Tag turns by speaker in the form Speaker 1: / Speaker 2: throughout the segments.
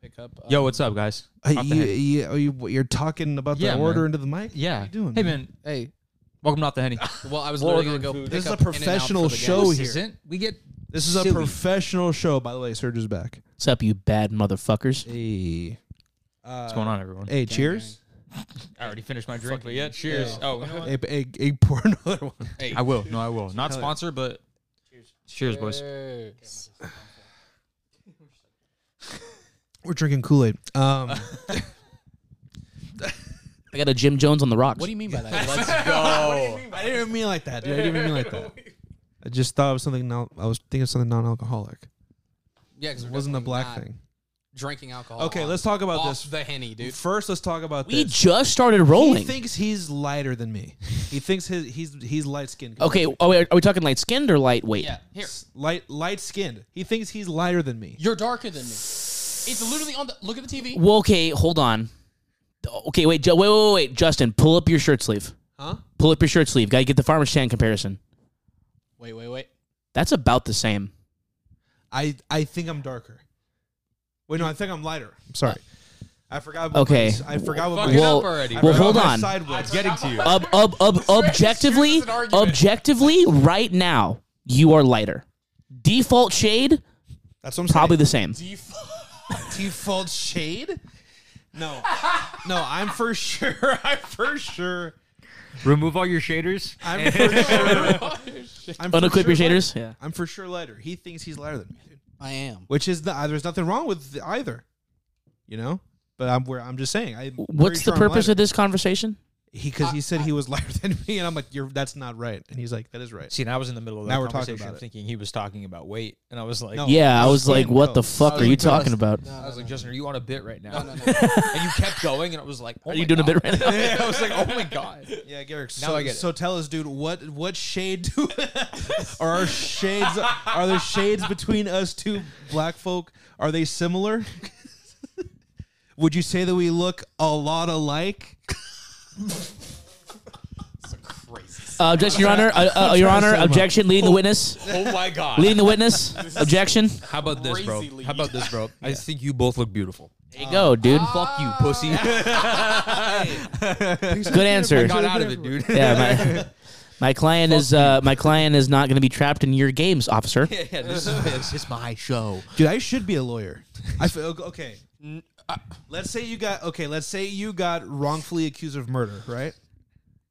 Speaker 1: pickup. Uh,
Speaker 2: Yo, what's up, guys?
Speaker 3: Uh,
Speaker 2: Off the
Speaker 3: you,
Speaker 2: Henny.
Speaker 3: you, are you, you're talking about the
Speaker 2: Yeah, man.
Speaker 3: order into the mic.
Speaker 2: yeah.
Speaker 3: What you doing?
Speaker 2: hey, man.
Speaker 1: hey,
Speaker 2: Welcome to Off the Henny.
Speaker 1: well, I was
Speaker 2: We're
Speaker 1: literally gonna
Speaker 2: ordering
Speaker 1: go.
Speaker 2: food.
Speaker 1: pick
Speaker 3: This is
Speaker 1: up
Speaker 3: a
Speaker 1: In-N-Out for the
Speaker 3: professional
Speaker 1: guys.
Speaker 3: show
Speaker 2: this
Speaker 3: here.
Speaker 2: isn't. We get
Speaker 3: This is a
Speaker 2: Silly.
Speaker 3: professional show. By the way, Serge is back.
Speaker 4: What's up, you bad motherfuckers?
Speaker 3: Hey, uh,
Speaker 2: what's going on, everyone.
Speaker 3: Hey,
Speaker 1: Gang,
Speaker 3: cheers.
Speaker 2: I already finished my drink,
Speaker 1: Drink, but
Speaker 2: but
Speaker 1: yeah,
Speaker 2: yet, cheers.
Speaker 1: yeah.
Speaker 2: Oh, you know what?
Speaker 3: Hey, b- hey, hey, pour another one.
Speaker 1: Hey,
Speaker 2: I will. No, I will. Not
Speaker 3: Hell yeah.
Speaker 2: sponsor, but cheers, boys.
Speaker 1: Cheers.
Speaker 3: We're drinking Kool Aid. Um,
Speaker 4: I got a Jim Jones on the rocks.
Speaker 1: What do you mean by that? Let's
Speaker 2: Go.
Speaker 3: I didn't even mean like that. Dude. I didn't even mean like that. I just thought it was something. Now I was thinking of something non-alcoholic.
Speaker 1: Yeah, because
Speaker 3: It wasn't a black thing.
Speaker 1: Drinking alcohol.
Speaker 3: Okay,
Speaker 1: on-
Speaker 3: let's talk about
Speaker 1: off
Speaker 3: this.
Speaker 1: The henny, dude.
Speaker 3: First, let's talk about
Speaker 4: we
Speaker 3: this.
Speaker 4: just started rolling.
Speaker 3: He thinks he's lighter than me. He thinks his, he's he's light skinned.
Speaker 4: okay, oh, wait, are we talking light skinned or lightweight?
Speaker 1: Yeah, here.
Speaker 3: light light skinned. He thinks he's lighter than me.
Speaker 1: You're darker than me. It's literally on the. Look at the TV.
Speaker 4: Well, okay, hold on. Okay, wait, Ju- wait, wait, wait, wait, Justin, pull up your shirt sleeve.
Speaker 3: Huh?
Speaker 4: Pull up your shirt sleeve. Gotta get the farmer's tan comparison.
Speaker 1: Wait, wait, wait.
Speaker 4: That's about the same.
Speaker 3: I I think I'm darker. Wait, no, I think I'm lighter. I'm sorry. I forgot. What
Speaker 4: Okay.
Speaker 3: my- I forgot what.
Speaker 2: Fuck
Speaker 3: my-
Speaker 2: it
Speaker 4: Well-
Speaker 2: up already.
Speaker 3: I
Speaker 4: well,
Speaker 3: forgot
Speaker 4: hold
Speaker 3: my
Speaker 4: on.
Speaker 3: Sideways.
Speaker 2: getting to you.
Speaker 4: Ob, ob, ob, objectively,
Speaker 1: This is an argument.
Speaker 4: objectively, right now, you are lighter. Default shade,
Speaker 3: That's what I'm
Speaker 4: probably
Speaker 3: saying.
Speaker 4: the same.
Speaker 3: default shade. No, no, I'm for sure. I'm for sure.
Speaker 2: Remove all your shaders.
Speaker 3: I'm for
Speaker 2: Oh,
Speaker 3: sure. I'm for
Speaker 4: Unequip
Speaker 3: sure
Speaker 4: your shaders? Yeah.
Speaker 3: I'm for sure lighter. He thinks he's lighter than me, dude.
Speaker 1: I am.
Speaker 3: Which is the, uh, there's nothing wrong with the, either, you know. But I'm where I'm just saying. I
Speaker 4: What's the purpose
Speaker 3: of
Speaker 4: of this conversation?
Speaker 3: he because he said he was lighter than me, and I'm like, you're that's not right. And he's like, that is right.
Speaker 2: See, and I was in the middle of that
Speaker 3: Now we're talking
Speaker 2: conversation
Speaker 3: about it.
Speaker 2: thinking he was talking about weight, and I was like,
Speaker 3: No.
Speaker 4: Yeah, I
Speaker 3: Oh,
Speaker 4: was like,
Speaker 3: skin
Speaker 4: what the
Speaker 3: color.
Speaker 4: fuck are you talking about?
Speaker 2: I was like, Justin, are you on a bit right now?
Speaker 1: No, no, no.
Speaker 2: and you kept going, and I was like, oh
Speaker 4: Are
Speaker 2: my
Speaker 4: you doing a
Speaker 2: God.
Speaker 4: bit right now?
Speaker 2: I was like, oh my god.
Speaker 3: Yeah, Garrick.
Speaker 2: Now
Speaker 3: so,
Speaker 2: I get it.
Speaker 3: so tell us, dude, what what shade do are our shades? Are there shades between us two black folk? Are they similar? Would you say that we look a lot alike?
Speaker 4: Uh, objection, Your Honor. Uh, uh, Your Honor, objection. Leading the witness.
Speaker 2: Oh my god.
Speaker 4: Leading the witness. Objection.
Speaker 2: How about this, bro?
Speaker 1: Crazy lead.
Speaker 2: How about this, bro? I think you both look beautiful.
Speaker 4: There you go, dude.
Speaker 2: Fuck you, pussy.
Speaker 4: Good answer.
Speaker 2: Got out of it, dude.
Speaker 4: Yeah, my, my client is uh, my client is not going to be trapped in your games, officer.
Speaker 2: yeah, yeah, this is it's just my show.
Speaker 3: Dude, I should be a lawyer. I feel okay. uh, Let's say you got okay. Let's say you got wrongfully accused of murder, right?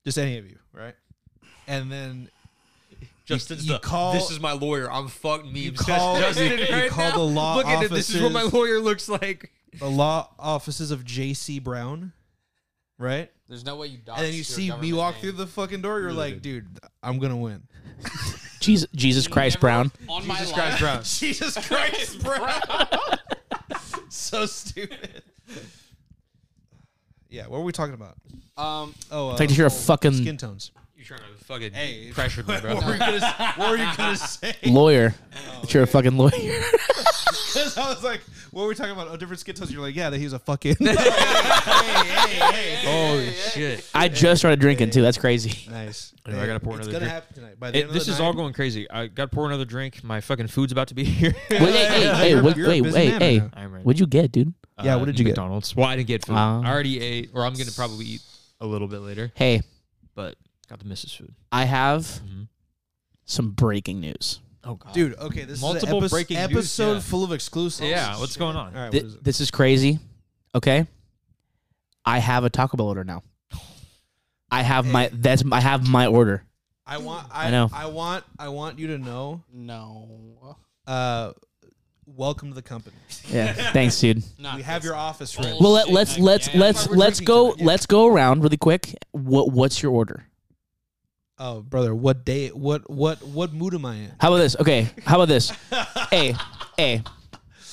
Speaker 3: Just any of you, right? And then
Speaker 2: Justin's
Speaker 3: you
Speaker 2: the,
Speaker 3: call-
Speaker 2: this is my lawyer. I'm fucked memes. You
Speaker 3: call- you call the law
Speaker 2: Look at it. This is what my
Speaker 3: offices.
Speaker 2: lawyer looks like.
Speaker 3: the law offices of J.C. Brown, right?
Speaker 1: There's no way you.
Speaker 3: And then you see me walk through the fucking door. You're like, dude, I'm gonna win.
Speaker 4: Jesus, Jesus Christ, Brown.
Speaker 1: On my
Speaker 2: Jesus
Speaker 1: life.
Speaker 2: Christ Brown.
Speaker 3: Jesus Christ, bro! so stupid. Yeah, what were we talking about?
Speaker 1: Um,
Speaker 3: Oh, uh,
Speaker 4: I'd like to hear a
Speaker 3: skin
Speaker 4: fucking
Speaker 3: tones.
Speaker 2: You're trying to fucking
Speaker 3: Hey.
Speaker 2: pressure me, bro.
Speaker 3: What were you gonna? s- What were you gonna say?
Speaker 4: lawyer. That you're a fucking lawyer.
Speaker 3: Because I was like, what were we talking about? Oh, different skin tones. You're like, yeah, that he was a fucking.
Speaker 2: Holy shit.
Speaker 4: I just started drinking too. That's crazy.
Speaker 3: nice.
Speaker 2: Anyway, I gotta pour
Speaker 3: it's
Speaker 2: another
Speaker 3: gonna
Speaker 2: drink.
Speaker 3: happen tonight. By the
Speaker 2: It-
Speaker 3: end of
Speaker 2: this
Speaker 3: the
Speaker 2: is
Speaker 3: night-
Speaker 2: all going crazy. I got to pour another drink. My fucking food's about to be here.
Speaker 4: Wait, hey, hey, hey,
Speaker 3: You're a-
Speaker 4: wait,
Speaker 3: you're a
Speaker 4: wait,
Speaker 3: busy
Speaker 4: wait,
Speaker 3: man
Speaker 4: hey.
Speaker 3: right
Speaker 2: I'm ready.
Speaker 4: What'd you get, dude?
Speaker 5: Uh,
Speaker 3: Yeah, what did you get?
Speaker 2: McDonald's. Well, I didn't get food.
Speaker 4: Oh.
Speaker 2: I already ate, or I'm gonna probably eat a little bit later.
Speaker 4: Hey,
Speaker 2: But got the missus food.
Speaker 4: I have
Speaker 5: Mm-hmm.
Speaker 4: some breaking news.
Speaker 2: Oh god,
Speaker 3: Dude, okay, this
Speaker 2: Multiple
Speaker 3: is an
Speaker 2: breaking news,
Speaker 3: episode
Speaker 2: yeah.
Speaker 3: full of exclusives.
Speaker 2: Yeah, what's going on?
Speaker 3: All right,
Speaker 4: Th-
Speaker 3: what is it?
Speaker 4: this is crazy. Okay. I have a Taco Bell order now. I have my that's I have my order.
Speaker 3: I want. I,
Speaker 4: I know.
Speaker 3: I want. I want you to know.
Speaker 1: no.
Speaker 3: Uh, welcome to the company.
Speaker 4: Yeah. Thanks, dude.
Speaker 1: Not
Speaker 3: We have
Speaker 1: this.
Speaker 3: your office room.
Speaker 4: Well, let, let's
Speaker 1: Bullshit
Speaker 4: let's
Speaker 1: again.
Speaker 4: let's
Speaker 3: That's why we're
Speaker 4: let's
Speaker 3: drinking
Speaker 4: go
Speaker 3: tonight, yeah.
Speaker 4: let's go around really quick. What what's your order?
Speaker 3: Oh, brother, what day? What what what mood am I in?
Speaker 4: How about this? Okay. How about this? hey, hey,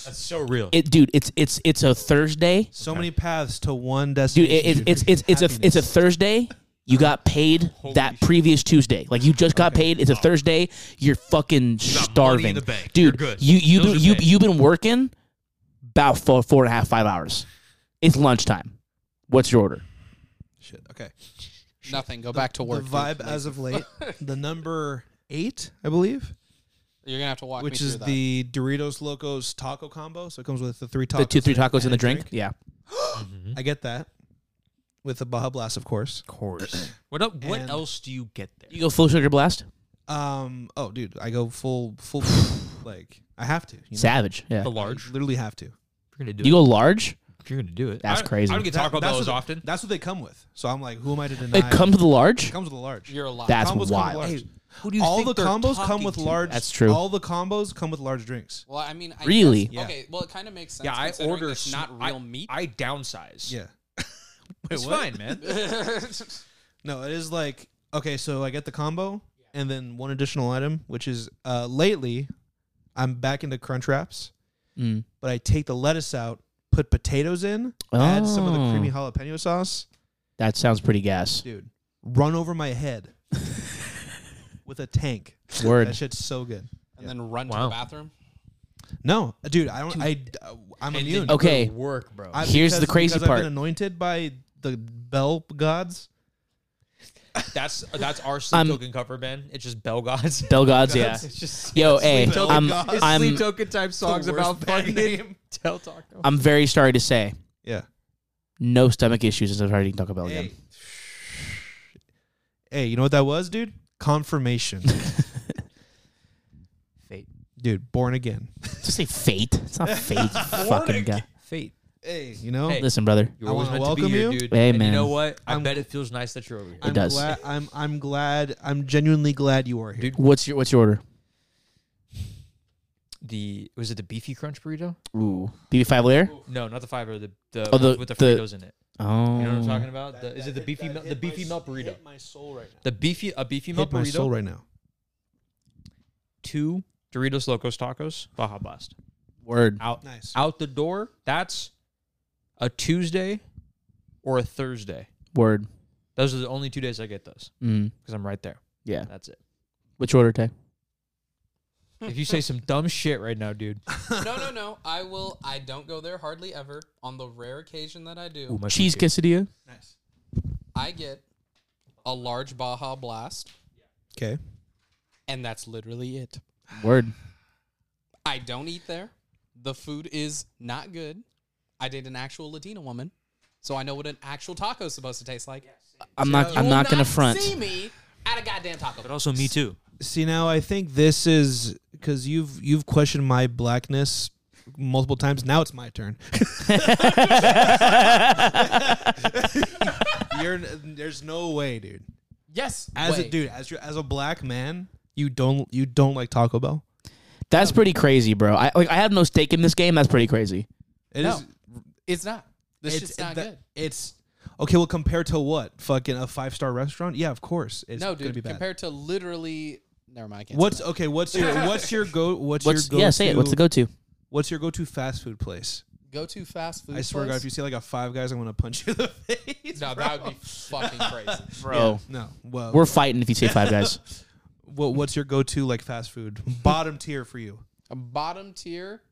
Speaker 2: that's so real.
Speaker 4: it, dude. It's it's it's a Thursday,
Speaker 3: So many paths to one destination.
Speaker 4: dude. It, it's it's it's it's a it's a
Speaker 3: Happiness.
Speaker 4: Thursday. You got paid that previous Tuesday. Like you just got paid. It's a Thursday. You're fucking
Speaker 2: got
Speaker 4: starving,
Speaker 2: money in the bank.
Speaker 4: dude.
Speaker 2: You're good.
Speaker 4: You you
Speaker 2: Bills
Speaker 4: been-
Speaker 2: are
Speaker 4: you
Speaker 2: paid.
Speaker 4: you've been working about four four and a half five hours. It's lunchtime. What's your order?
Speaker 3: Shit. Okay.
Speaker 1: Nothing. Go back to work.
Speaker 3: The vibe as of late, the number eight, I believe,
Speaker 1: You're gonna have to walk me
Speaker 3: which
Speaker 1: through
Speaker 3: is
Speaker 1: that.
Speaker 3: the Doritos Locos taco combo. So it comes with the three tacos,
Speaker 4: the two, three
Speaker 3: and a-
Speaker 4: tacos
Speaker 3: and
Speaker 4: in
Speaker 3: a
Speaker 4: the drink. Yeah,
Speaker 3: I get that with the Baja Blast, of course.
Speaker 4: of course.
Speaker 5: What el- what
Speaker 3: And-
Speaker 5: else do you get there?
Speaker 4: you go full sugar blast,
Speaker 3: Um, oh, dude, I go full, full, like I have to. You know?
Speaker 4: savage. Yeah,
Speaker 5: the
Speaker 4: you
Speaker 5: large.
Speaker 3: I literally have to.
Speaker 5: You're gonna do it.
Speaker 4: go large.
Speaker 5: You're gonna do it.
Speaker 4: That's
Speaker 5: I-
Speaker 4: crazy.
Speaker 5: I don't get
Speaker 3: That-
Speaker 5: Taco
Speaker 3: that's
Speaker 5: Bell
Speaker 3: what
Speaker 5: as
Speaker 3: the-
Speaker 5: often.
Speaker 3: That's what they come with. So I'm like, who am I to deny?
Speaker 4: It comes with a large.
Speaker 3: It comes with a large.
Speaker 1: You're alive.
Speaker 4: That's
Speaker 3: combos come
Speaker 4: wild.
Speaker 3: with large.
Speaker 5: Who do you
Speaker 3: all
Speaker 5: think
Speaker 3: the
Speaker 5: they're
Speaker 3: combos come
Speaker 5: talking
Speaker 3: with
Speaker 5: to?
Speaker 3: large.
Speaker 4: That's true.
Speaker 3: All the combos come with large drinks.
Speaker 1: well, I mean, I
Speaker 4: Really?
Speaker 1: guess-
Speaker 3: Yeah.
Speaker 1: Okay. Well, it kind of makes sense.
Speaker 5: Yeah, I
Speaker 1: considering
Speaker 5: order
Speaker 1: it's
Speaker 5: sm-
Speaker 1: not
Speaker 5: I-
Speaker 1: real meat.
Speaker 5: I downsize.
Speaker 3: Yeah.
Speaker 5: it's fine, man.
Speaker 3: No, it is like okay. So I get the combo and then one additional item, which is uh, lately I'm back into crunch wraps,
Speaker 4: Mm.
Speaker 3: but I take the lettuce out, put potatoes in, add some of the
Speaker 4: Oh.
Speaker 3: creamy jalapeno sauce,
Speaker 4: That sounds pretty gas.
Speaker 3: dude. Run over my head with a tank.
Speaker 4: Word.
Speaker 3: That shit's so good.
Speaker 1: and then run to
Speaker 5: Wow.
Speaker 1: the bathroom.
Speaker 3: No, dude, I don't. I
Speaker 5: And then
Speaker 3: I'm immune.
Speaker 5: you
Speaker 4: Okay.
Speaker 5: go to Work, bro.
Speaker 3: I-
Speaker 4: Here's the
Speaker 3: because-
Speaker 4: crazy
Speaker 3: because I've
Speaker 4: part.
Speaker 3: been anointed by the bell gods.
Speaker 5: that's that's our
Speaker 4: I'm-
Speaker 5: sleep token cover, man. It's just Bell gods.
Speaker 4: Bell gods, yeah.
Speaker 5: It's just
Speaker 4: Yo, hey,
Speaker 3: Bell
Speaker 4: I'm,
Speaker 3: gods.
Speaker 5: It's
Speaker 4: I'm,
Speaker 5: sleep token type songs about fucking Del Taco.
Speaker 4: I'm very sorry to say,
Speaker 3: Yeah.
Speaker 4: no stomach issues since I've started eating Taco Bell again.
Speaker 3: Hey. hey, you know what that was, dude? Confirmation.
Speaker 4: Fate.
Speaker 3: dude, born again.
Speaker 4: Just say fate. It's not fate, you fucking guy.
Speaker 5: Fate.
Speaker 3: Hey, you know?
Speaker 5: Hey.
Speaker 4: Listen, brother.
Speaker 5: You're always
Speaker 3: wanna
Speaker 5: meant to
Speaker 3: welcome
Speaker 5: be here,
Speaker 3: you.
Speaker 5: dude.
Speaker 4: Hey,
Speaker 5: And
Speaker 4: man.
Speaker 5: you know what? I
Speaker 3: I'm-
Speaker 5: bet it feels nice that you're over here.
Speaker 3: I'm
Speaker 4: does.
Speaker 3: glad I'm I'm glad I'm genuinely glad you are here.
Speaker 5: Dude.
Speaker 4: What's your What's your order?
Speaker 5: the was it the beefy crunch burrito?
Speaker 4: Ooh, BB five layer.
Speaker 5: No, not the fiber. The the,
Speaker 4: Oh, the-
Speaker 5: ones with the,
Speaker 4: the-
Speaker 5: Fritos in it.
Speaker 4: Oh,
Speaker 5: You know what I'm talking about? The, is it the beefy mel- the beefy melt burrito?
Speaker 3: my soul right now.
Speaker 5: The beefy a beefy melt
Speaker 3: Hit my soul
Speaker 5: burrito.
Speaker 3: right now.
Speaker 5: Two Doritos Locos Tacos Baja Blast.
Speaker 4: word.
Speaker 5: Out
Speaker 3: Nice.
Speaker 5: out the door. That's a Tuesday or a Thursday.
Speaker 4: Word.
Speaker 5: Those are the only two days I get those
Speaker 4: Mm.
Speaker 5: because I'm right there.
Speaker 4: Yeah.
Speaker 5: That's it.
Speaker 4: What's your order, Tay?
Speaker 5: If you say some dumb shit right now, dude.
Speaker 1: no, no, no. I will. I don't go there hardly ever. On the rare occasion that I do,
Speaker 5: Ooh, my
Speaker 4: Cheese
Speaker 5: food
Speaker 4: quesadilla.
Speaker 3: Nice.
Speaker 1: I get a large Baja Blast,
Speaker 3: Okay.
Speaker 1: and that's literally it.
Speaker 4: Word.
Speaker 1: I don't eat there. The food is not good. I did an actual Latina woman, so I know what an actual taco is supposed to taste like.
Speaker 4: I'm not. I'm
Speaker 1: Will
Speaker 4: not gonna front.
Speaker 1: See me at a goddamn taco.
Speaker 5: But also me too.
Speaker 3: See now I think this is cuz you've you've questioned my blackness multiple times. Now it's my turn. You're there's no way, dude.
Speaker 1: Yes,
Speaker 3: As a
Speaker 1: wait.
Speaker 3: dude, as you as a black man, you don't you don't like Taco Bell.
Speaker 4: That's pretty crazy, bro. I like. I have no stake in this game. That's pretty crazy.
Speaker 3: It
Speaker 1: No.
Speaker 3: is-
Speaker 1: It's not. It's,
Speaker 3: it's-
Speaker 1: just not
Speaker 3: that-
Speaker 1: good.
Speaker 3: It's okay. Well, compared to what? Fucking a five star restaurant? Yeah, of course. It's
Speaker 1: No,
Speaker 3: Gonna be
Speaker 1: dude.
Speaker 3: bad.
Speaker 1: Compared to literally, never mind. I can't say
Speaker 3: what's
Speaker 1: that.
Speaker 3: okay? What's your what's your go? What's,
Speaker 4: What's
Speaker 3: your go?
Speaker 4: yeah? Say it. What's the go-to?
Speaker 3: What's your go to fast food place?
Speaker 1: go to fast food?
Speaker 3: I swear to God,
Speaker 1: place?
Speaker 3: if you see like a Five Guys, I'm gonna punch you in the face.
Speaker 1: No, that would be fucking crazy.
Speaker 4: Bro,
Speaker 3: No. Well,
Speaker 4: we're fighting if you say five guys.
Speaker 3: what, what's your go to like fast food? Bottom tier for you
Speaker 1: A bottom tier.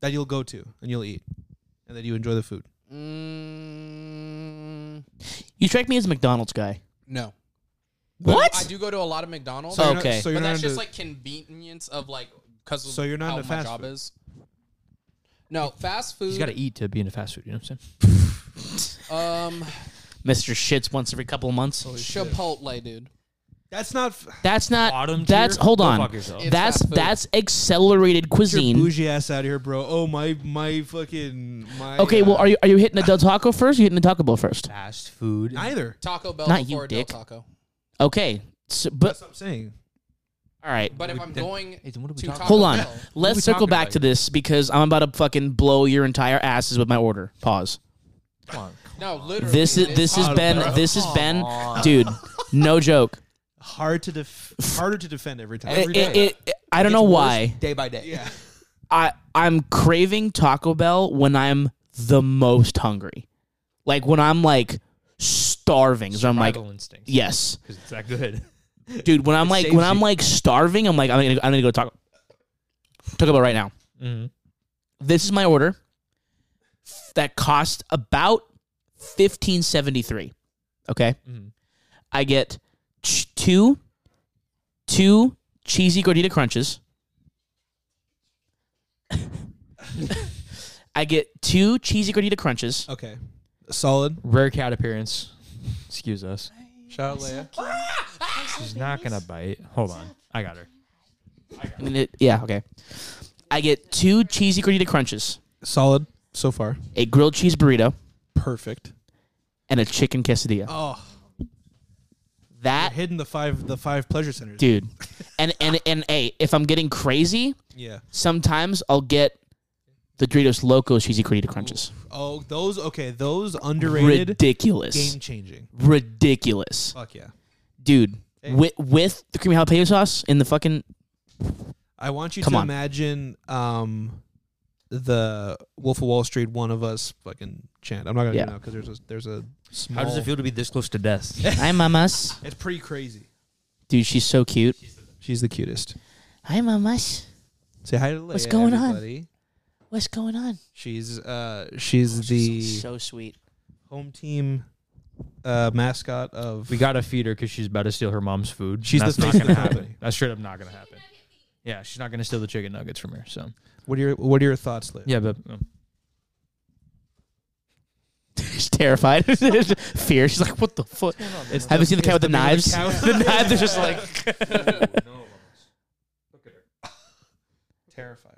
Speaker 3: that you'll go to and you'll eat, and that you enjoy the food.
Speaker 1: Mm,
Speaker 4: You strike me as a McDonald's guy.
Speaker 1: no.
Speaker 4: What?
Speaker 1: I do go to a lot of McDonald's,
Speaker 3: So you're
Speaker 4: Okay.
Speaker 3: Not, so
Speaker 1: but
Speaker 3: you're not
Speaker 1: that's
Speaker 3: into,
Speaker 1: just like convenience of like because
Speaker 3: So you're not
Speaker 1: how
Speaker 3: into
Speaker 1: my
Speaker 3: fast
Speaker 1: job
Speaker 3: food?
Speaker 1: is. No fast food.
Speaker 5: He's got to eat to be in a fast food. You know what I'm saying?
Speaker 1: um,
Speaker 4: Mr. Shits once every couple of months.
Speaker 1: Chipotle, dude.
Speaker 3: that's not f-
Speaker 4: That's not.
Speaker 5: Bottom
Speaker 4: that's
Speaker 5: tier?
Speaker 4: hold
Speaker 5: Go
Speaker 4: on.
Speaker 5: fuck yourself.
Speaker 1: It's
Speaker 4: that's
Speaker 1: fast food.
Speaker 4: that's accelerated
Speaker 3: your
Speaker 4: cuisine.
Speaker 3: bougie ass out of here, bro. Oh my my fucking my.
Speaker 4: Okay,
Speaker 3: uh,
Speaker 4: well, are you are you hitting the Del Taco first? Or you hitting the Taco Bell first?
Speaker 5: Fast food.
Speaker 3: uh, neither?
Speaker 1: Taco Bell
Speaker 4: Not you,
Speaker 1: before a Del
Speaker 4: dick.
Speaker 1: Taco.
Speaker 4: Okay, so, but
Speaker 3: That's what I'm saying.
Speaker 4: all right.
Speaker 1: But if I'm going
Speaker 5: Hey, then what are we
Speaker 1: to
Speaker 5: talking
Speaker 1: Taco
Speaker 5: about?
Speaker 4: Hold on.
Speaker 1: Bell,
Speaker 5: we
Speaker 4: Let's circle
Speaker 5: talking
Speaker 4: back
Speaker 5: about
Speaker 4: to this because I'm about to fucking blow your entire asses with my order. Pause.
Speaker 5: Come on.
Speaker 1: no, literally,
Speaker 4: This is
Speaker 1: it's
Speaker 4: this has
Speaker 1: Taco
Speaker 4: been
Speaker 1: Bell.
Speaker 4: this has been,
Speaker 5: on.
Speaker 4: dude. No joke.
Speaker 3: Hard to def- harder to defend every time.
Speaker 5: Every-
Speaker 4: It, it, it- I don't know why.
Speaker 5: Day by day.
Speaker 3: yeah.
Speaker 4: I I'm craving Taco Bell when I'm the most hungry, like when I'm like starving. So I'm like,
Speaker 5: Survival instincts.
Speaker 4: yes,
Speaker 5: Because it's that good.
Speaker 4: dude. When I'm like
Speaker 5: saves
Speaker 4: when I'm
Speaker 5: you.
Speaker 4: like starving, I'm like I'm gonna, I'm gonna go Taco Taco Bell right now.
Speaker 2: Mm-hmm.
Speaker 5: Mhm.
Speaker 4: This is my order that cost about fifteen seventy three. Okay,
Speaker 5: Mhm.
Speaker 4: I get ch- two two cheesy gordita crunches, I get two cheesy gordita crunches.
Speaker 3: Okay. Solid.
Speaker 2: Rare cat appearance. Excuse us.
Speaker 1: Shout out Leia.
Speaker 2: She's not gonna bite. Hold on. I got her.
Speaker 4: I mean, it- yeah, okay. I get two cheesy gordita crunches,
Speaker 3: Solid so far.
Speaker 4: a grilled cheese burrito,
Speaker 3: Perfect.
Speaker 4: and a chicken quesadilla.
Speaker 3: Oh,
Speaker 4: that
Speaker 3: hidden the five the five pleasure centers.
Speaker 4: dude. And and and hey, if I'm getting crazy,
Speaker 3: Yeah.
Speaker 4: sometimes I'll get the Doritos Locos cheesy gordita crunches.
Speaker 3: Oh, those okay. Those underrated,
Speaker 4: Ridiculous.
Speaker 3: game changing.
Speaker 4: Ridiculous.
Speaker 3: Fuck yeah.
Speaker 4: Dude, with with the creamy jalapeno sauce in the fucking
Speaker 3: I want you
Speaker 4: Come
Speaker 3: to
Speaker 4: on.
Speaker 3: imagine um, the Wolf of Wall Street. One of us fucking chant. I'm not gonna
Speaker 4: Yeah.
Speaker 3: do it now because there's a there's a small.
Speaker 2: How does it feel to be this close to death?
Speaker 4: Hi mamas.
Speaker 3: It's pretty crazy.
Speaker 4: Dude, she's so cute.
Speaker 3: She's the cutest.
Speaker 4: Hi mamas.
Speaker 3: Say hi to Leia,
Speaker 4: What's going on?
Speaker 3: on?
Speaker 4: What's going on?
Speaker 3: She's uh she's the
Speaker 4: so sweet.
Speaker 3: home team uh, mascot of.
Speaker 2: we gotta feed her because she's about to steal her mom's food.
Speaker 3: She's the
Speaker 2: That's not
Speaker 3: face of
Speaker 2: gonna
Speaker 3: the
Speaker 2: happen.
Speaker 3: company.
Speaker 2: That's straight up not gonna happen. Yeah, she's not gonna steal the chicken nuggets from her. So Oh.
Speaker 3: What are your What are your thoughts, Liz?
Speaker 2: yeah, but
Speaker 4: she's terrified. Fear. She's like, what the fuck?
Speaker 3: It's
Speaker 4: Haven't seen the cat with the knives.
Speaker 3: cow with
Speaker 4: the knives are just like
Speaker 3: terrified.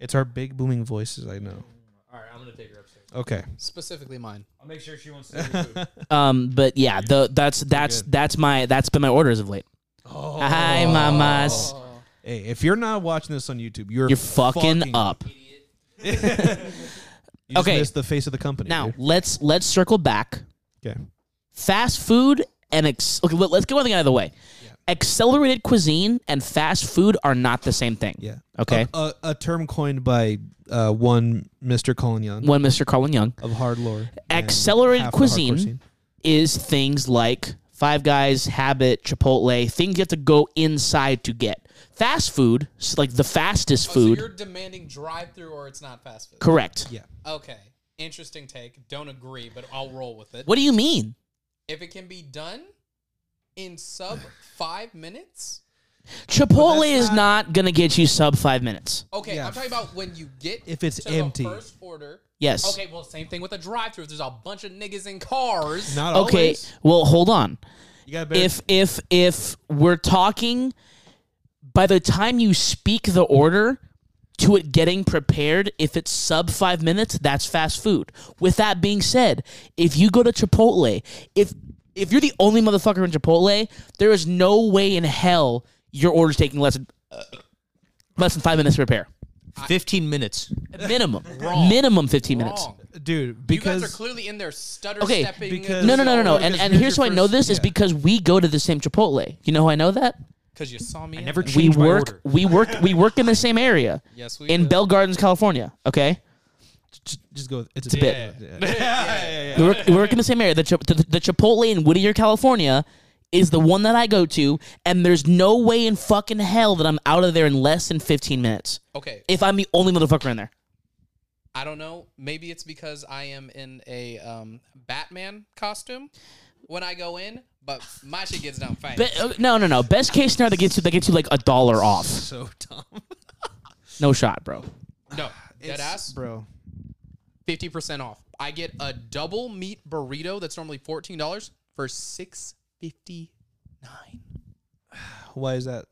Speaker 3: It's our big booming voices. I know.
Speaker 2: All right, I'm gonna take her upstairs.
Speaker 3: Okay.
Speaker 1: Specifically mine.
Speaker 2: I'll make sure she wants to.
Speaker 4: Um, but yeah, the that's that's
Speaker 3: good.
Speaker 4: that's my that's been my order as of late.
Speaker 3: Oh.
Speaker 4: Hi mamas.
Speaker 3: Hey, if you're not watching this on YouTube, you're
Speaker 4: You're fucking, up.
Speaker 3: You just
Speaker 4: Okay.
Speaker 3: missed the face of the company.
Speaker 4: Now
Speaker 3: dude.
Speaker 4: let's let's circle back.
Speaker 3: okay.
Speaker 4: Fast food and ex- okay, let, us get one thing out of the way. Accelerated cuisine and fast food are not the same thing.
Speaker 3: Yeah. Uh,
Speaker 4: Okay.
Speaker 3: A, a, a term coined by uh, one Mr. Colin Young
Speaker 4: One Mr. Carlin Young.
Speaker 3: of Hard Lore. and
Speaker 4: Accelerated
Speaker 3: half the hardcore
Speaker 4: cuisine,
Speaker 3: scene.
Speaker 4: is things like Five Guys, Habit, Chipotle, things you have to go inside to get. Fast food, s- like the fastest
Speaker 1: Oh, So
Speaker 4: food.
Speaker 1: you're demanding drive through or it's not fast food.
Speaker 4: correct.
Speaker 3: Yeah.
Speaker 1: Okay. Interesting take. Don't agree, but I'll roll with it.
Speaker 4: What do you mean?
Speaker 1: If it can be done in sub five minutes,
Speaker 4: Chipotle is not going to get you sub five minutes.
Speaker 1: okay.
Speaker 3: Yeah.
Speaker 1: I'm talking about when you get
Speaker 3: If it's
Speaker 1: to
Speaker 3: empty.
Speaker 1: The first order.
Speaker 4: Yes.
Speaker 1: Okay. Well, same thing with a drive through. There's a bunch of niggas in cars.
Speaker 3: Not
Speaker 4: Okay.
Speaker 3: always.
Speaker 4: Well, hold on.
Speaker 3: You got
Speaker 4: If if if we're talking by the time you speak the order to it getting prepared, if it's sub five minutes, that's fast food. With that being said, if you go to Chipotle, if if you're the only motherfucker in Chipotle, there is no way in hell your order's taking less than, less than five minutes to prepare.
Speaker 2: 15 minutes.
Speaker 4: Minimum.
Speaker 1: Wrong.
Speaker 4: Minimum fifteen minutes.
Speaker 1: Wrong.
Speaker 3: dude,
Speaker 1: You guys are
Speaker 3: because
Speaker 1: clearly in there stutter
Speaker 4: Okay,
Speaker 1: stepping.
Speaker 3: because-
Speaker 4: No, no, no, no, no.
Speaker 3: Because
Speaker 4: And, and
Speaker 3: here's
Speaker 4: here's how
Speaker 3: your
Speaker 4: I know
Speaker 3: first-
Speaker 4: this is
Speaker 3: yeah.
Speaker 4: because we go to the same Chipotle. You know how I know that?
Speaker 1: Because you saw me.
Speaker 2: I
Speaker 1: in
Speaker 2: never
Speaker 1: there.
Speaker 4: we
Speaker 2: changed my
Speaker 4: work
Speaker 2: order.
Speaker 4: we work we work in the same area
Speaker 1: Yes, we
Speaker 4: in
Speaker 1: did.
Speaker 4: Bell Gardens, California. Okay,
Speaker 3: just, just go. With, it's a
Speaker 4: bit.
Speaker 3: Yeah.
Speaker 4: we work, we work in the same area. The, Chip- the, the Chipotle in Whittier, California, is the one that I go to, and there's no way in fucking hell that I'm out of there in less than 15 minutes
Speaker 1: Okay.
Speaker 4: if I'm the only motherfucker in there.
Speaker 1: I don't know. Maybe it's because I am in a um, Batman costume when I go in, but my shit gets done fast.
Speaker 4: Be- uh, no, no, no. Best case scenario, that gets you that gets you like a dollar off.
Speaker 3: So dumb,
Speaker 4: No shot, bro.
Speaker 1: no, dead ass.
Speaker 3: bro.
Speaker 1: Fifty percent off. I get a double meat burrito that's normally fourteen dollars for six fifty nine.
Speaker 3: Why is that?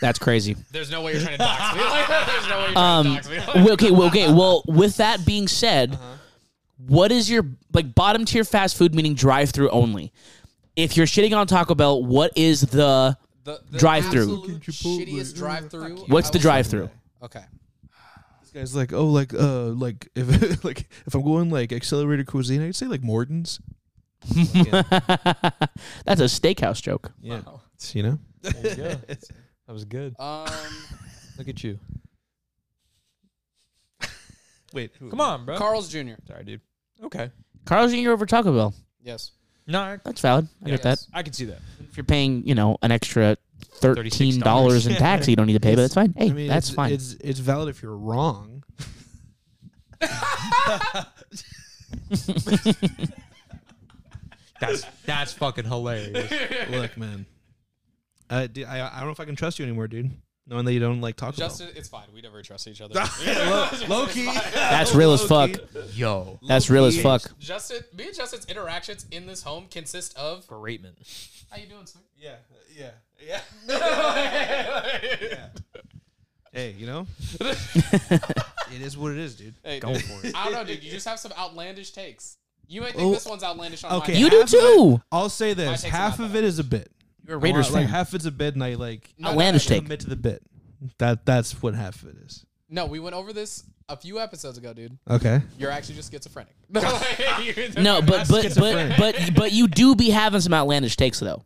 Speaker 4: That's crazy.
Speaker 1: There's no way you're trying to dox me. There's no way you're trying
Speaker 4: Um,
Speaker 1: to dox me.
Speaker 4: well, okay, well, okay. Well, with that being said,
Speaker 3: Uh-huh.
Speaker 4: what is your like bottom tier fast food meaning drive through only? If you're shitting on Taco Bell, what is the
Speaker 1: The, the
Speaker 4: drive-through.
Speaker 1: absolute Shittiest drive through.
Speaker 4: what's the drive through?
Speaker 1: Okay.
Speaker 3: This guy's like, oh, like, uh, like if like if I'm going like accelerated cuisine, I'd say like Morton's.
Speaker 4: That's a steakhouse joke.
Speaker 3: Yeah, you know.
Speaker 2: That was good.
Speaker 1: Um,
Speaker 2: Look at you.
Speaker 3: Wait,
Speaker 2: Come on, bro.
Speaker 1: Carl's Jr.
Speaker 2: Sorry, dude. Okay.
Speaker 4: Carl's Jr. over Taco Bell.
Speaker 1: Yes.
Speaker 2: No, I,
Speaker 4: That's valid. I get that.
Speaker 1: Yes.
Speaker 2: I can see that.
Speaker 4: If you're paying, you know, an extra thirteen dollars in tax, that you don't need to pay, but that's fine. Hey, that's
Speaker 3: it's,
Speaker 4: fine.
Speaker 3: It's it's valid if you're wrong.
Speaker 2: That's that's fucking hilarious.
Speaker 3: Uh, Look, man. I, dude, I I don't know if I can trust you anymore, dude. knowing that you don't like Taco Bell.
Speaker 1: Justin, it's fine. We never trust each other.
Speaker 3: Loki.
Speaker 4: That's real as fuck.
Speaker 5: Yo.
Speaker 4: That's real as fuck.
Speaker 1: Justin, me and Justin's interactions in this home consist of
Speaker 5: Great man.
Speaker 1: how you doing, sir?
Speaker 3: Yeah, yeah, yeah. Hey, you know, it is what it is, dude.
Speaker 1: Hey,
Speaker 5: Go
Speaker 1: dude.
Speaker 5: for it.
Speaker 1: I don't know, dude. You just have some outlandish takes. You may think
Speaker 3: Oh,
Speaker 1: this one's outlandish on
Speaker 3: Okay,
Speaker 1: my
Speaker 4: You do
Speaker 3: half of it-
Speaker 4: too.
Speaker 3: I'll say this:
Speaker 1: takes are
Speaker 3: half
Speaker 1: not
Speaker 3: of
Speaker 1: bad.
Speaker 3: it is a bit.
Speaker 4: You're a Raiders
Speaker 3: like
Speaker 4: fan.
Speaker 3: half it's a bit, and I like
Speaker 1: No, no,
Speaker 4: Outlandish
Speaker 1: no,
Speaker 4: take.
Speaker 3: commit to the bit. That that's what half of it is.
Speaker 1: No, we went over this a few episodes ago, dude.
Speaker 3: Okay.
Speaker 1: You're actually just schizophrenic.
Speaker 4: No, but but but
Speaker 3: schizophrenic.
Speaker 4: but but you do be having some outlandish takes though.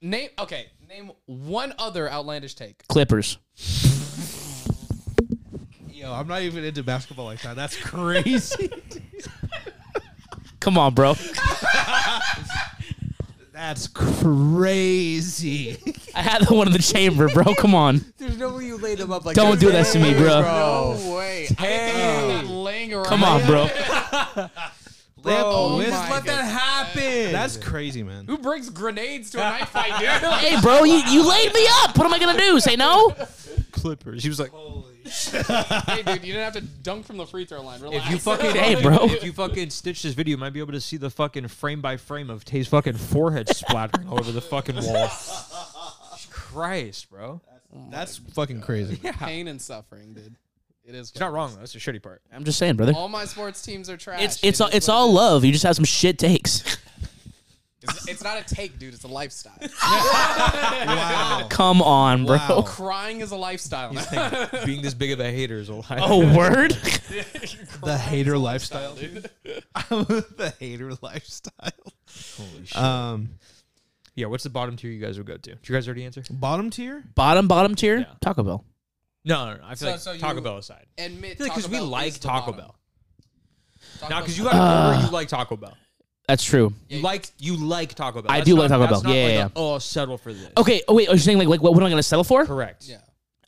Speaker 1: name okay. Name one other outlandish take.
Speaker 4: Clippers.
Speaker 3: Yo, I'm not even into basketball like that. That's crazy.
Speaker 4: Come on, bro.
Speaker 3: that's crazy.
Speaker 4: I had the one in the chamber, bro. Come on.
Speaker 6: There's no way you laid him up like
Speaker 4: Don't do that to me, bro.
Speaker 3: Oh.
Speaker 1: No way. I didn't think about that laying around.
Speaker 4: Come on, bro.
Speaker 3: Bro,
Speaker 4: oh
Speaker 1: my
Speaker 6: Just let that happen.
Speaker 3: that's crazy, man.
Speaker 1: Who brings grenades to a knife fight, dude?
Speaker 4: Hey, bro, you, you laid me up. What am I gonna do? Say no?
Speaker 5: Clippers. He was like,
Speaker 1: hey, dude, you didn't have to dunk from the free throw line. Relax.
Speaker 5: if you fucking,
Speaker 4: Hey, bro.
Speaker 5: if you fucking stitch this video, you might be able to see the fucking frame by frame of Tay's fucking forehead splattering all over the fucking wall. Christ, bro.
Speaker 3: That's fucking crazy.
Speaker 1: pain and suffering, dude. It is.
Speaker 5: He's not wrong though. That's the shitty part.
Speaker 4: I'm just saying, brother.
Speaker 1: All my sports teams are trash.
Speaker 4: It's
Speaker 1: It
Speaker 4: it's all
Speaker 1: is
Speaker 4: it's
Speaker 1: what it
Speaker 4: all
Speaker 1: is.
Speaker 4: love. You just have some shit takes.
Speaker 1: It's, it's not a take, dude. It's a lifestyle.
Speaker 3: Wow.
Speaker 4: Come on, bro.
Speaker 3: Wow.
Speaker 1: Crying is a lifestyle.
Speaker 5: Being this big of a hater is a lie.
Speaker 4: Oh, word.
Speaker 3: The hater lifestyle, dude. I'm with the hater lifestyle.
Speaker 5: Holy shit.
Speaker 3: Um,
Speaker 5: yeah, what's the bottom tier you guys would go to? Did you guys already answer?
Speaker 3: bottom tier.
Speaker 4: bottom bottom tier.
Speaker 5: Yeah.
Speaker 4: Taco Bell.
Speaker 5: No, no, no. I feel
Speaker 1: So-
Speaker 5: like
Speaker 1: so
Speaker 5: Taco
Speaker 1: you-
Speaker 5: Bell aside.
Speaker 1: Admit
Speaker 5: Because
Speaker 1: Taco
Speaker 5: we
Speaker 1: Bell
Speaker 5: like
Speaker 1: is the
Speaker 5: Taco
Speaker 1: bottom.
Speaker 5: Bell.
Speaker 1: Taco
Speaker 5: Now, because you
Speaker 1: Bell-
Speaker 5: got a
Speaker 4: Uh.
Speaker 5: Uber, you like Taco Bell.
Speaker 4: That's true.
Speaker 5: You like you like Taco Bell.
Speaker 4: I
Speaker 5: That's
Speaker 4: do
Speaker 5: not-
Speaker 4: like Taco
Speaker 5: that's
Speaker 4: Bell.
Speaker 5: not
Speaker 4: Yeah,
Speaker 5: like
Speaker 4: yeah,
Speaker 5: a, oh, I'll settle for this.
Speaker 4: Okay. Oh wait. Are you saying like like what, what am I gonna settle for?
Speaker 5: correct.
Speaker 1: Yeah.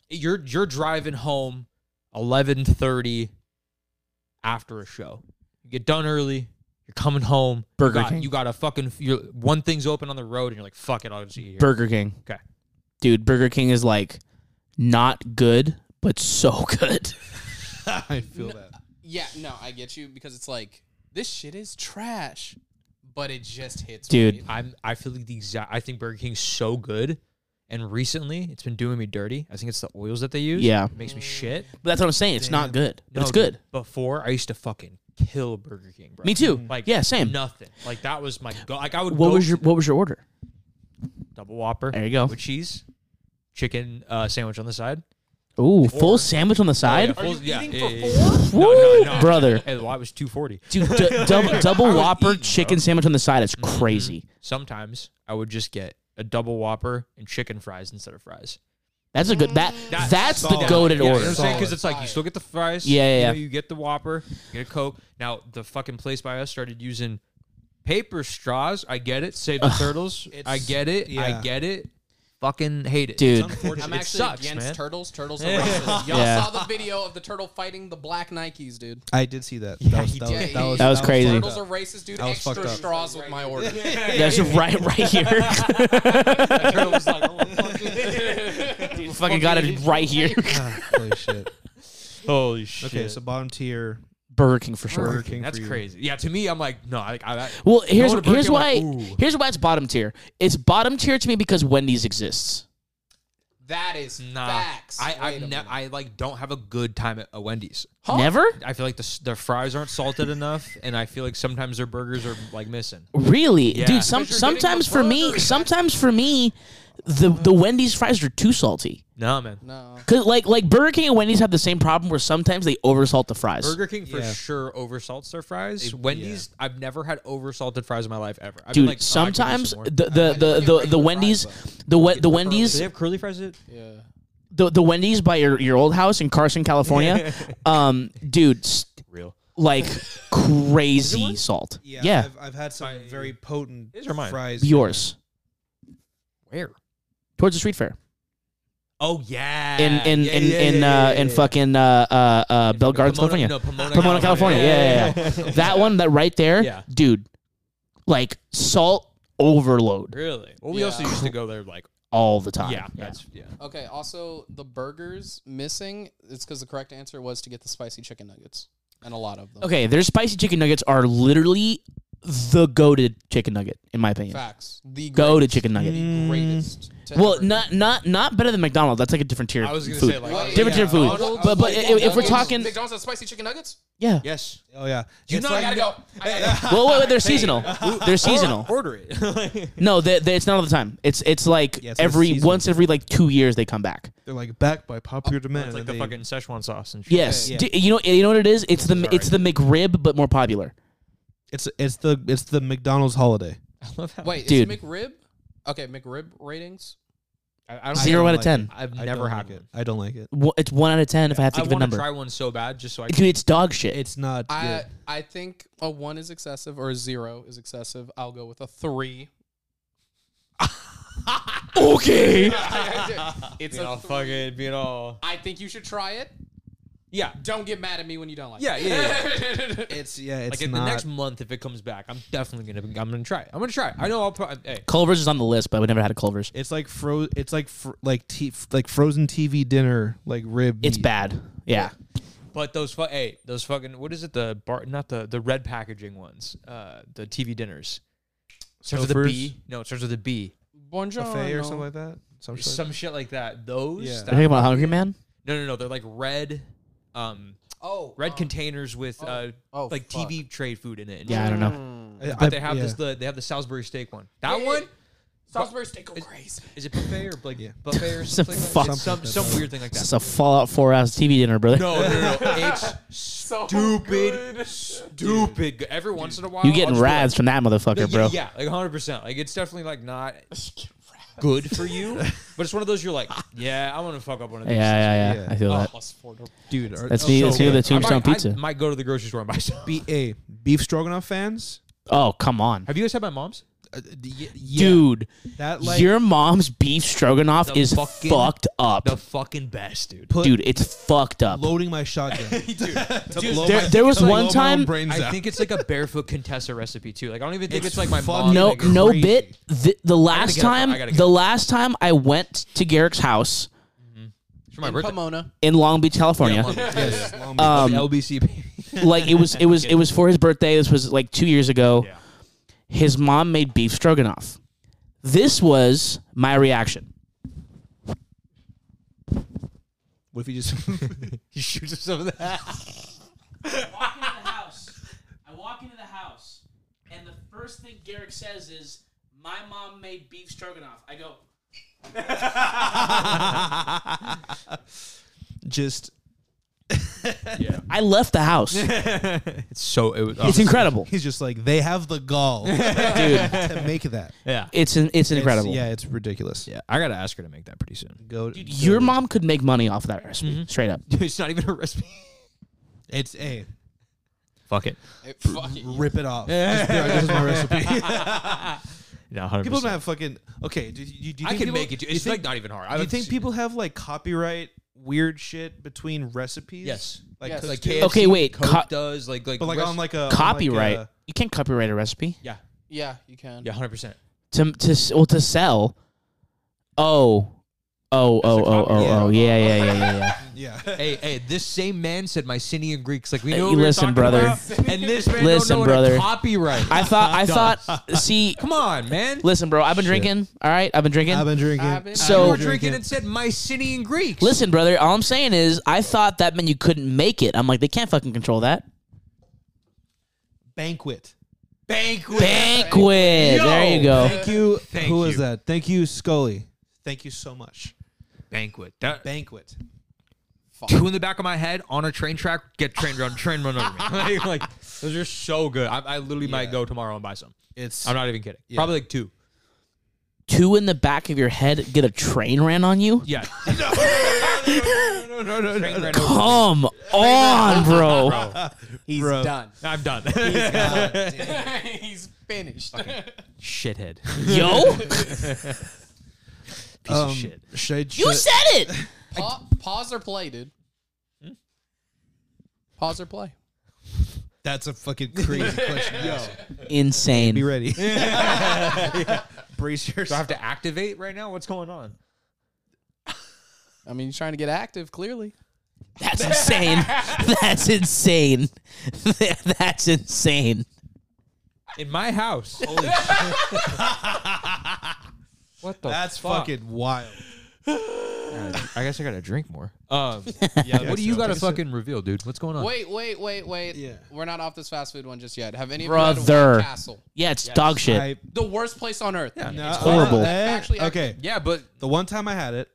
Speaker 5: You're you're driving home, eleven thirty, after a show. You get done early. You're coming home.
Speaker 4: Burger
Speaker 5: you got,
Speaker 4: King.
Speaker 5: You got a fucking. You're, one thing's open on the road, and you're like, "Fuck it, I'll just eat here."
Speaker 4: Burger King.
Speaker 5: Okay.
Speaker 4: Dude, Burger King is like not good, but so good.
Speaker 3: I feel that.
Speaker 1: Yeah, no, I get you because it's like this shit is trash, but it just hits,
Speaker 4: Dude.
Speaker 1: right.
Speaker 5: I'm. I feel like the exact. I think Burger King's so good, and recently it's been doing me dirty. I think it's the oils that they use.
Speaker 4: Yeah.
Speaker 5: it makes me shit.
Speaker 4: But that's what I'm saying. It's not good, but
Speaker 5: No,
Speaker 4: it's good.
Speaker 5: dude, Before I used to fucking kill Burger King, bro.
Speaker 4: Me too.
Speaker 5: Like
Speaker 4: yeah, same.
Speaker 5: Nothing. Like that was my go. Like I would.
Speaker 4: What
Speaker 5: go
Speaker 4: was your
Speaker 5: to the
Speaker 4: What was your order?
Speaker 5: double whopper?
Speaker 4: There you go.
Speaker 5: With cheese, chicken uh, sandwich on the side.
Speaker 4: Ooh, full sandwich
Speaker 5: Oh,
Speaker 4: on the side.
Speaker 5: Are you
Speaker 1: eating
Speaker 5: for
Speaker 4: Woo, brother.
Speaker 5: Hey, the lot was two forty.
Speaker 4: Dude, d- double double
Speaker 5: was Mm-hmm.
Speaker 4: whopper
Speaker 5: eating,
Speaker 4: chicken
Speaker 5: bro.
Speaker 4: sandwich on the side. It's crazy.
Speaker 5: Sometimes I would just get a double whopper and chicken fries instead of fries.
Speaker 4: That's a good that that's the
Speaker 3: solid.
Speaker 4: goaded
Speaker 5: Yeah, you know what
Speaker 4: order.
Speaker 5: I'm saying? Because
Speaker 3: Solid.
Speaker 5: it's like you still get the fries.
Speaker 4: Yeah, yeah,
Speaker 5: you, know,
Speaker 4: yeah.
Speaker 5: you get the Whopper, you get a Coke. Now the fucking place by us started using paper straws. I get it. Save the turtles. I get it.
Speaker 3: yeah.
Speaker 5: I get it. Fucking hate it,
Speaker 4: Dude.
Speaker 5: It's unfortunate.
Speaker 1: I'm
Speaker 5: It
Speaker 1: actually
Speaker 5: sucks,
Speaker 1: against
Speaker 5: man.
Speaker 1: turtles. Turtles are racist. Y'all
Speaker 4: Yeah.
Speaker 1: saw the video of the turtle fighting the black Nikes, dude.
Speaker 3: I did see that.
Speaker 5: Yeah,
Speaker 3: that, was,
Speaker 5: he
Speaker 3: that,
Speaker 1: did.
Speaker 3: Was, that, was,
Speaker 4: That was crazy.
Speaker 3: fucked
Speaker 1: Turtles
Speaker 3: up.
Speaker 1: are racist, dude.
Speaker 3: That was
Speaker 1: Extra
Speaker 3: fucked up.
Speaker 1: straws with my order.
Speaker 4: That's right right here.
Speaker 5: Turtle was like, oh, fuck.
Speaker 4: Fucking got it right here.
Speaker 3: Ah, holy shit.
Speaker 5: holy shit.
Speaker 3: Okay, so bottom tier.
Speaker 4: Burger King for sure.
Speaker 3: Burger King
Speaker 5: That's
Speaker 3: for you.
Speaker 5: crazy. Yeah, to me, I'm like, no, I, I, I
Speaker 4: Well, here's
Speaker 5: to Burger
Speaker 4: here's
Speaker 5: King,
Speaker 4: why
Speaker 5: I'm like, ooh.
Speaker 4: here's why it's bottom tier. It's bottom tier to me because Wendy's exists.
Speaker 1: That is
Speaker 5: nah.
Speaker 1: facts.
Speaker 5: I, I,
Speaker 1: Wait a
Speaker 5: ne-
Speaker 1: minute.
Speaker 5: I like don't have a good time at a Wendy's.
Speaker 4: Never
Speaker 5: I feel like the s- their fries aren't salted enough, and I feel like sometimes their burgers are like missing.
Speaker 4: really,
Speaker 5: Yeah.
Speaker 4: dude. Some
Speaker 1: Because you're getting
Speaker 4: sometimes
Speaker 1: the
Speaker 4: for me,
Speaker 1: burger.
Speaker 4: sometimes for me, the the Wendy's fries are too salty.
Speaker 5: No, man.
Speaker 1: no.
Speaker 4: Cause like like Burger King and Wendy's have the same problem where sometimes they oversalt the fries.
Speaker 5: Burger King for
Speaker 3: Yeah.
Speaker 5: sure oversalts their fries. Wendy's, I've never had oversalted fries in my life ever. I've been
Speaker 4: Dude,
Speaker 5: like, "Oh, I could use some
Speaker 4: sometimes
Speaker 5: more."
Speaker 4: the the the the, the Wendy's the we- the
Speaker 5: Do
Speaker 4: Wendy's
Speaker 5: they have curly fries. At-
Speaker 1: Yeah.
Speaker 4: the, the Wendy's by your, your old house in Carson, California. um, dude, s-
Speaker 5: Real.
Speaker 4: like crazy salt. Yeah,
Speaker 3: I've, I've had some very potent
Speaker 5: These are mine.
Speaker 3: fries.
Speaker 4: yours
Speaker 5: Where?
Speaker 4: towards the street fair.
Speaker 5: Oh yeah.
Speaker 4: in in
Speaker 5: Yeah,
Speaker 4: in
Speaker 5: yeah,
Speaker 4: in,
Speaker 5: yeah,
Speaker 4: uh,
Speaker 5: yeah,
Speaker 4: in
Speaker 5: yeah.
Speaker 4: fucking uh, uh, uh, Bell Gardens,
Speaker 5: Pomona-
Speaker 4: California,
Speaker 5: no, Pomona,
Speaker 4: Pomona, California. Yeah, yeah, yeah. that one, that right there,
Speaker 5: Yeah.
Speaker 4: dude. Like salt overload.
Speaker 5: Really? Well, we
Speaker 1: Yeah.
Speaker 5: also used to go there like
Speaker 4: all the time.
Speaker 5: Yeah, that's yeah.
Speaker 1: Okay. Also, the burgers missing. It's because the correct answer was to get the spicy chicken nuggets, and a lot of them.
Speaker 4: okay. Their spicy chicken nuggets are literally the goaded chicken nugget, in my opinion.
Speaker 1: Facts. Mm. The
Speaker 4: Go to
Speaker 1: greatest-
Speaker 4: chicken nugget. Mm.
Speaker 1: The greatest. to
Speaker 4: Well,
Speaker 1: ever-
Speaker 4: not not not better than McDonald's. That's like a different tier.
Speaker 7: I was gonna
Speaker 4: food.
Speaker 7: say like
Speaker 1: What-
Speaker 4: different
Speaker 1: yeah,
Speaker 4: tier food.
Speaker 1: McDonald's-
Speaker 4: But but if, if we're
Speaker 1: McDonald's-
Speaker 4: talking,
Speaker 1: McDonald's has spicy chicken nuggets.
Speaker 4: yeah.
Speaker 5: Yes.
Speaker 3: Oh yeah,
Speaker 1: You know I gotta go. I gotta
Speaker 4: Well, wait, wait, they're seasonal. They're seasonal.
Speaker 5: Order it.
Speaker 4: No, they they it's not all the time. It's it's like
Speaker 3: Yeah, it's like
Speaker 4: every
Speaker 3: seasonal.
Speaker 4: once every like two years they come back.
Speaker 3: They're like backed by popular demand.
Speaker 5: Oh, it's like
Speaker 3: and
Speaker 5: the
Speaker 3: they-
Speaker 5: fucking Szechuan sauce and shit.
Speaker 4: Yes,
Speaker 3: Yeah.
Speaker 4: D- you know you know what it is. It's the it's the McRib, but more popular.
Speaker 3: It's it's the it's the McDonald's holiday.
Speaker 1: go. Wait,
Speaker 4: Dude.
Speaker 1: is McRib? Okay, McRib ratings.
Speaker 5: I, I don't
Speaker 4: Zero out of
Speaker 3: like
Speaker 4: ten.
Speaker 5: I've
Speaker 3: I
Speaker 5: never
Speaker 3: don't
Speaker 5: had
Speaker 3: like
Speaker 5: one.
Speaker 3: it. I don't like it.
Speaker 4: Wo- It's one out of ten if I have to
Speaker 5: I
Speaker 4: give a
Speaker 5: want to
Speaker 4: number.
Speaker 5: try one so bad just so I can.
Speaker 4: Dude, it's dog shit.
Speaker 3: It's not.
Speaker 1: I
Speaker 3: good.
Speaker 1: I think a one is excessive or a zero is excessive. I'll go with a three.
Speaker 4: okay.
Speaker 1: it's
Speaker 5: Being
Speaker 1: a
Speaker 5: all
Speaker 1: three.
Speaker 5: fucking, being all.
Speaker 1: I think you should try it.
Speaker 5: Yeah.
Speaker 1: Don't get mad at me when you don't like
Speaker 5: Yeah,
Speaker 1: it.
Speaker 5: yeah,
Speaker 3: It's yeah. It's
Speaker 5: Like in the
Speaker 3: not.
Speaker 5: next month, if it comes back, I'm definitely gonna. I'm gonna try. it. I'm gonna try. it. I know. I'll. Pro- hey,
Speaker 4: Culver's is on the list, but we never had a Culver's.
Speaker 3: it's like fro. It's like fr- like t- f- like frozen TV dinner like rib.
Speaker 4: It's
Speaker 3: meat.
Speaker 4: bad. Yeah.
Speaker 5: but those. Fu- hey, those fucking. What is it? The bar. Not the the red packaging ones. Uh, the TV dinners. Starts with a
Speaker 3: Stouffer's?
Speaker 5: B. No, it starts with a B.
Speaker 3: buffet
Speaker 1: Buongiorno.
Speaker 3: or something like that. Some shit.
Speaker 5: Some shit like that. Those.
Speaker 3: Yeah.
Speaker 4: Are you talking about Hungry Man?
Speaker 5: No, no, no. They're like red, um,
Speaker 1: Oh,
Speaker 5: red
Speaker 1: um,
Speaker 5: containers with uh,
Speaker 1: oh,
Speaker 5: like
Speaker 1: fuck.
Speaker 5: TV trade food in it. and
Speaker 4: Yeah, I
Speaker 5: shit.
Speaker 4: don't know.
Speaker 3: I- I-
Speaker 5: But they have
Speaker 3: yeah.
Speaker 5: this. The, they have the Salisbury steak one. That
Speaker 1: Yeah,
Speaker 5: one.
Speaker 1: yeah. Salisbury steak go crazy.
Speaker 5: Is it buffet or like
Speaker 3: Yeah.
Speaker 5: buffet or
Speaker 4: Some
Speaker 5: something? like
Speaker 4: fuck-
Speaker 5: that? It's Some, some weird thing like
Speaker 4: It's
Speaker 5: that.
Speaker 4: a Fallout Four ass TV dinner, brother.
Speaker 5: No, no, no, no. It's
Speaker 1: So
Speaker 5: stupid,
Speaker 1: good.
Speaker 5: stupid. good. Every once in a while,
Speaker 4: you
Speaker 5: I'll
Speaker 4: getting
Speaker 5: just be
Speaker 4: rads from that
Speaker 5: like,
Speaker 4: motherfucker,
Speaker 5: yeah,
Speaker 4: bro.
Speaker 5: Yeah, like 100. percent Like it's definitely like not good for you, but it's one of those you're like, yeah, I want to fuck up one of
Speaker 4: Yeah,
Speaker 5: these.
Speaker 4: yeah, yeah.
Speaker 3: Yeah.
Speaker 4: I
Speaker 5: Oh.
Speaker 4: feel that.
Speaker 1: Plus four to
Speaker 3: dude. Are,
Speaker 4: That's me. That's me with the
Speaker 5: I might-
Speaker 4: Tombstone
Speaker 5: I
Speaker 4: Pizza.
Speaker 5: might go to the grocery store and buy some.
Speaker 3: B A beef stroganoff fans.
Speaker 4: Oh come on,
Speaker 5: Have you guys had my mom's?
Speaker 3: Uh, d- y- yeah.
Speaker 4: dude.
Speaker 3: that like
Speaker 4: Your mom's beef stroganoff
Speaker 5: The
Speaker 4: is
Speaker 5: fucking-
Speaker 4: fucked up,
Speaker 5: The fucking best, dude.
Speaker 3: put
Speaker 4: dude. It's fucked up.
Speaker 3: loading my shotgun. To blow
Speaker 4: there-
Speaker 3: my-
Speaker 4: there was
Speaker 3: to blow
Speaker 4: one
Speaker 3: my own
Speaker 4: time-
Speaker 3: brains
Speaker 5: I
Speaker 3: out.
Speaker 5: think it's like a barefoot Contessa recipe too. Like I don't even think it's,
Speaker 3: It's
Speaker 5: like my
Speaker 3: fucking
Speaker 5: mom.
Speaker 4: no,
Speaker 5: like, it's
Speaker 4: no
Speaker 5: crazy.
Speaker 4: bit. The, the last
Speaker 5: get up,
Speaker 4: time,
Speaker 5: I gotta get
Speaker 4: the
Speaker 5: up.
Speaker 4: last time I went to Garrick's house
Speaker 5: It's for my birthday.
Speaker 1: Pomona.
Speaker 4: in Long Beach, California,
Speaker 3: Yes, Uh, long
Speaker 4: um,
Speaker 5: LBC. baby.
Speaker 4: like it was, it was, it was for his birthday. This was like two years ago.
Speaker 5: Yeah.
Speaker 4: His mom made beef stroganoff. This was my reaction.
Speaker 3: What if you just
Speaker 5: he shoots himself in the
Speaker 4: walk into the house. I walk into the house, and the first thing Garrick says is, "My mom made beef stroganoff." I go,
Speaker 3: just
Speaker 4: "I left the house."
Speaker 5: It's so it was. oh,
Speaker 4: It's incredible,
Speaker 3: he's just like they have the gall to
Speaker 4: dude.
Speaker 3: make that
Speaker 5: yeah,
Speaker 4: It's an,
Speaker 3: It's-
Speaker 4: it's incredible.
Speaker 3: yeah, it's ridiculous.
Speaker 5: yeah. I gotta ask her to make that pretty soon.
Speaker 3: Go
Speaker 4: Dude,
Speaker 3: go
Speaker 4: your
Speaker 3: to-
Speaker 4: mom could make money off of that recipe, straight up.
Speaker 5: it's not even a recipe.
Speaker 3: It's a
Speaker 5: Fuck it.
Speaker 1: It fucking
Speaker 3: rip it off. Just be like, this is my recipe.
Speaker 5: No, hundred
Speaker 3: people don't
Speaker 5: percent.
Speaker 3: have fucking okay. Do, you, do you
Speaker 5: I
Speaker 3: think
Speaker 5: can
Speaker 3: people-
Speaker 5: make it. too.
Speaker 3: do you
Speaker 5: It's
Speaker 3: think-
Speaker 5: like not even hard. I
Speaker 3: Do you
Speaker 5: would
Speaker 3: think
Speaker 5: s-
Speaker 3: people have like copyright weird shit between recipes?
Speaker 5: Yes.
Speaker 3: like
Speaker 1: Yes.
Speaker 3: Coke
Speaker 5: like
Speaker 3: do?
Speaker 5: KFC,
Speaker 4: Okay, wait,
Speaker 5: Coke
Speaker 4: co-
Speaker 5: does like like
Speaker 3: but like
Speaker 5: rest-
Speaker 3: on like uh, a on, like,
Speaker 4: Copyright.
Speaker 3: a-
Speaker 4: you can't copyright a recipe
Speaker 5: yeah
Speaker 1: yeah, you can.
Speaker 5: yeah hundred percent.
Speaker 4: to to s- well to sell. Oh, oh, oh, oh, oh,
Speaker 3: copyright.
Speaker 4: oh, yeah, yeah, yeah, yeah. yeah.
Speaker 3: yeah.
Speaker 5: Hey hey, this same man said Mycenaean Greeks. Like we
Speaker 4: Hey,
Speaker 5: know. what we were
Speaker 4: listen,
Speaker 5: talking
Speaker 4: brother.
Speaker 5: about, and this man
Speaker 4: Listen,
Speaker 5: don't know
Speaker 4: brother.
Speaker 5: What a copyright.
Speaker 4: I thought, I thought. See,
Speaker 5: Come on, man.
Speaker 4: listen, bro. I've been drinking. All right, I've been drinking.
Speaker 3: I've been drinking.
Speaker 1: I've been-
Speaker 4: So-
Speaker 5: you were
Speaker 4: I've been
Speaker 5: drinking and said Mycenaean Greeks.
Speaker 4: Listen, brother, all I'm saying is I thought that meant you couldn't make it. I'm like, they can't fucking control that.
Speaker 3: banquet.
Speaker 5: banquet.
Speaker 4: Banquet.
Speaker 5: Yo.
Speaker 4: there you go.
Speaker 3: Thank you.
Speaker 5: Thank
Speaker 3: Who was
Speaker 5: you.
Speaker 3: that? Thank you, Scully. Thank you so much.
Speaker 5: banquet. That,
Speaker 3: Banquet.
Speaker 5: two in the back of my head on a train track. Get train run, train run over me. like, like, those are so good. I, I literally might
Speaker 3: Yeah.
Speaker 5: go tomorrow and buy some.
Speaker 3: It's
Speaker 5: I'm not even kidding. Probably like two.
Speaker 4: Two in the back of your head get a train ran on you?
Speaker 5: Yeah. no, no, no, no, no, no, no, no, no.
Speaker 4: Come on, bro.
Speaker 1: He's
Speaker 3: Bro.
Speaker 1: done.
Speaker 5: I'm done.
Speaker 1: He's finished.
Speaker 5: Shithead.
Speaker 4: Yo,
Speaker 5: Piece of shit.
Speaker 3: Should I,
Speaker 4: you
Speaker 3: should-
Speaker 4: said it.
Speaker 5: Hmm?
Speaker 1: Pa- pause or play, dude. Pause or play.
Speaker 3: That's a fucking crazy question. to ask.
Speaker 4: Insane.
Speaker 3: Be ready. Brace
Speaker 2: Do I
Speaker 3: yourself.
Speaker 2: have to activate right now? What's going on?
Speaker 1: I mean, you're trying to get active, clearly.
Speaker 4: That's insane. That's insane. That's insane.
Speaker 2: In my house. what the
Speaker 3: That's
Speaker 2: fuck?
Speaker 3: fucking wild.
Speaker 2: I guess I gotta drink more. Um, what do you
Speaker 3: so.
Speaker 2: gotta fucking reveal, dude? What's going on?
Speaker 1: Wait, wait, wait, wait.
Speaker 5: Yeah.
Speaker 1: We're not off this fast food one just yet. Have any of you had
Speaker 4: Brother.
Speaker 1: White Castle?
Speaker 4: Yeah, it's dog shit.
Speaker 3: I-
Speaker 1: The worst place on earth.
Speaker 3: No,
Speaker 4: It's horrible.
Speaker 3: uh, eh,
Speaker 1: Actually, I-
Speaker 3: okay.
Speaker 2: Yeah, but
Speaker 3: The one time I had it,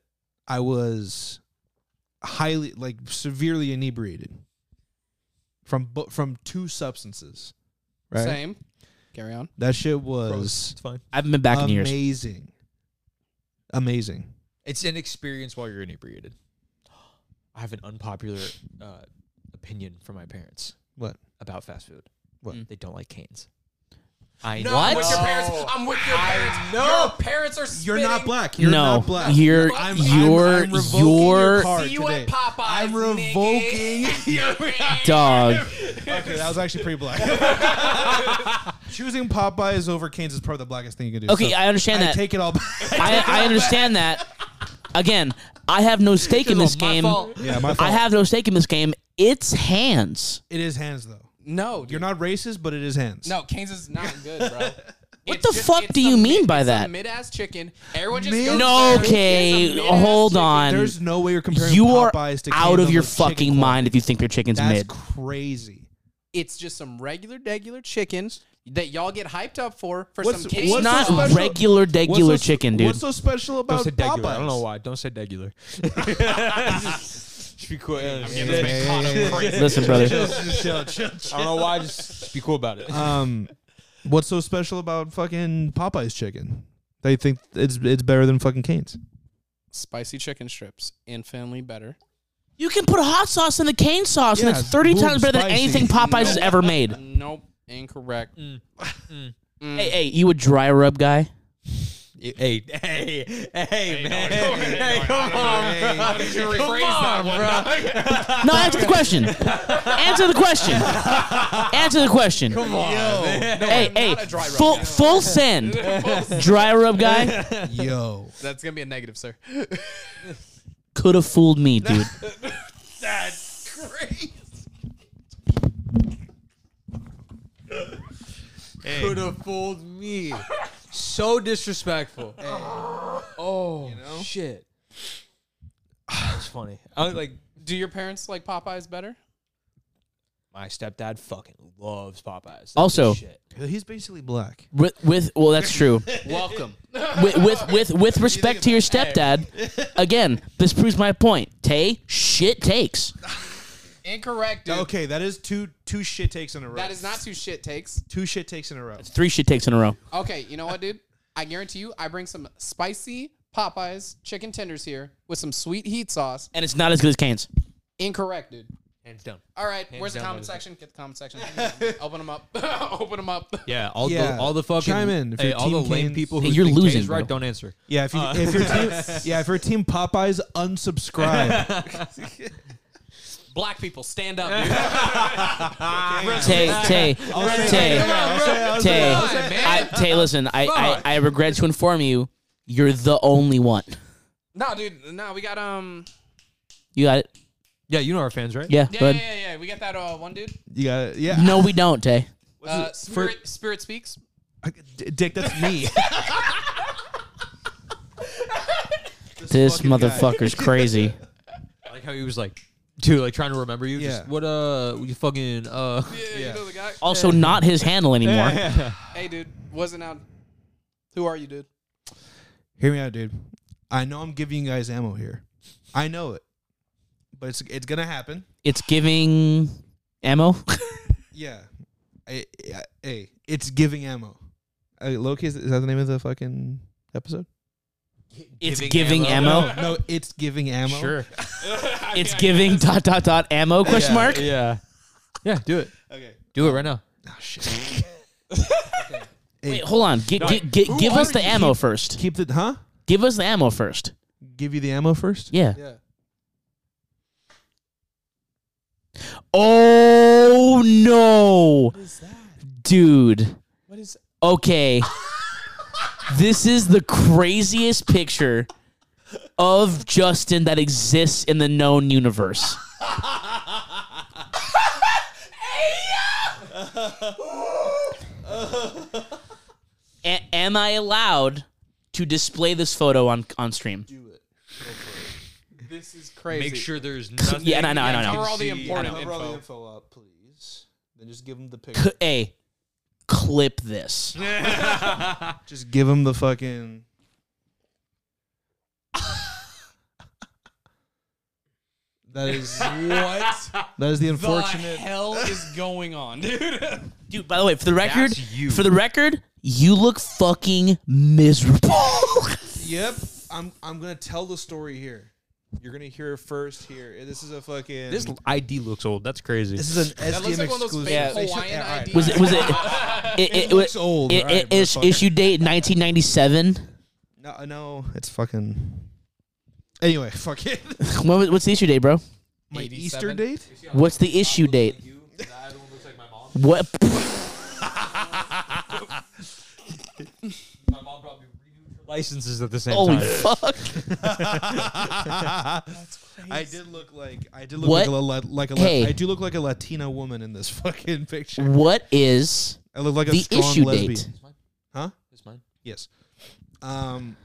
Speaker 3: I was highly, like, severely inebriated from bo- from two substances. Right.
Speaker 1: Same. Carry on.
Speaker 3: That shit was
Speaker 2: it's fine.
Speaker 4: I haven't been back in years.
Speaker 3: amazing. Amazing.
Speaker 2: It's an experience while you're inebriated. I have an unpopular uh, opinion from my parents
Speaker 3: What?
Speaker 2: about fast food.
Speaker 3: What?
Speaker 2: They don't like canes. I
Speaker 1: No,
Speaker 4: What?
Speaker 1: I'm with your parents. I'm with your parents. Your parents are spitting.
Speaker 3: You're not black. You're
Speaker 4: no,
Speaker 3: not black.
Speaker 4: you're
Speaker 3: I'm- I'm-
Speaker 4: you're
Speaker 3: I'm revoking
Speaker 4: you're
Speaker 3: your card.
Speaker 1: See you at
Speaker 3: today.
Speaker 1: Popeyes.
Speaker 3: I'm
Speaker 1: nigga.
Speaker 3: revoking
Speaker 4: dog.
Speaker 3: Okay, that was actually pretty black. Choosing Popeyes over Canes is probably the blackest thing you can do.
Speaker 4: Okay,
Speaker 3: so
Speaker 4: I understand
Speaker 3: I
Speaker 4: that.
Speaker 3: take it all back.
Speaker 4: I, I understand that. Again, I have no stake
Speaker 1: It's
Speaker 4: in
Speaker 1: all
Speaker 4: this
Speaker 1: my
Speaker 4: game.
Speaker 1: fault.
Speaker 3: yeah, my
Speaker 4: I
Speaker 3: fault.
Speaker 4: have no stake in this game. It's hands.
Speaker 3: it is hands though.
Speaker 1: No, dude.
Speaker 3: You're not racist, but it is hands.
Speaker 1: No, Canes is not good, bro. What
Speaker 4: the fuck do you mean by that?
Speaker 1: Mid ass chicken. Everyone just
Speaker 3: Mid-
Speaker 1: goes
Speaker 4: No,
Speaker 1: there.
Speaker 4: okay,
Speaker 1: It's a mid-ass
Speaker 4: hold
Speaker 1: chicken.
Speaker 4: on.
Speaker 3: there's no way you're comparing
Speaker 4: You are
Speaker 3: Popeyes to
Speaker 4: out
Speaker 3: Cane's
Speaker 4: of
Speaker 3: on
Speaker 4: your
Speaker 3: the chicken
Speaker 4: fucking
Speaker 3: quality.
Speaker 4: mind if you think your chicken's
Speaker 3: That's
Speaker 4: mid.
Speaker 3: crazy.
Speaker 1: It's just some regular, regular chicken that y'all get hyped up for for
Speaker 3: What's-
Speaker 1: some Cane's.
Speaker 3: what's
Speaker 4: Not
Speaker 3: so special-
Speaker 4: regular,
Speaker 3: What's
Speaker 4: degular
Speaker 3: so-
Speaker 4: chicken, dude.
Speaker 3: What's so special
Speaker 2: Don't
Speaker 3: about
Speaker 2: say
Speaker 3: Popeyes?
Speaker 2: degular. I don't know why. Don't say degular. Just be cool.
Speaker 1: Hey, this man caught up crazy.
Speaker 4: Listen, brother.
Speaker 2: I don't know why. Just be cool about it.
Speaker 3: Um, what's so special about fucking Popeyes chicken? They think it's it's better than fucking Canes.
Speaker 1: Spicy chicken strips, infinitely better.
Speaker 4: You can put hot sauce in the cane sauce, and
Speaker 3: Yeah,
Speaker 4: it's 30
Speaker 3: boom,
Speaker 4: times better than
Speaker 3: spicy.
Speaker 4: anything Popeyes has ever made.
Speaker 1: Nope, incorrect.
Speaker 3: Mm.
Speaker 4: Hey, hey, you a dry rub guy?
Speaker 2: hey, hey, hey, man. Hey, come
Speaker 1: How did you rephrase that one?
Speaker 4: No, answer the question. Answer the question. Answer the question. Come on. hey,
Speaker 1: I'm
Speaker 4: hey,
Speaker 1: not a dry rub
Speaker 4: full
Speaker 1: guy.
Speaker 4: full send. dry rub guy
Speaker 3: Yo,
Speaker 1: That's gonna be a negative, sir.
Speaker 4: could have fooled me, dude.
Speaker 1: That's crazy.
Speaker 5: Could have fooled me. So disrespectful. Oh shit.
Speaker 2: It's funny. I was like,
Speaker 1: Do your parents like Popeyes better?
Speaker 2: my stepdad fucking loves Popeyes. That's
Speaker 4: Also-
Speaker 2: his shit.
Speaker 3: he's basically black.
Speaker 4: With, with well, that's true.
Speaker 1: Welcome.
Speaker 4: With with with, with respect to your stepdad, again, this proves my point. Tay, shit takes.
Speaker 1: Incorrect, dude.
Speaker 3: Okay, that is two two shit takes in a row.
Speaker 1: That is not two shit takes.
Speaker 3: two shit takes in a row.
Speaker 4: Three shit takes in a row.
Speaker 1: Okay, you know what, dude? I guarantee you, I bring some spicy Popeyes chicken tenders here with some sweet heat sauce.
Speaker 4: And it's not as good as Canes.
Speaker 1: Incorrect, dude.
Speaker 2: Hands down.
Speaker 1: All right, where's the
Speaker 2: down,
Speaker 1: comment
Speaker 2: that is
Speaker 1: section? Get the comment section. Open them up. Open them up.
Speaker 2: Yeah, all
Speaker 3: Yeah.
Speaker 2: the all the fucking
Speaker 3: Chime in if
Speaker 2: hey,
Speaker 3: your
Speaker 2: all the
Speaker 3: team
Speaker 2: lame
Speaker 3: canes-
Speaker 2: people who
Speaker 4: Hey, you're
Speaker 2: think
Speaker 4: losing,
Speaker 2: Tate's right
Speaker 4: bro.
Speaker 2: don't answer.
Speaker 3: Yeah, if you
Speaker 1: Uh.
Speaker 3: if your team yeah if your team Popeyes unsubscribe.
Speaker 1: Black people, stand up, dude.
Speaker 4: Tay, Tay, Tay. Tay,
Speaker 1: Come on,
Speaker 4: I, Tay, listen, I, I, I regret to inform you, you're the only one.
Speaker 1: no, dude. No, we got um.
Speaker 4: You got it?
Speaker 2: Yeah, you know our fans, right?
Speaker 4: Yeah,
Speaker 1: Yeah,
Speaker 4: go
Speaker 1: yeah,
Speaker 4: ahead.
Speaker 1: yeah, yeah. We got that uh, one dude.
Speaker 3: You got it. Yeah.
Speaker 4: No, we don't, Tay.
Speaker 1: Uh, Spirit, Spirit speaks.
Speaker 3: I- D- Dick, that's me.
Speaker 4: This
Speaker 3: fucking guy.
Speaker 4: motherfucker's crazy.
Speaker 2: I like how he was like, dude, like trying to remember you.
Speaker 3: Yeah.
Speaker 2: Just what uh, you fucking uh.
Speaker 1: Yeah,
Speaker 3: Yeah.
Speaker 1: you know the guy.
Speaker 4: Also, not his handle anymore.
Speaker 1: Hey, dude, wasn't out. Who are you, dude?
Speaker 3: Hear me out, dude. I know I'm giving you guys ammo here. I know it, but it's it's gonna happen.
Speaker 4: It's giving ammo.
Speaker 3: Yeah. I, I, hey, it's giving ammo. Uh, Loki, is is that the name of the fucking episode? Oh,
Speaker 4: It's giving ammo.
Speaker 3: No, it's giving ammo.
Speaker 4: It's giving dot dot dot ammo question mark.
Speaker 2: Yeah. Yeah, do it.
Speaker 3: Okay.
Speaker 2: Do it right now.
Speaker 3: Oh, shit.
Speaker 4: Wait, hold on. Gi- gi- gi- give us the ammo first.
Speaker 3: Keep the huh?
Speaker 4: Give us the ammo first.
Speaker 3: Give you the ammo first.
Speaker 4: Yeah.
Speaker 1: Yeah.
Speaker 4: Oh no. No,
Speaker 1: is that?
Speaker 4: dude.
Speaker 1: What is?
Speaker 4: Okay. this is the craziest picture of Justin that exists in the known universe. A- am I allowed to display this photo on, on stream?
Speaker 1: This is crazy.
Speaker 5: Make sure there's nothing.
Speaker 4: Yeah, no, no,
Speaker 5: that
Speaker 4: no, no.
Speaker 5: you
Speaker 1: Cover all the
Speaker 5: see.
Speaker 1: important-
Speaker 3: Cover all the
Speaker 1: Info.
Speaker 3: info up, please. Then just give him the picture.
Speaker 4: C- A. Clip this.
Speaker 3: Just give him the fucking. that is
Speaker 1: what
Speaker 3: that is the
Speaker 1: the
Speaker 3: unfortunate.
Speaker 1: hell is going on, dude?
Speaker 4: Dude, by the way, for the record,
Speaker 5: That's you.
Speaker 4: for the record, you look fucking miserable.
Speaker 3: Yep, I'm I'm gonna tell the story here. You're gonna hear it first here. This is a fucking.
Speaker 5: This ID looks old. That's crazy.
Speaker 3: this is an
Speaker 1: That looks
Speaker 3: SDM
Speaker 1: like one of those
Speaker 3: exclusive.
Speaker 1: fake
Speaker 4: Yeah.
Speaker 1: Hawaiian
Speaker 3: Yeah, all right.
Speaker 1: IDs.
Speaker 4: was it was it it, it,
Speaker 3: looks old.
Speaker 4: It,
Speaker 3: All right,
Speaker 4: it- is-
Speaker 3: motherfucker.
Speaker 4: issue date 1997.
Speaker 3: No, no, it's fucking. Anyway, fuck it.
Speaker 4: When was, what's the issue date, bro?
Speaker 3: My
Speaker 1: 87.
Speaker 3: Easter date.
Speaker 4: What's the issue date? What?
Speaker 5: licenses at the same
Speaker 4: Holy
Speaker 5: time.
Speaker 4: fuck!
Speaker 3: I did look like I did look like
Speaker 4: What?
Speaker 3: a la- like a la-
Speaker 4: Hey.
Speaker 3: I do look like a Latina woman in this fucking picture.
Speaker 4: What is
Speaker 3: I look like a
Speaker 4: the
Speaker 3: strong
Speaker 4: issue
Speaker 3: lesbian.
Speaker 4: date?
Speaker 3: Huh?
Speaker 5: It's mine.
Speaker 3: Yes. Um.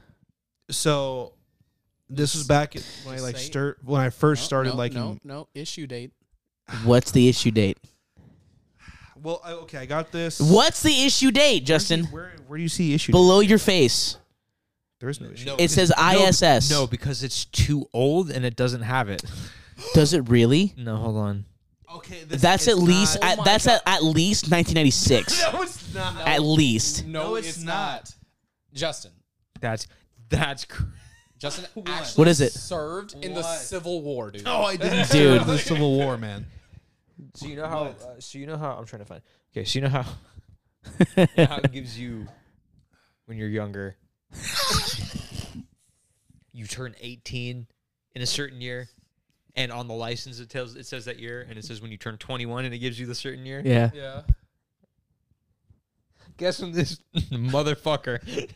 Speaker 3: So this was back at- when I
Speaker 1: Just
Speaker 3: like
Speaker 1: say it.
Speaker 3: stir when I first started
Speaker 1: no,
Speaker 3: liking.
Speaker 1: no, no issue date.
Speaker 4: What's the issue date?
Speaker 3: Well, I, okay, I got this.
Speaker 4: What's the issue date,
Speaker 3: Where,
Speaker 4: Justin?
Speaker 3: where, do you see issue?
Speaker 4: Below your face,
Speaker 3: there is no issue.
Speaker 4: it says ISS.
Speaker 5: No, because it's too old and it doesn't have it.
Speaker 4: does it really?
Speaker 5: No, hold on.
Speaker 3: Okay, this,
Speaker 4: That's at
Speaker 3: it's
Speaker 4: least
Speaker 3: not- Oh
Speaker 4: at, that's at, at least 1996.
Speaker 3: no, it's not.
Speaker 4: At least
Speaker 1: No,
Speaker 3: it's not.
Speaker 1: Justin.
Speaker 5: That's that's. Cr-
Speaker 1: Justin actually
Speaker 4: What is it?
Speaker 1: served in the
Speaker 3: What?
Speaker 1: Civil War, dude.
Speaker 3: No, I didn't.
Speaker 4: Dude.
Speaker 3: the Civil War, man.
Speaker 5: so you know how? Uh, so you know how? I'm trying to find. Okay, so you know how? you know how it gives you when you're younger. you turn 18 in a certain year, and on the license it tells it says that year, and it says when you turn 21, and it gives you the certain year.
Speaker 4: yeah.
Speaker 1: Yeah.
Speaker 5: Guess when this motherfucker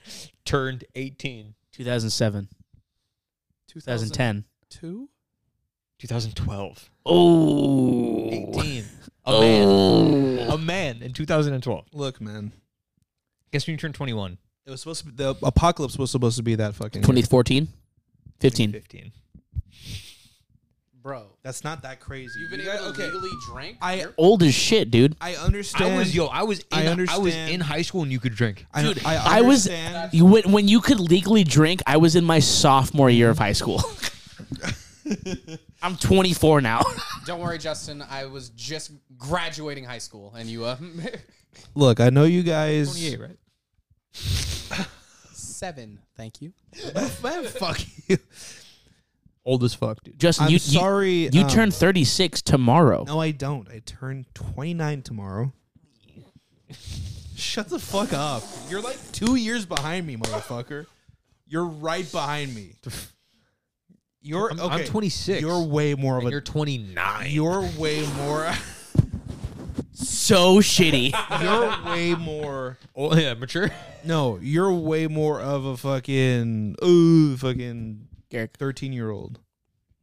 Speaker 5: turned 18.
Speaker 4: 2007, 2010.
Speaker 1: 2002?
Speaker 5: 2012.
Speaker 4: Oh.
Speaker 5: 18. A man. A man in 2012.
Speaker 3: Look, man.
Speaker 5: Guess when you turn 21.
Speaker 3: It was supposed to be the apocalypse was supposed to be that fucking.
Speaker 4: 2014, 15.
Speaker 5: 15.
Speaker 1: Bro.
Speaker 3: That's not that crazy.
Speaker 1: You've been
Speaker 3: You guys-
Speaker 1: able to
Speaker 3: okay.
Speaker 1: legally drink?
Speaker 3: I
Speaker 4: Old as shit, dude.
Speaker 3: I understand.
Speaker 5: I was yo. I was. In,
Speaker 3: I
Speaker 5: I was
Speaker 3: understand.
Speaker 5: in high school and you could drink.
Speaker 3: I, Dude, I,
Speaker 4: I was-
Speaker 3: understand.
Speaker 4: You when, when you could legally drink, I was in my sophomore year of high school. I'm 24 now.
Speaker 1: Don't worry, Justin. I was just graduating high school, and you uh,
Speaker 3: Look, I know you guys.
Speaker 5: right?
Speaker 1: seven. Thank you.
Speaker 3: Man, fuck you.
Speaker 5: Old as fuck, dude.
Speaker 4: Justin,
Speaker 3: I'm
Speaker 4: you you-
Speaker 3: sorry.
Speaker 4: You,
Speaker 3: um,
Speaker 4: turn 36 tomorrow.
Speaker 3: No, I don't. I turn 29 tomorrow. Shut the fuck up. You're like two years behind me, motherfucker. You're right behind me. You're
Speaker 5: I'm- I'm
Speaker 3: okay.
Speaker 5: 26.
Speaker 3: You're way more of
Speaker 5: And you're
Speaker 3: a.
Speaker 5: 29.
Speaker 3: You're way more.
Speaker 4: So shitty.
Speaker 3: You're way more.
Speaker 5: oh, yeah, mature.
Speaker 3: No, you're way more of a fucking ooh fucking
Speaker 4: Garrick.
Speaker 3: thirteen year old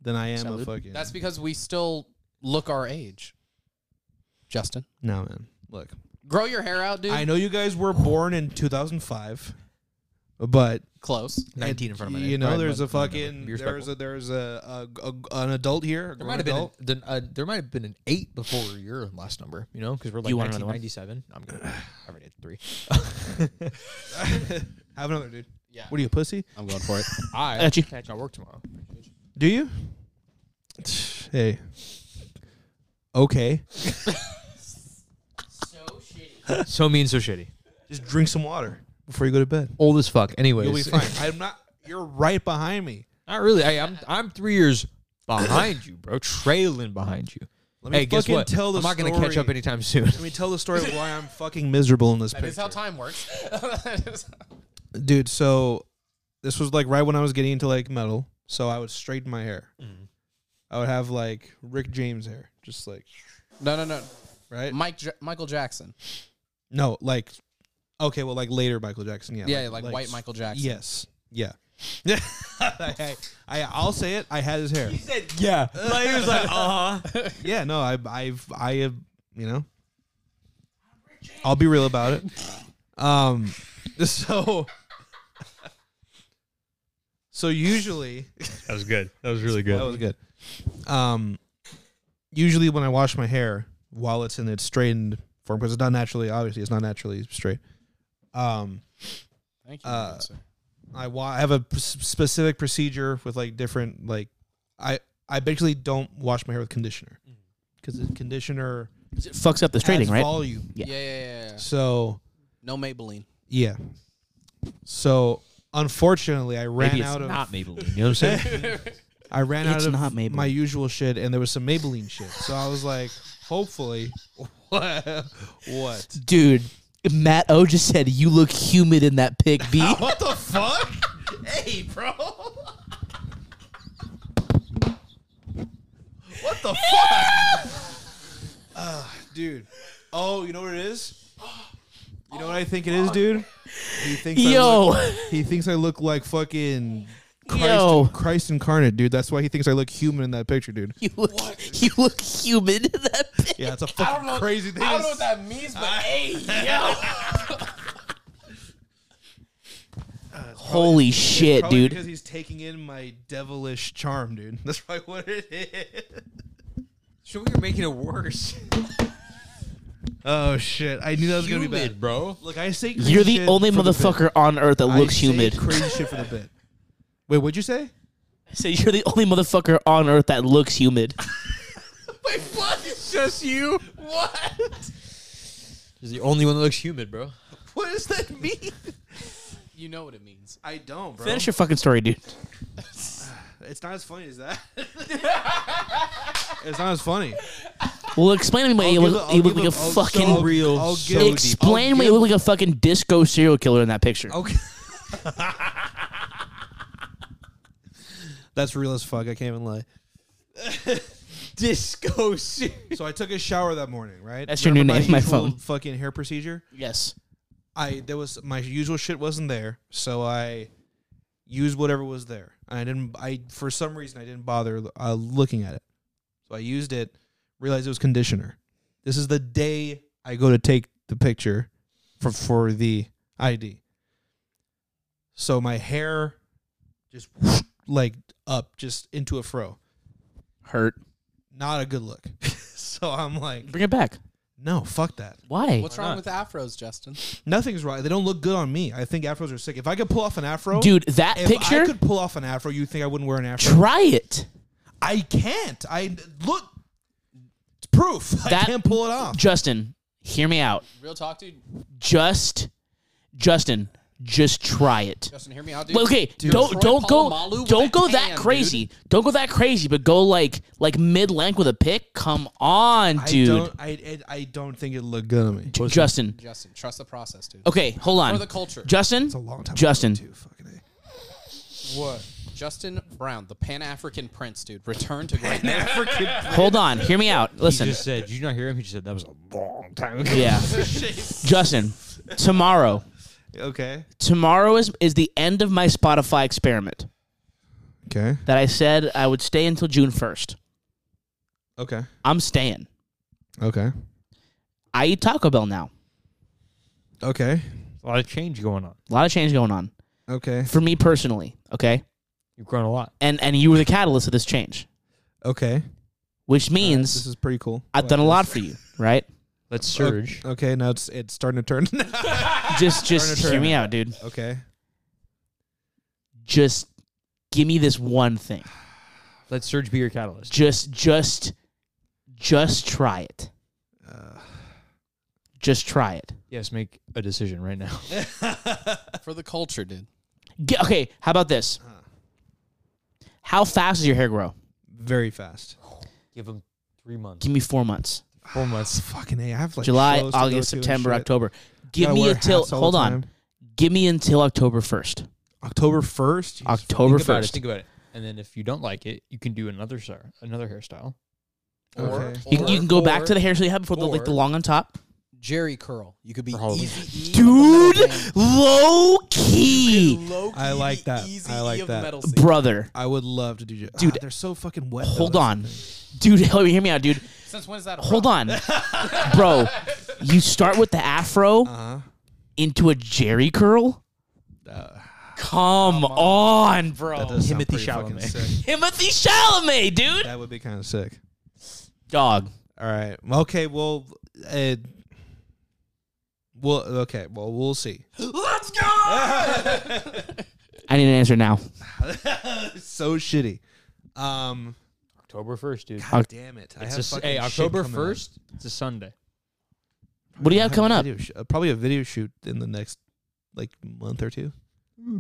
Speaker 3: than I am a
Speaker 4: Salute.
Speaker 3: fucking.
Speaker 1: That's because we still look our age. Justin,
Speaker 3: no man. Look,
Speaker 1: grow your hair out, dude.
Speaker 3: I know you guys were born in 2005, but
Speaker 1: Close.
Speaker 5: 19 in front of my
Speaker 3: you
Speaker 5: name.
Speaker 3: know
Speaker 5: Alright,
Speaker 3: there's a
Speaker 5: but-
Speaker 3: fucking
Speaker 5: be
Speaker 3: there's
Speaker 5: respectful.
Speaker 3: a there's a, a, a- an adult here.
Speaker 5: There
Speaker 3: A grown
Speaker 5: might have been
Speaker 3: adult.
Speaker 5: an, an- uh, there might have been an eight before your last number, you know, because we're like
Speaker 4: You want another one?
Speaker 5: 1997. I'm gonna, I already did three.
Speaker 3: Have another dude.
Speaker 1: Yeah.
Speaker 3: What are you a pussy?
Speaker 1: I'm going for it.
Speaker 4: I
Speaker 5: I
Speaker 4: got you.
Speaker 5: got work tomorrow.
Speaker 3: Do you? Hey. Okay.
Speaker 5: so mean, so shitty.
Speaker 3: Just drink some water before you go to bed.
Speaker 5: Old as fuck. Anyways,
Speaker 3: You'll be fine. I'm not. You're right behind me.
Speaker 5: Not really. I, I'm I'm three years behind you, bro. Trailing behind you.
Speaker 3: Let me
Speaker 5: hey, guess
Speaker 3: fucking
Speaker 5: what?
Speaker 3: tell the
Speaker 5: I'm not gonna catch
Speaker 3: story.
Speaker 5: up anytime soon.
Speaker 3: Let me tell the story of why I'm fucking miserable in this
Speaker 1: That
Speaker 3: picture.
Speaker 1: is how time works.
Speaker 3: dude so this was like right when i was getting into like metal so i would straighten Mm. my hair i would have like rick james hair just like
Speaker 1: no, no, no.
Speaker 3: right?
Speaker 1: Mike J- Michael Jackson.
Speaker 3: No, like okay, well, like later Michael Jackson. Yeah,
Speaker 1: Yeah, like, white Michael Jackson.
Speaker 3: Yes, yeah. I, I, I'll say it. I had his hair.
Speaker 2: Yeah. Like, he was like, uh huh.
Speaker 3: Yeah, no, I, I've, I have, you know, I'll be real about it. Um, so, so usually
Speaker 2: That was good. That was really good.
Speaker 3: that was good. Um, usually when I wash my hair while it's in its straightened form, because it's not naturally, obviously, it's not naturally straight. Um,
Speaker 1: Thank you.
Speaker 3: Uh,
Speaker 1: sir.
Speaker 3: I wa- I have a p- specific procedure with like different like I I basically don't wash my hair with conditioner because the conditioner
Speaker 4: 'Cause It fucks up the
Speaker 3: adds
Speaker 4: straightening, right?
Speaker 3: volume.
Speaker 1: Yeah.
Speaker 4: Yeah.
Speaker 1: Yeah, yeah, yeah.
Speaker 3: So
Speaker 1: No Maybelline.
Speaker 3: yeah, so unfortunately I ran
Speaker 2: Maybe it's
Speaker 3: out of
Speaker 2: not Maybelline. You know what I'm saying?
Speaker 3: I ran
Speaker 4: It's
Speaker 3: out of
Speaker 4: not Maybelline.
Speaker 3: my usual shit and there was some Maybelline shit. So I was like, hopefully, what? what?
Speaker 4: Dude, Matt O just said you look humid in that pic, B.
Speaker 3: What the fuck? hey, bro. what the fuck? Ugh, dude. Oh, you know what it is? You know what I think it is, dude? He thinks I
Speaker 4: Yo.
Speaker 3: look, he thinks I look like fucking Christ,
Speaker 4: Yo.
Speaker 3: Christ incarnate, dude. That's why he thinks I look human in that picture, dude.
Speaker 4: You look, you look humid in that pic.
Speaker 3: Yeah, it's a fucking crazy thing. to s-
Speaker 1: that means, but
Speaker 4: Holy shit,
Speaker 3: Probably
Speaker 4: dude.
Speaker 3: Because he's taking in my devilish charm, dude. That's probably what it is.
Speaker 5: So we are making it worse.
Speaker 3: Oh shit! I knew that was gonna be bad,
Speaker 5: bro.
Speaker 3: Look, I say crazy
Speaker 4: You're the
Speaker 3: shit
Speaker 4: only
Speaker 3: for the bit.
Speaker 4: motherfucker on earth that
Speaker 3: I
Speaker 4: looks
Speaker 3: say
Speaker 4: humid.
Speaker 3: Crazy shit for the bit. Wait, what'd you say?
Speaker 4: So you're the only motherfucker on earth that looks humid.
Speaker 5: Wait, what? It's just you? What? He's the only one that looks humid, bro.
Speaker 3: What does that mean?
Speaker 1: you know what it means.
Speaker 3: I don't, bro.
Speaker 4: Finish your fucking story, dude.
Speaker 3: It's not as funny as that. it's not as funny.
Speaker 4: Well, explain to me why you
Speaker 3: I'll give
Speaker 4: look,
Speaker 3: a-
Speaker 4: you
Speaker 3: I'll
Speaker 4: look
Speaker 3: give
Speaker 4: like a
Speaker 3: a- I'll-
Speaker 4: fucking.
Speaker 3: I'll-
Speaker 2: real,
Speaker 3: I'll
Speaker 2: so
Speaker 3: give- I'll
Speaker 4: explain to me you
Speaker 3: give-
Speaker 4: look like a fucking disco serial killer in that picture.
Speaker 3: Okay. That's real as fuck. I can't even lie.
Speaker 5: Disco suit.
Speaker 3: So I took a shower that morning, right?
Speaker 4: That's your new name, my
Speaker 3: usual
Speaker 4: phone.
Speaker 3: Fucking hair procedure.
Speaker 4: Yes.
Speaker 3: I there was my usual shit wasn't there, so I used whatever was there. And I didn't. I for some reason I didn't bother uh, looking at it, so I used it. Realized it was conditioner. This is the day I go to take the picture for for the ID. So my hair just like up just into a fro.
Speaker 4: Hurt.
Speaker 3: Not a good look. so I'm like,
Speaker 4: Bring it back.
Speaker 3: no, fuck that.
Speaker 4: Why?
Speaker 1: What's wrong with afros, Justin?
Speaker 3: Nothing's right. They don't look good on me. I think afros are sick. If I could pull off an afro,
Speaker 4: Dude, that
Speaker 3: If
Speaker 4: picture.
Speaker 3: I could pull off an afro, you think I wouldn't wear an afro?
Speaker 4: Try it.
Speaker 3: I can't. I look. It's proof. I
Speaker 4: That-
Speaker 3: can't pull it off.
Speaker 4: Justin, hear me out.
Speaker 1: Real talk, dude.
Speaker 4: Just, Justin, just try it.
Speaker 1: Justin, hear me out, dude.
Speaker 4: Well, okay,
Speaker 1: Dude, Troy
Speaker 4: don't don't
Speaker 1: Polamalu
Speaker 4: go
Speaker 1: with
Speaker 4: don't
Speaker 1: a
Speaker 4: go that
Speaker 1: tan,
Speaker 4: crazy. Don't go that crazy, but go like like mid length with a pick. Come on,
Speaker 3: I
Speaker 4: dude.
Speaker 3: don't. I, I, I don't think it looked good on me.
Speaker 4: J- Justin.
Speaker 1: dude. Justin, trust the process, dude.
Speaker 4: Okay, hold on.
Speaker 1: For the culture.
Speaker 4: Justin.
Speaker 3: It's a long time. ago,
Speaker 4: Justin.
Speaker 3: too. Fucking A.
Speaker 1: What? Justin Brown, the Pan African Prince, dude. Return to greatness.
Speaker 4: Hold on. Hear me out.
Speaker 2: He
Speaker 4: Listen.
Speaker 2: just said, did you not hear him? He just said, that was a long time ago.
Speaker 4: yeah. Justin, tomorrow.
Speaker 3: Okay.
Speaker 4: Tomorrow is is the end of my Spotify experiment
Speaker 3: Okay.
Speaker 4: that I said I would stay until June 1st.
Speaker 3: Okay.
Speaker 4: I'm staying.
Speaker 3: Okay.
Speaker 4: I eat Taco Bell now.
Speaker 3: Okay.
Speaker 2: A lot of change going on.
Speaker 4: A lot of change going on
Speaker 3: Okay.
Speaker 4: for me personally, okay?
Speaker 2: You've grown a lot.
Speaker 4: And and you were the catalyst of this change,
Speaker 3: Okay.
Speaker 4: which
Speaker 3: This
Speaker 4: means
Speaker 3: is pretty cool.
Speaker 4: I've done a lot for you, right?
Speaker 2: Let's
Speaker 3: O-
Speaker 2: surge.
Speaker 3: Okay. Now it's it's starting to turn.
Speaker 4: just just
Speaker 3: turn
Speaker 4: hear me out, dude.
Speaker 3: okay.
Speaker 4: Just give me this one thing.
Speaker 2: Let surge be your catalyst.
Speaker 4: Just just just try it. Just try it.
Speaker 2: Yes, make a decision right now.
Speaker 1: For the culture, dude.
Speaker 4: G- okay, how about this? How fast does your hair grow?
Speaker 3: Very fast.
Speaker 2: Give him three months.
Speaker 4: Give me four months.
Speaker 2: Four months.
Speaker 3: Fucking a. I have like
Speaker 4: July,
Speaker 3: shows to go to and
Speaker 4: August, September,
Speaker 3: shit.
Speaker 4: October. Give
Speaker 3: Gotta
Speaker 4: me
Speaker 3: wear
Speaker 4: until
Speaker 3: hats all
Speaker 4: hold
Speaker 3: the
Speaker 4: on.
Speaker 3: time.
Speaker 4: Give me until October first.
Speaker 3: October first.
Speaker 4: October
Speaker 2: Think about it.
Speaker 4: first.
Speaker 2: Think about it. And then if you don't like it, you can do another sir, another hairstyle.
Speaker 1: Or,
Speaker 3: Okay.
Speaker 4: You,
Speaker 1: or
Speaker 4: you can go back to the hair so you had before, the, like
Speaker 5: or-
Speaker 4: the long on top.
Speaker 1: Jerry curl. You could be
Speaker 5: Probably.
Speaker 1: easy,
Speaker 4: Dude, low key,
Speaker 3: I like that. I like that.
Speaker 4: brother.
Speaker 3: I would love to do. Ju-
Speaker 4: Dude,
Speaker 3: Ah, they're so fucking wet. though,
Speaker 4: Hold
Speaker 3: that's
Speaker 4: on,
Speaker 3: the thing.
Speaker 4: dude. Hear me- hear me out, dude.
Speaker 1: Since when is that?
Speaker 4: Hold on, bro. You start with the afro
Speaker 3: Uh-huh.
Speaker 4: into a Jerry curl. Come on,
Speaker 3: That
Speaker 4: bro.
Speaker 3: does sound
Speaker 2: Timothy
Speaker 3: pretty fucking
Speaker 2: Chalamet.
Speaker 3: sick.
Speaker 4: Timothy Chalamet, dude.
Speaker 3: That would be kind of sick.
Speaker 4: Dog.
Speaker 3: All right. Okay. Well, uh, well. Okay. Well, we'll see.
Speaker 1: Let's go.
Speaker 4: I need an answer now.
Speaker 3: so shitty. Um.
Speaker 2: October first, dude.
Speaker 3: God damn it! I
Speaker 2: It's
Speaker 3: have
Speaker 2: a s-
Speaker 3: fucking
Speaker 2: hey,
Speaker 3: shit
Speaker 2: October
Speaker 3: coming up.
Speaker 2: first. It's a Sunday.
Speaker 4: What do you
Speaker 3: I
Speaker 4: have
Speaker 3: a
Speaker 4: coming up?
Speaker 3: video sh- uh, probably a video shoot in the next like month or two.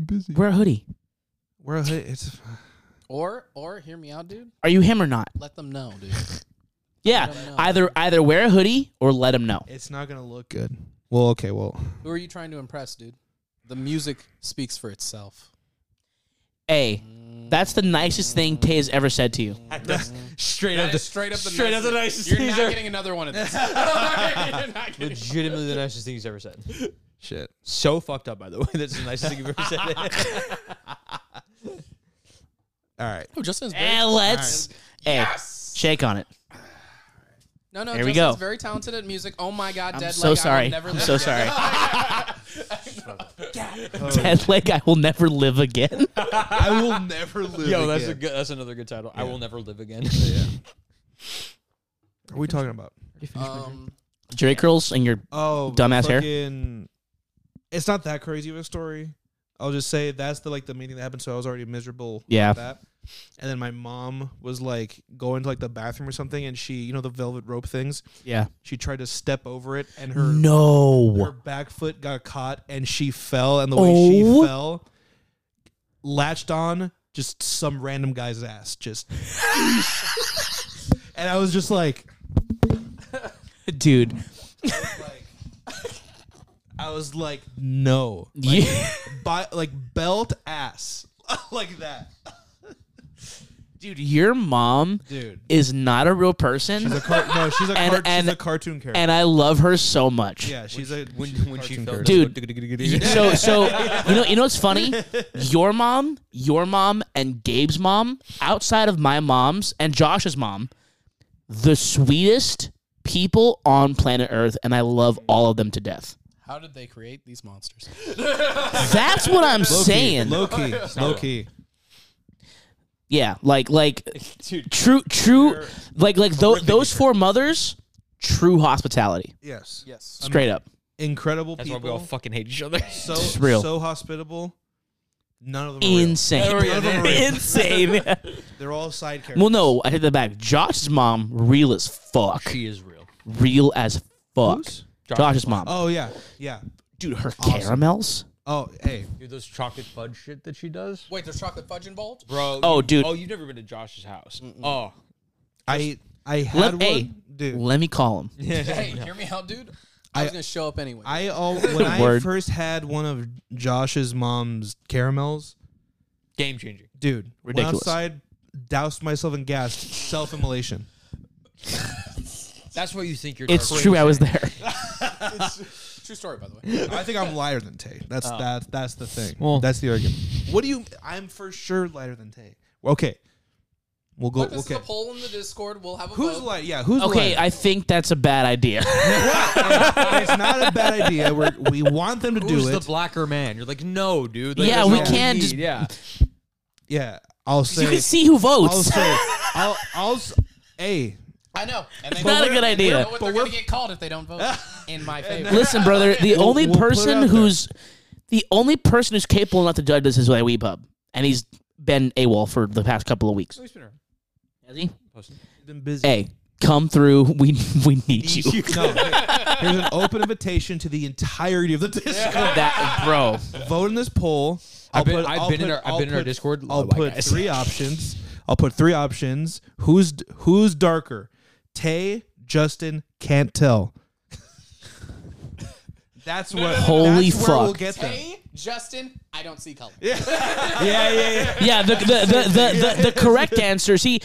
Speaker 3: busy.
Speaker 4: Wear a hoodie.
Speaker 3: We're a, hood- it's
Speaker 1: Or or hear me out, dude.
Speaker 4: Are you him or not?
Speaker 1: Let them know, dude.
Speaker 4: Yeah.
Speaker 1: Let 'em know.
Speaker 4: Either either wear a hoodie or let them know.
Speaker 3: it's not gonna look good. Well, okay. Well,
Speaker 1: Who are you trying to impress, dude? The music speaks for itself.
Speaker 4: A. That's the nicest thing Tay has ever said to you.
Speaker 2: Straight
Speaker 1: That is straight up the
Speaker 2: straight up the
Speaker 1: nicest.
Speaker 2: nicest
Speaker 1: You're
Speaker 2: things
Speaker 1: not
Speaker 2: ever-
Speaker 1: getting another one of these. You're not getting-
Speaker 2: legitimately the nicest thing he's ever said.
Speaker 3: shit.
Speaker 2: So fucked up, by the way. That's the nicest thing you've ever said.
Speaker 3: All right.
Speaker 1: Oh, Justin's very,
Speaker 4: Eh, let's A. Shake on it.
Speaker 1: no, no.
Speaker 4: There we
Speaker 1: Justin's
Speaker 4: go.
Speaker 1: very talented at music. Oh my God,
Speaker 4: I'm
Speaker 1: dead
Speaker 4: so
Speaker 1: leg. I will
Speaker 4: sorry.
Speaker 1: never
Speaker 4: I'm
Speaker 1: live
Speaker 4: so
Speaker 1: again.
Speaker 4: sorry. Dead leg I will never live again.
Speaker 3: I will never live.
Speaker 2: Yo, that's a
Speaker 3: again.
Speaker 2: good, that's another good title. I will never live again.
Speaker 3: What are we talking about?
Speaker 1: Um,
Speaker 4: Jerry curls and your
Speaker 3: Oh, the
Speaker 4: Dumbass hair?
Speaker 3: fucking- It's not that crazy of a story. I'll just say that's the like the meeting that happened. So I was already miserable.
Speaker 4: Yeah.
Speaker 3: with That. And then my mom was like going to like the bathroom or something, and she, you know, the velvet rope things.
Speaker 4: yeah.
Speaker 3: She tried to step over it, and her her
Speaker 4: No.
Speaker 3: back foot got caught, and she fell. And the way
Speaker 4: Oh.
Speaker 3: she fell, latched on just some random guy's ass. Just. and I was just like,
Speaker 4: Dude.
Speaker 3: I was like, no.
Speaker 4: You,
Speaker 3: by like belt ass like that.
Speaker 4: dude, your mom
Speaker 3: Dude.
Speaker 4: is not a real person.
Speaker 3: Car- no, she's a,
Speaker 4: And-
Speaker 3: car-
Speaker 4: and-
Speaker 3: she's a cartoon character.
Speaker 4: and I love her so much.
Speaker 3: yeah, she's a
Speaker 2: when
Speaker 3: she's a
Speaker 2: when she fell,
Speaker 3: cartoon character.
Speaker 4: Dude. So so you know you know what's funny? Your mom, your mom, and Gabe's mom, outside of my mom's and Josh's mom, the sweetest people on planet Earth, and I love all of them to death.
Speaker 1: how did they create these monsters?
Speaker 4: That's what I'm saying.
Speaker 3: Low key, low key.
Speaker 4: Yeah, like like
Speaker 2: Dude,
Speaker 4: true true like like tho- those four mothers, true hospitality.
Speaker 3: Yes,
Speaker 1: Yes.
Speaker 4: Straight up.
Speaker 3: incredible
Speaker 2: that's why we
Speaker 3: people.
Speaker 2: all fucking hate each other.
Speaker 3: so
Speaker 4: It's real.
Speaker 3: so hospitable. None of them are real.
Speaker 4: Insane.
Speaker 3: None of them are real.
Speaker 4: Insane.
Speaker 3: They're all side characters.
Speaker 4: well no, I hit that back. Josh's mom, real as fuck.
Speaker 2: She is real.
Speaker 4: real as fuck.
Speaker 3: Who's?
Speaker 4: Josh's, mom.
Speaker 3: Oh yeah, yeah.
Speaker 4: Dude, her caramels.
Speaker 3: Oh hey,
Speaker 2: Dude, those chocolate fudge shit that she does,
Speaker 1: Wait, there's chocolate fudge involved.
Speaker 2: bro.
Speaker 4: Oh,
Speaker 2: you-
Speaker 4: dude.
Speaker 2: Oh, you've never been to Josh's house. Oh,
Speaker 3: I I had
Speaker 4: Let,
Speaker 3: one,
Speaker 4: hey,
Speaker 3: dude.
Speaker 4: let me call him.
Speaker 1: hey, hear me out, dude. I, was
Speaker 3: I-
Speaker 1: gonna show up anyway.
Speaker 3: I all when I
Speaker 4: Word.
Speaker 3: first had one of Josh's mom's caramels,
Speaker 2: game changing.
Speaker 3: dude.
Speaker 4: Ridiculous.
Speaker 3: Went outside, doused myself in gas, self immolation.
Speaker 2: That's why you think you're.
Speaker 4: It's
Speaker 2: crazy.
Speaker 4: true, I was there.
Speaker 1: True story, by the way.
Speaker 3: I think I'm lighter than Tay. That's that. That's the thing.
Speaker 2: Well-
Speaker 3: that's the argument. Oh. What do you? I'm for sure lighter than Tay. Okay, we'll go.
Speaker 1: Put this
Speaker 3: Oh, Okay,
Speaker 1: is a poll in the Discord. We'll have a
Speaker 3: who's
Speaker 1: vote.
Speaker 3: light? Yeah, who's
Speaker 4: Okay,
Speaker 3: lighter?
Speaker 4: I think that's a bad idea.
Speaker 3: it's not a bad idea. We're, we want them to
Speaker 2: Who's
Speaker 3: do
Speaker 2: the
Speaker 3: it.
Speaker 2: blacker man? You're like, no, dude. Like,
Speaker 4: Yeah,
Speaker 2: that's
Speaker 4: we
Speaker 2: not what
Speaker 4: can
Speaker 2: need.
Speaker 4: just-
Speaker 2: Yeah,
Speaker 3: yeah, I'll
Speaker 4: you
Speaker 3: say.
Speaker 4: can see who
Speaker 3: I'll
Speaker 4: votes.
Speaker 3: say. I'll. I'll. s- Hey,
Speaker 1: I know. And
Speaker 4: It's not a good idea.
Speaker 1: But they're going to get called if they don't vote in my favor.
Speaker 4: Listen, brother, the
Speaker 3: We'll-
Speaker 4: only
Speaker 3: we'll put it out
Speaker 4: person
Speaker 3: there.
Speaker 4: who's the only person who's capable enough to judge this is my Weepub. And he's been AWOL for the past couple of weeks. Has he?
Speaker 3: been busy.
Speaker 4: Hey, come through. We we need you.
Speaker 3: No, hey, here's an open invitation to the entirety of the Discord.
Speaker 4: That bro.
Speaker 3: Vote in this poll. I'll
Speaker 2: I've been-
Speaker 3: put-
Speaker 2: I've
Speaker 3: I'll
Speaker 2: been in
Speaker 3: put-
Speaker 2: our- I've
Speaker 3: I'll
Speaker 2: been in our
Speaker 3: put-
Speaker 2: Discord.
Speaker 3: I'll
Speaker 2: Oh my
Speaker 3: put
Speaker 2: guys.
Speaker 3: three options. I'll put three options. Who's who's darker? Tay, Justin, can't tell. That's what.
Speaker 4: Holy
Speaker 3: that's where We'll
Speaker 4: fuck.
Speaker 3: get them.
Speaker 1: Hey, Justin, I don't see color.
Speaker 2: yeah, yeah, yeah.
Speaker 4: Yeah, the the the, the, the, the correct answer. See,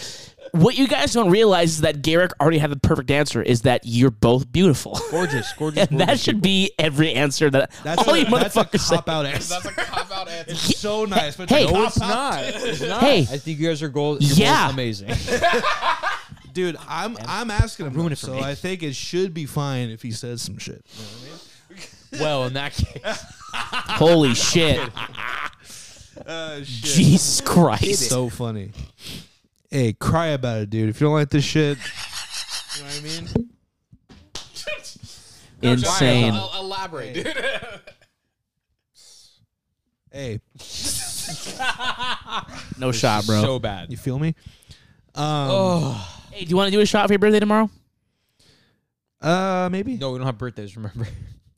Speaker 4: what you guys don't realize is that Garrick already had the perfect answer. Is that you're both beautiful.
Speaker 3: Gorgeous, gorgeous.
Speaker 4: And that should be every answer that
Speaker 3: That's
Speaker 4: all
Speaker 3: a,
Speaker 4: you
Speaker 3: that's a
Speaker 4: motherfuckers say.
Speaker 3: cop out answer.
Speaker 1: That's a cop out answer.
Speaker 3: so nice, but
Speaker 4: Hey.
Speaker 3: no,
Speaker 4: No,
Speaker 3: it's
Speaker 4: it's
Speaker 3: not.
Speaker 5: It's not.
Speaker 4: Hey.
Speaker 5: I think you guys are gold.
Speaker 4: Yeah.
Speaker 5: amazing.
Speaker 3: Dude, I'm I'm asking him,
Speaker 5: Ruin
Speaker 3: though,
Speaker 5: it for
Speaker 3: so
Speaker 5: me.
Speaker 3: I think it should be fine if he says some shit.
Speaker 5: well, in that case,
Speaker 4: Holy shit.
Speaker 3: Uh, shit.
Speaker 4: Jesus Christ.
Speaker 3: so funny. Hey, cry about it, dude. If you don't like this shit,
Speaker 1: You know what I mean?
Speaker 4: Insane.
Speaker 1: El- elaborate, dude.
Speaker 3: hey,
Speaker 4: No shot, bro.
Speaker 5: so bad.
Speaker 3: you feel me? Um,
Speaker 4: hey, do you want to do a shot for your birthday tomorrow?
Speaker 3: uh, maybe.
Speaker 5: No, we don't have birthdays. Remember,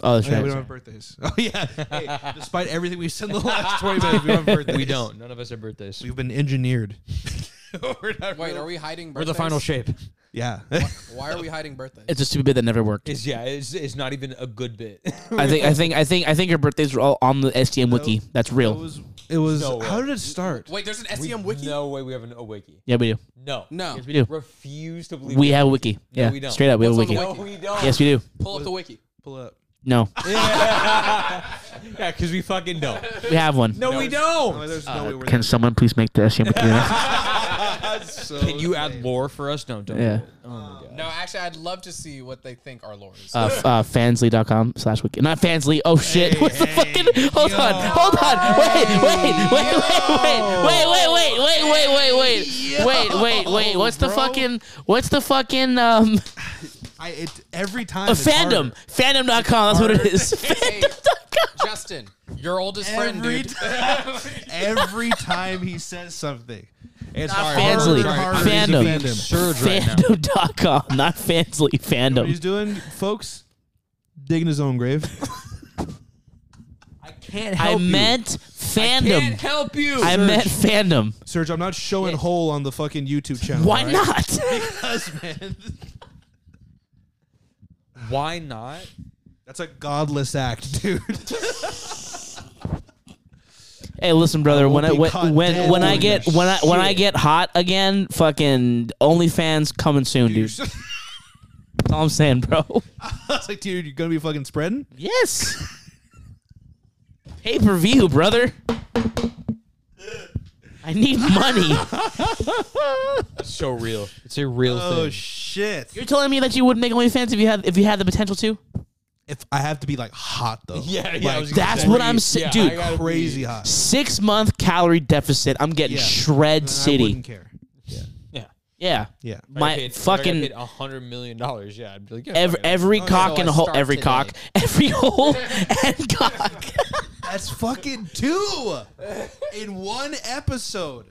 Speaker 4: Oh, that's
Speaker 3: Oh, yeah,
Speaker 4: right.
Speaker 3: we don't have birthdays. Oh yeah. Hey, despite everything we've said in the last twenty minutes, we don't have birthdays.
Speaker 5: we don't. None of us have birthdays.
Speaker 3: We've been engineered.
Speaker 1: Wait, are we hiding birthdays?
Speaker 5: We're the final shape.
Speaker 3: Yeah.
Speaker 1: Why are we hiding birthdays?
Speaker 4: It's a stupid bit that never worked.
Speaker 5: It's yeah. It's, it's not even a good bit.
Speaker 4: I think, I think, I think, I think your birthdays were all on the STM wiki. That's
Speaker 3: it
Speaker 4: real.
Speaker 3: was. It was.
Speaker 5: No way.
Speaker 3: how did it start?
Speaker 1: Wait, there's an
Speaker 5: We-
Speaker 1: STM wiki.
Speaker 5: No way. We have an a wiki.
Speaker 4: Yeah, we do.
Speaker 5: No.
Speaker 1: No.
Speaker 4: Yes, we do.
Speaker 5: Refuse to believe.
Speaker 4: We
Speaker 5: it.
Speaker 4: have a wiki.
Speaker 5: No,
Speaker 4: Yeah,
Speaker 5: we don't.
Speaker 4: straight up, we have a
Speaker 1: What's
Speaker 4: wiki.
Speaker 1: on the
Speaker 5: No, we don't.
Speaker 4: Yes, we do.
Speaker 1: Pull up the wiki.
Speaker 3: Pull up.
Speaker 4: No,
Speaker 5: Yeah, because we fucking know.
Speaker 4: we have one.
Speaker 5: No, we don't.
Speaker 3: Oh, there's no way we're
Speaker 4: Can someone please make the STM wiki? now?
Speaker 3: so
Speaker 5: Can you add lore for us? No, don't. do
Speaker 4: Yeah.
Speaker 5: it. Oh my god.
Speaker 1: No, actually, I'd love to see what they think our lore is.
Speaker 4: uh, f- uh, fansly.com slash wiki. Not fansly. Oh shit. What's the fucking? Hold on. Hold on. Wait. Wait. Wait. Wait. Wait. Wait. Wait. Wait. Wait. Wait. Wait. Wait. Wait. Wait. What's the
Speaker 3: bro.
Speaker 4: fucking? What's the fucking? Um,
Speaker 3: I, it, every time.
Speaker 4: uh,
Speaker 3: it's
Speaker 4: fandom. Fandom.com. That's what it is.
Speaker 1: hey,
Speaker 4: Fandom.com.
Speaker 1: Justin, your oldest
Speaker 3: harder.
Speaker 1: friend,
Speaker 3: Every
Speaker 1: dude.
Speaker 3: time, every time he says something, it's
Speaker 4: Not
Speaker 3: harder and
Speaker 4: Fansley.
Speaker 3: harder to
Speaker 4: Fandom.
Speaker 3: defend him.
Speaker 5: Surge right now.
Speaker 4: Fandom.com. Not fansly.
Speaker 3: What he's
Speaker 4: Fandom.
Speaker 3: doing, folks, digging his own grave.
Speaker 5: I can't
Speaker 4: I
Speaker 5: you.
Speaker 4: meant fandom.
Speaker 5: Can't help you.
Speaker 4: I meant fandom.
Speaker 3: Serge, I'm not showing hole on the fucking YouTube channel.
Speaker 4: Why
Speaker 3: alright?
Speaker 4: not?
Speaker 3: Because, man,
Speaker 5: Why not?
Speaker 3: that's a godless act, dude.
Speaker 4: Hey, listen, brother.
Speaker 3: will
Speaker 4: When I
Speaker 3: be
Speaker 4: when
Speaker 3: caught
Speaker 4: when,
Speaker 3: dead
Speaker 4: when I
Speaker 3: doing
Speaker 4: get
Speaker 3: that
Speaker 4: when I when I
Speaker 3: shit.
Speaker 4: get hot again, fucking OnlyFans coming soon, dude.
Speaker 3: I
Speaker 4: That's all I'm saying, bro.
Speaker 3: was like, dude, you're gonna be fucking spreading.
Speaker 4: Yes. Pay per view, brother. I need money.
Speaker 5: It's so real. It's a real thing.
Speaker 3: Oh, shit!
Speaker 4: You're telling me that you wouldn't make OnlyFans if you had if you had the potential to?
Speaker 3: If I have to be like hot though,
Speaker 5: yeah, yeah.
Speaker 3: Like,
Speaker 5: I was gonna
Speaker 4: That's
Speaker 5: say.
Speaker 4: what I'm saying,
Speaker 5: Yeah, I
Speaker 4: dude.
Speaker 5: gotta be-
Speaker 3: crazy hot.
Speaker 4: Six month calorie deficit. I'm getting
Speaker 3: Yeah.
Speaker 4: shred
Speaker 3: And I
Speaker 4: city.
Speaker 3: wouldn't care.
Speaker 5: Yeah.
Speaker 4: Yeah.
Speaker 3: Yeah.
Speaker 4: My
Speaker 5: If I got paid- if I got
Speaker 4: fucking
Speaker 5: paid a hundred million dollars. Yeah, I'd be like, yeah,
Speaker 4: Every,
Speaker 5: fuck it.
Speaker 4: every cock
Speaker 1: no,
Speaker 4: and
Speaker 1: I
Speaker 4: hole,
Speaker 1: start
Speaker 4: every
Speaker 1: today.
Speaker 4: cock, every hole and cock.
Speaker 3: That's fucking two in one episode.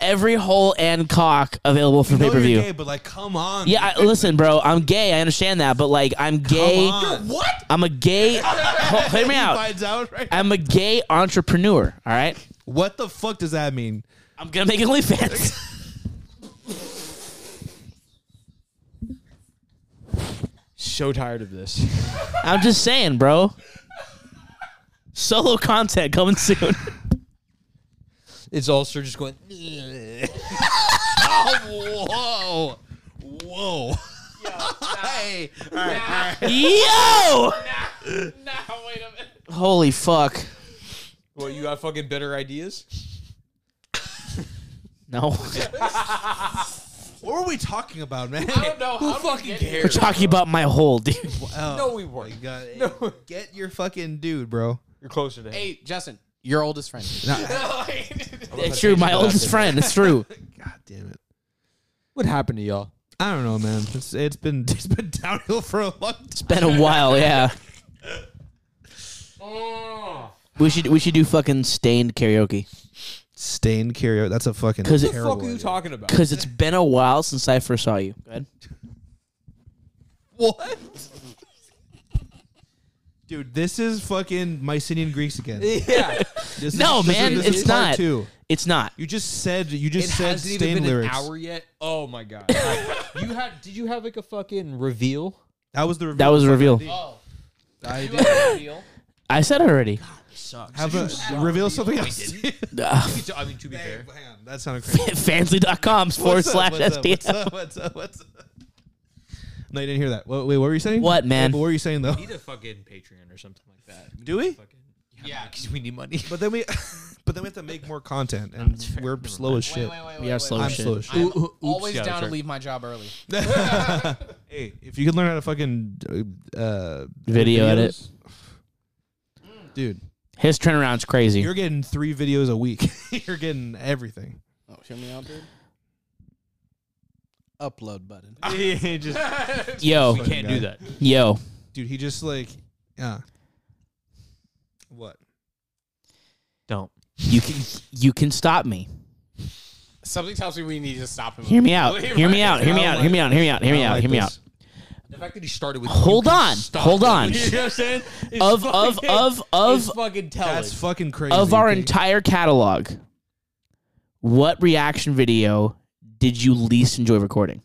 Speaker 4: every hole and cock available for pay
Speaker 3: No,
Speaker 4: per
Speaker 3: you're gay,
Speaker 4: view.
Speaker 3: but like, come on.
Speaker 4: Yeah, I, listen, bro, I'm gay. I understand that, but like, I'm gay.
Speaker 3: on.
Speaker 4: What? I'm a gay. ho- hear me
Speaker 5: Uh,
Speaker 4: out.
Speaker 3: Finds out right.
Speaker 4: I'm a gay entrepreneur. All right.
Speaker 3: What the fuck does that mean?
Speaker 4: I'm gonna make OnlyFans.
Speaker 5: so tired of this.
Speaker 4: I'm just saying, bro. Solo content coming soon.
Speaker 5: It's also just going.
Speaker 3: Whoa. Whoa. hey. All right.
Speaker 1: Nah,
Speaker 4: Yo!
Speaker 1: wait a minute.
Speaker 4: Holy fuck.
Speaker 5: Well, you got fucking better ideas.
Speaker 4: No.
Speaker 3: What were we talking about, man?
Speaker 1: I don't know. Who fucking cares?
Speaker 4: We're talking about my hole, dude.
Speaker 5: No, we weren't.
Speaker 3: You got- Oh Get your fucking dude, bro.
Speaker 5: You're closer to.
Speaker 1: Hey, Justin, your oldest friend.
Speaker 4: It's true. My oldest friend. It's true.
Speaker 3: God damn it.
Speaker 5: What happened to y'all?
Speaker 3: I don't know, man. It's, it's been it's been downhill for a long time.
Speaker 4: It's been a while, yeah. We should we should do fucking stained karaoke
Speaker 3: Stained karaoke. That's a fucking.
Speaker 4: because
Speaker 5: The
Speaker 4: it
Speaker 5: fuck are you talking about?
Speaker 4: because it's been a while since I first saw you. Go ahead.
Speaker 3: What? Dude, this is fucking Mycenaean Greeks again. This
Speaker 5: Yeah,
Speaker 3: is-
Speaker 4: No,
Speaker 3: this is-
Speaker 4: man,
Speaker 3: this is
Speaker 4: it's
Speaker 3: part
Speaker 4: not.
Speaker 3: Two.
Speaker 4: It's not.
Speaker 3: You just said you
Speaker 5: it
Speaker 3: just said
Speaker 5: hasn't
Speaker 3: stained
Speaker 5: even been
Speaker 3: lyrics.
Speaker 5: an hour yet. Oh my god! Like, you had? Did you have like a fucking reveal?
Speaker 3: That was the reveal.
Speaker 4: That was a reveal.
Speaker 1: Oh,
Speaker 3: I
Speaker 1: you have a deal.
Speaker 4: I said it already.
Speaker 5: Sucks.
Speaker 3: Have a reveal something else.
Speaker 4: Uh,
Speaker 5: I mean, to be fair,
Speaker 3: Hang on, that sounded crazy.
Speaker 4: Fansly.com forward
Speaker 3: What's up,
Speaker 4: slash
Speaker 3: what's up, what's
Speaker 4: SPF.
Speaker 3: up, what's up, what's up? No, you didn't hear that. What, wait, what were you saying?
Speaker 4: What, man?
Speaker 3: Wait, what were you saying though?
Speaker 5: need a fucking Patreon or something like that.
Speaker 3: Do we?
Speaker 5: Fucking,
Speaker 1: Yeah.
Speaker 5: because we need money.
Speaker 3: But then we, but then we have to make more content, and we're slow as shit.
Speaker 1: wait,
Speaker 4: We are slow
Speaker 3: I'm
Speaker 4: as shit.
Speaker 3: slow as shit.
Speaker 1: I'm
Speaker 2: Ooh, oops,
Speaker 1: always
Speaker 2: yeah,
Speaker 1: down
Speaker 2: that's
Speaker 1: to
Speaker 2: right.
Speaker 1: leave my job early.
Speaker 3: Hey, if you could learn how to fucking uh,
Speaker 4: Video edit.
Speaker 3: videos- dude,
Speaker 4: His turnaround's crazy.
Speaker 3: you're getting three videos a week. you're getting everything.
Speaker 1: Oh, hear me out, dude. Upload button.
Speaker 2: just,
Speaker 4: Yo,
Speaker 2: we can't do that.
Speaker 4: yo.
Speaker 3: Dude, he just like, yeah. What?
Speaker 2: Don't.
Speaker 4: You can you can stop me.
Speaker 1: Something tells me we need to stop him.
Speaker 4: Hear me out. Hear me out. Hear me out. Hear me out. Hear me out. Hear me
Speaker 3: I
Speaker 4: out.
Speaker 3: like
Speaker 4: Hear me
Speaker 3: this.
Speaker 4: out.
Speaker 5: The fact that he started with
Speaker 4: Hold
Speaker 5: you can
Speaker 4: on.
Speaker 5: stop
Speaker 4: Hold
Speaker 5: it.
Speaker 4: on.
Speaker 5: You know what I'm saying? It's
Speaker 4: Of of
Speaker 5: fucking-
Speaker 4: of
Speaker 5: it's
Speaker 4: of
Speaker 5: fucking telling.
Speaker 3: That's fucking crazy.
Speaker 4: of our
Speaker 3: dude.
Speaker 4: entire catalog. What reaction video did you least enjoy recording?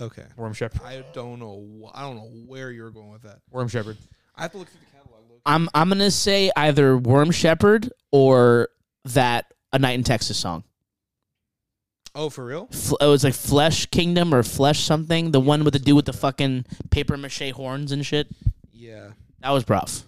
Speaker 3: Okay.
Speaker 2: Worm Shepherd.
Speaker 3: I don't know. wh- I don't know where you're going with that.
Speaker 2: Worm Shepherd.
Speaker 3: I have to look through the catalog. Look.
Speaker 4: I'm I'm gonna say either Worm Shepherd or that A Night in Texas song.
Speaker 3: Oh, for real?
Speaker 4: F- it was like Flesh Kingdom or Flesh something. The one with the dude with the fucking paper mache horns and shit.
Speaker 3: Yeah.
Speaker 4: That was rough.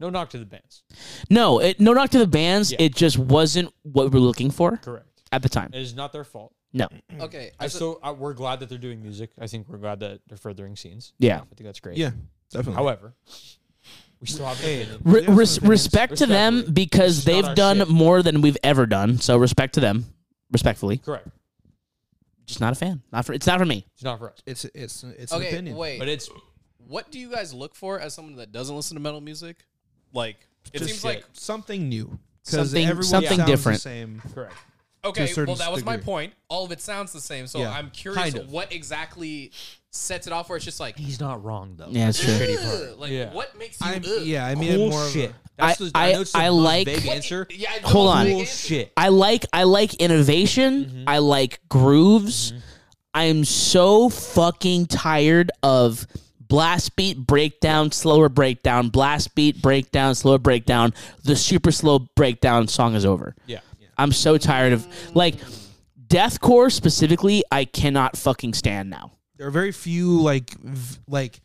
Speaker 2: No knock to the bands.
Speaker 4: No, it, no knock to the bands.
Speaker 2: Yeah.
Speaker 4: It just wasn't what we were looking for
Speaker 2: Correct.
Speaker 4: at the time.
Speaker 2: It is not their fault.
Speaker 4: No.
Speaker 1: Okay.
Speaker 2: I so I, we're glad that they're doing music. I think we're glad that they're furthering scenes.
Speaker 4: Yeah.
Speaker 2: I think that's great.
Speaker 3: Yeah. Definitely.
Speaker 2: However, we still have an opinion.
Speaker 4: Re-
Speaker 3: Yeah, some
Speaker 4: res-
Speaker 3: things.
Speaker 4: respect to them
Speaker 2: Respectfully.
Speaker 4: because
Speaker 2: not
Speaker 4: they've
Speaker 2: our
Speaker 4: done
Speaker 2: shit.
Speaker 4: more than we've ever done. So respect to them, respectfully.
Speaker 2: Correct.
Speaker 4: Just not a fan. Not for it's not for me.
Speaker 2: It's not for us,
Speaker 3: It's it's it's an
Speaker 1: okay.
Speaker 3: opinion.
Speaker 1: Wait.
Speaker 2: but it's
Speaker 1: what do you guys look for as someone that doesn't listen to metal music? Like it
Speaker 3: Just
Speaker 1: seems
Speaker 2: shit.
Speaker 1: like
Speaker 3: Something new. 'Cause
Speaker 4: Something-
Speaker 3: everyone
Speaker 4: something
Speaker 3: sounds the
Speaker 4: different.
Speaker 3: same.
Speaker 2: correct.
Speaker 1: okay.
Speaker 3: certain
Speaker 1: Well, that was my
Speaker 3: degree.
Speaker 1: point. All of it sounds the same. So
Speaker 3: Yeah,
Speaker 1: I'm curious
Speaker 3: kind of.
Speaker 1: what exactly sets it off where it's just like,
Speaker 2: He's not wrong though.
Speaker 4: Yeah, it's true.
Speaker 1: "Ugh," like
Speaker 2: Yeah.
Speaker 1: what makes you?
Speaker 3: I'm,
Speaker 1: ugh?
Speaker 3: yeah, I mean,
Speaker 2: Cool
Speaker 3: more of a-
Speaker 2: shit.
Speaker 4: I-
Speaker 2: the-
Speaker 4: I-
Speaker 2: know it's the
Speaker 4: I
Speaker 2: most
Speaker 4: like-
Speaker 2: vague
Speaker 1: What-
Speaker 2: answer.
Speaker 1: Yeah. I know
Speaker 4: Hold
Speaker 1: it's
Speaker 4: on.
Speaker 1: big
Speaker 2: Cool
Speaker 1: answer.
Speaker 2: shit.
Speaker 4: I like I like innovation. I like grooves. I'm so fucking tired of blast beat breakdown, slower breakdown, blast beat breakdown, slower breakdown. The super slow breakdown song is over.
Speaker 2: Yeah.
Speaker 4: I'm so tired of like deathcore specifically. I cannot fucking stand now.
Speaker 3: There are very few like v- like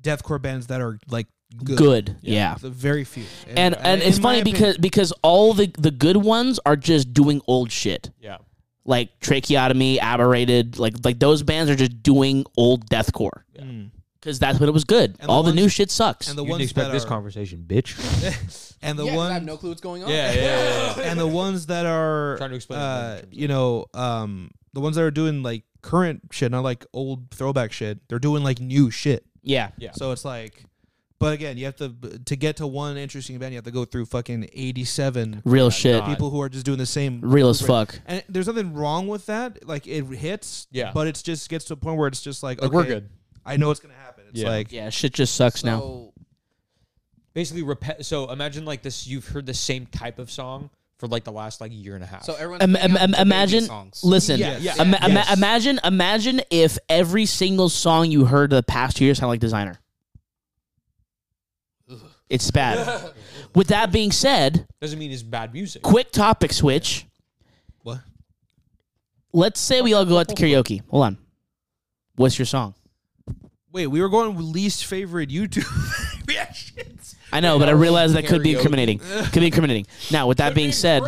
Speaker 3: deathcore bands that are like good.
Speaker 4: Good, yeah.
Speaker 3: The very few.
Speaker 4: and and
Speaker 3: in
Speaker 4: it's
Speaker 3: my
Speaker 4: funny
Speaker 3: opinion-
Speaker 4: because because all the the good ones are just doing old shit
Speaker 2: Yeah.
Speaker 4: like tracheotomy aberrated like like those bands are just doing old deathcore because that's when it was good
Speaker 3: And the
Speaker 4: all the, new
Speaker 3: ones-
Speaker 4: shit sucks
Speaker 3: and Mm. the
Speaker 2: You didn't
Speaker 3: ones
Speaker 2: expect
Speaker 3: that
Speaker 2: this
Speaker 3: are,
Speaker 2: conversation, bitch.
Speaker 3: and the
Speaker 1: Yeah, 'cause I have
Speaker 3: one
Speaker 1: no clue what's going on.
Speaker 2: yeah, yeah, yeah, yeah.
Speaker 3: and the ones that are
Speaker 2: Trying to explain it in
Speaker 3: uh,
Speaker 2: terms of-
Speaker 3: you know um the ones that are doing like current shit not like old throwback shit they're doing like new shit
Speaker 4: yeah
Speaker 2: Yeah.
Speaker 3: so it's like but again you have to to get to one interesting band you have to go through fucking 87
Speaker 4: real shit
Speaker 2: God.
Speaker 3: people who are just doing the same
Speaker 4: real as fuck
Speaker 3: and there's nothing wrong with that like it hits
Speaker 2: Yeah.
Speaker 3: but it's just gets to a point where it's just like,
Speaker 2: Like,
Speaker 3: okay,
Speaker 2: we're good.
Speaker 3: i know it's gonna happen it's
Speaker 2: Yeah.
Speaker 3: like
Speaker 4: yeah shit just sucks now
Speaker 1: So
Speaker 2: Basically, repet. So imagine like this. You've heard the same type of song for like the last like year and a half.
Speaker 1: so everyone.
Speaker 4: Im- im- im- imagine listen
Speaker 2: Yeah, yeah,
Speaker 4: Ima- ima-
Speaker 2: yes.
Speaker 4: imagine imagine if every single song you heard the past two years sounded like designer it's bad with that being said
Speaker 2: doesn't mean it's bad music.
Speaker 4: quick topic switch.
Speaker 3: What?
Speaker 4: Let's say we all go out to karaoke. Hold on. What's your song?
Speaker 3: wait we were going with least favorite youtube reactions
Speaker 4: I know, but I realize that could be incriminating. Could be incriminating. Now, with that being said,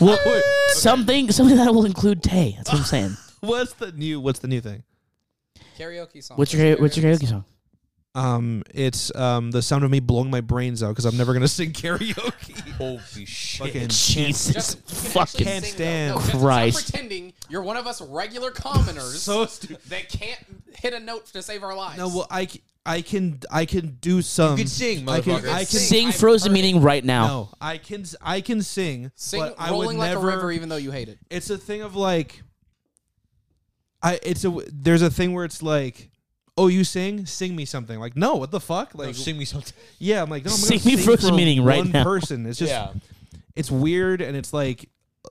Speaker 4: well, something something that will include Tay. That's what I'm saying.
Speaker 3: what's the new what's the new thing
Speaker 1: karaoke song.
Speaker 4: What's your what's your karaoke song?
Speaker 3: Um, it's um the sound of me blowing my brains out because I'm never gonna sing karaoke.
Speaker 2: Holy shit!
Speaker 3: Fucking
Speaker 4: Jesus
Speaker 1: Justin, you can actually
Speaker 4: fucking
Speaker 3: Can't
Speaker 1: sing, though.
Speaker 3: stand.
Speaker 1: No, Justin,
Speaker 4: Christ.
Speaker 1: Stop pretending you're one of us regular commoners
Speaker 3: so stupid.
Speaker 1: that can't hit a note to save our lives.
Speaker 3: No, well, I, c- I can I can do some.
Speaker 2: You can sing,
Speaker 3: I
Speaker 2: motherfucker.
Speaker 3: can, I can
Speaker 1: Sing.
Speaker 4: sing
Speaker 1: I've
Speaker 4: Frozen
Speaker 1: heard
Speaker 4: Meaning right now.
Speaker 3: No, I can s- I can sing.
Speaker 1: sing
Speaker 3: but I would
Speaker 1: rolling like
Speaker 3: never.
Speaker 1: a river, even though you hate it.
Speaker 3: it's a thing of like. I it's a there's a thing where it's like, oh you sing sing me something like no what the fuck like
Speaker 2: No, sing me something.
Speaker 3: yeah I'm like no I'm
Speaker 4: Sing
Speaker 3: gonna
Speaker 4: me
Speaker 3: sing
Speaker 4: Frozen
Speaker 3: for
Speaker 4: Meaning right
Speaker 3: one
Speaker 4: now.
Speaker 3: person it's just
Speaker 2: yeah.
Speaker 3: it's weird and it's like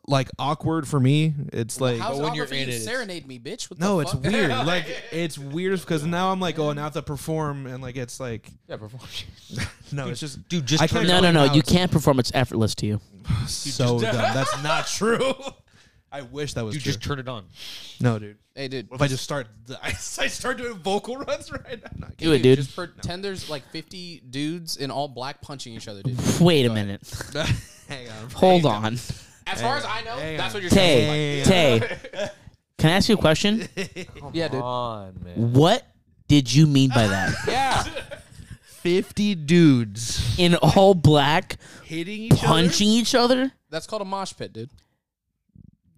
Speaker 3: like awkward for me. It's like
Speaker 1: How's
Speaker 5: when you're
Speaker 1: Oliver
Speaker 5: in
Speaker 1: you
Speaker 5: it, it's-
Speaker 1: serenade me, bitch? What
Speaker 3: no,
Speaker 1: the
Speaker 3: it's
Speaker 1: fuck?
Speaker 3: weird. Like it's weird because now I'm like, oh, now I have to perform, and like it's like
Speaker 5: Yeah, perform.
Speaker 3: no, it's just
Speaker 2: Dude, just
Speaker 3: I
Speaker 2: turn
Speaker 3: can't-
Speaker 2: it
Speaker 4: No,
Speaker 2: on.
Speaker 4: no, no. You
Speaker 3: out.
Speaker 4: can't perform. It's effortless to you.
Speaker 3: so dumb. That's not true. I wish that was
Speaker 2: Dude,
Speaker 3: true.
Speaker 2: just turn it on.
Speaker 3: no, dude.
Speaker 1: hey, dude,
Speaker 3: If I just start, I start doing vocal runs right now.
Speaker 4: Do it, dude.
Speaker 1: Just pretend there's like 50 dudes in all black punching each other, dude.
Speaker 4: Wait a minute.
Speaker 3: Hang on.
Speaker 4: Hold on.
Speaker 1: As far as I know, that's what you're saying.
Speaker 4: Tay, Tay. Can I ask you a question?
Speaker 1: Yeah, dude.
Speaker 5: on, man.
Speaker 4: What did you mean by that?
Speaker 1: Yeah.
Speaker 3: Fifty dudes
Speaker 4: In all black,
Speaker 3: hitting each
Speaker 4: punching each other?
Speaker 1: That's called a mosh pit, dude.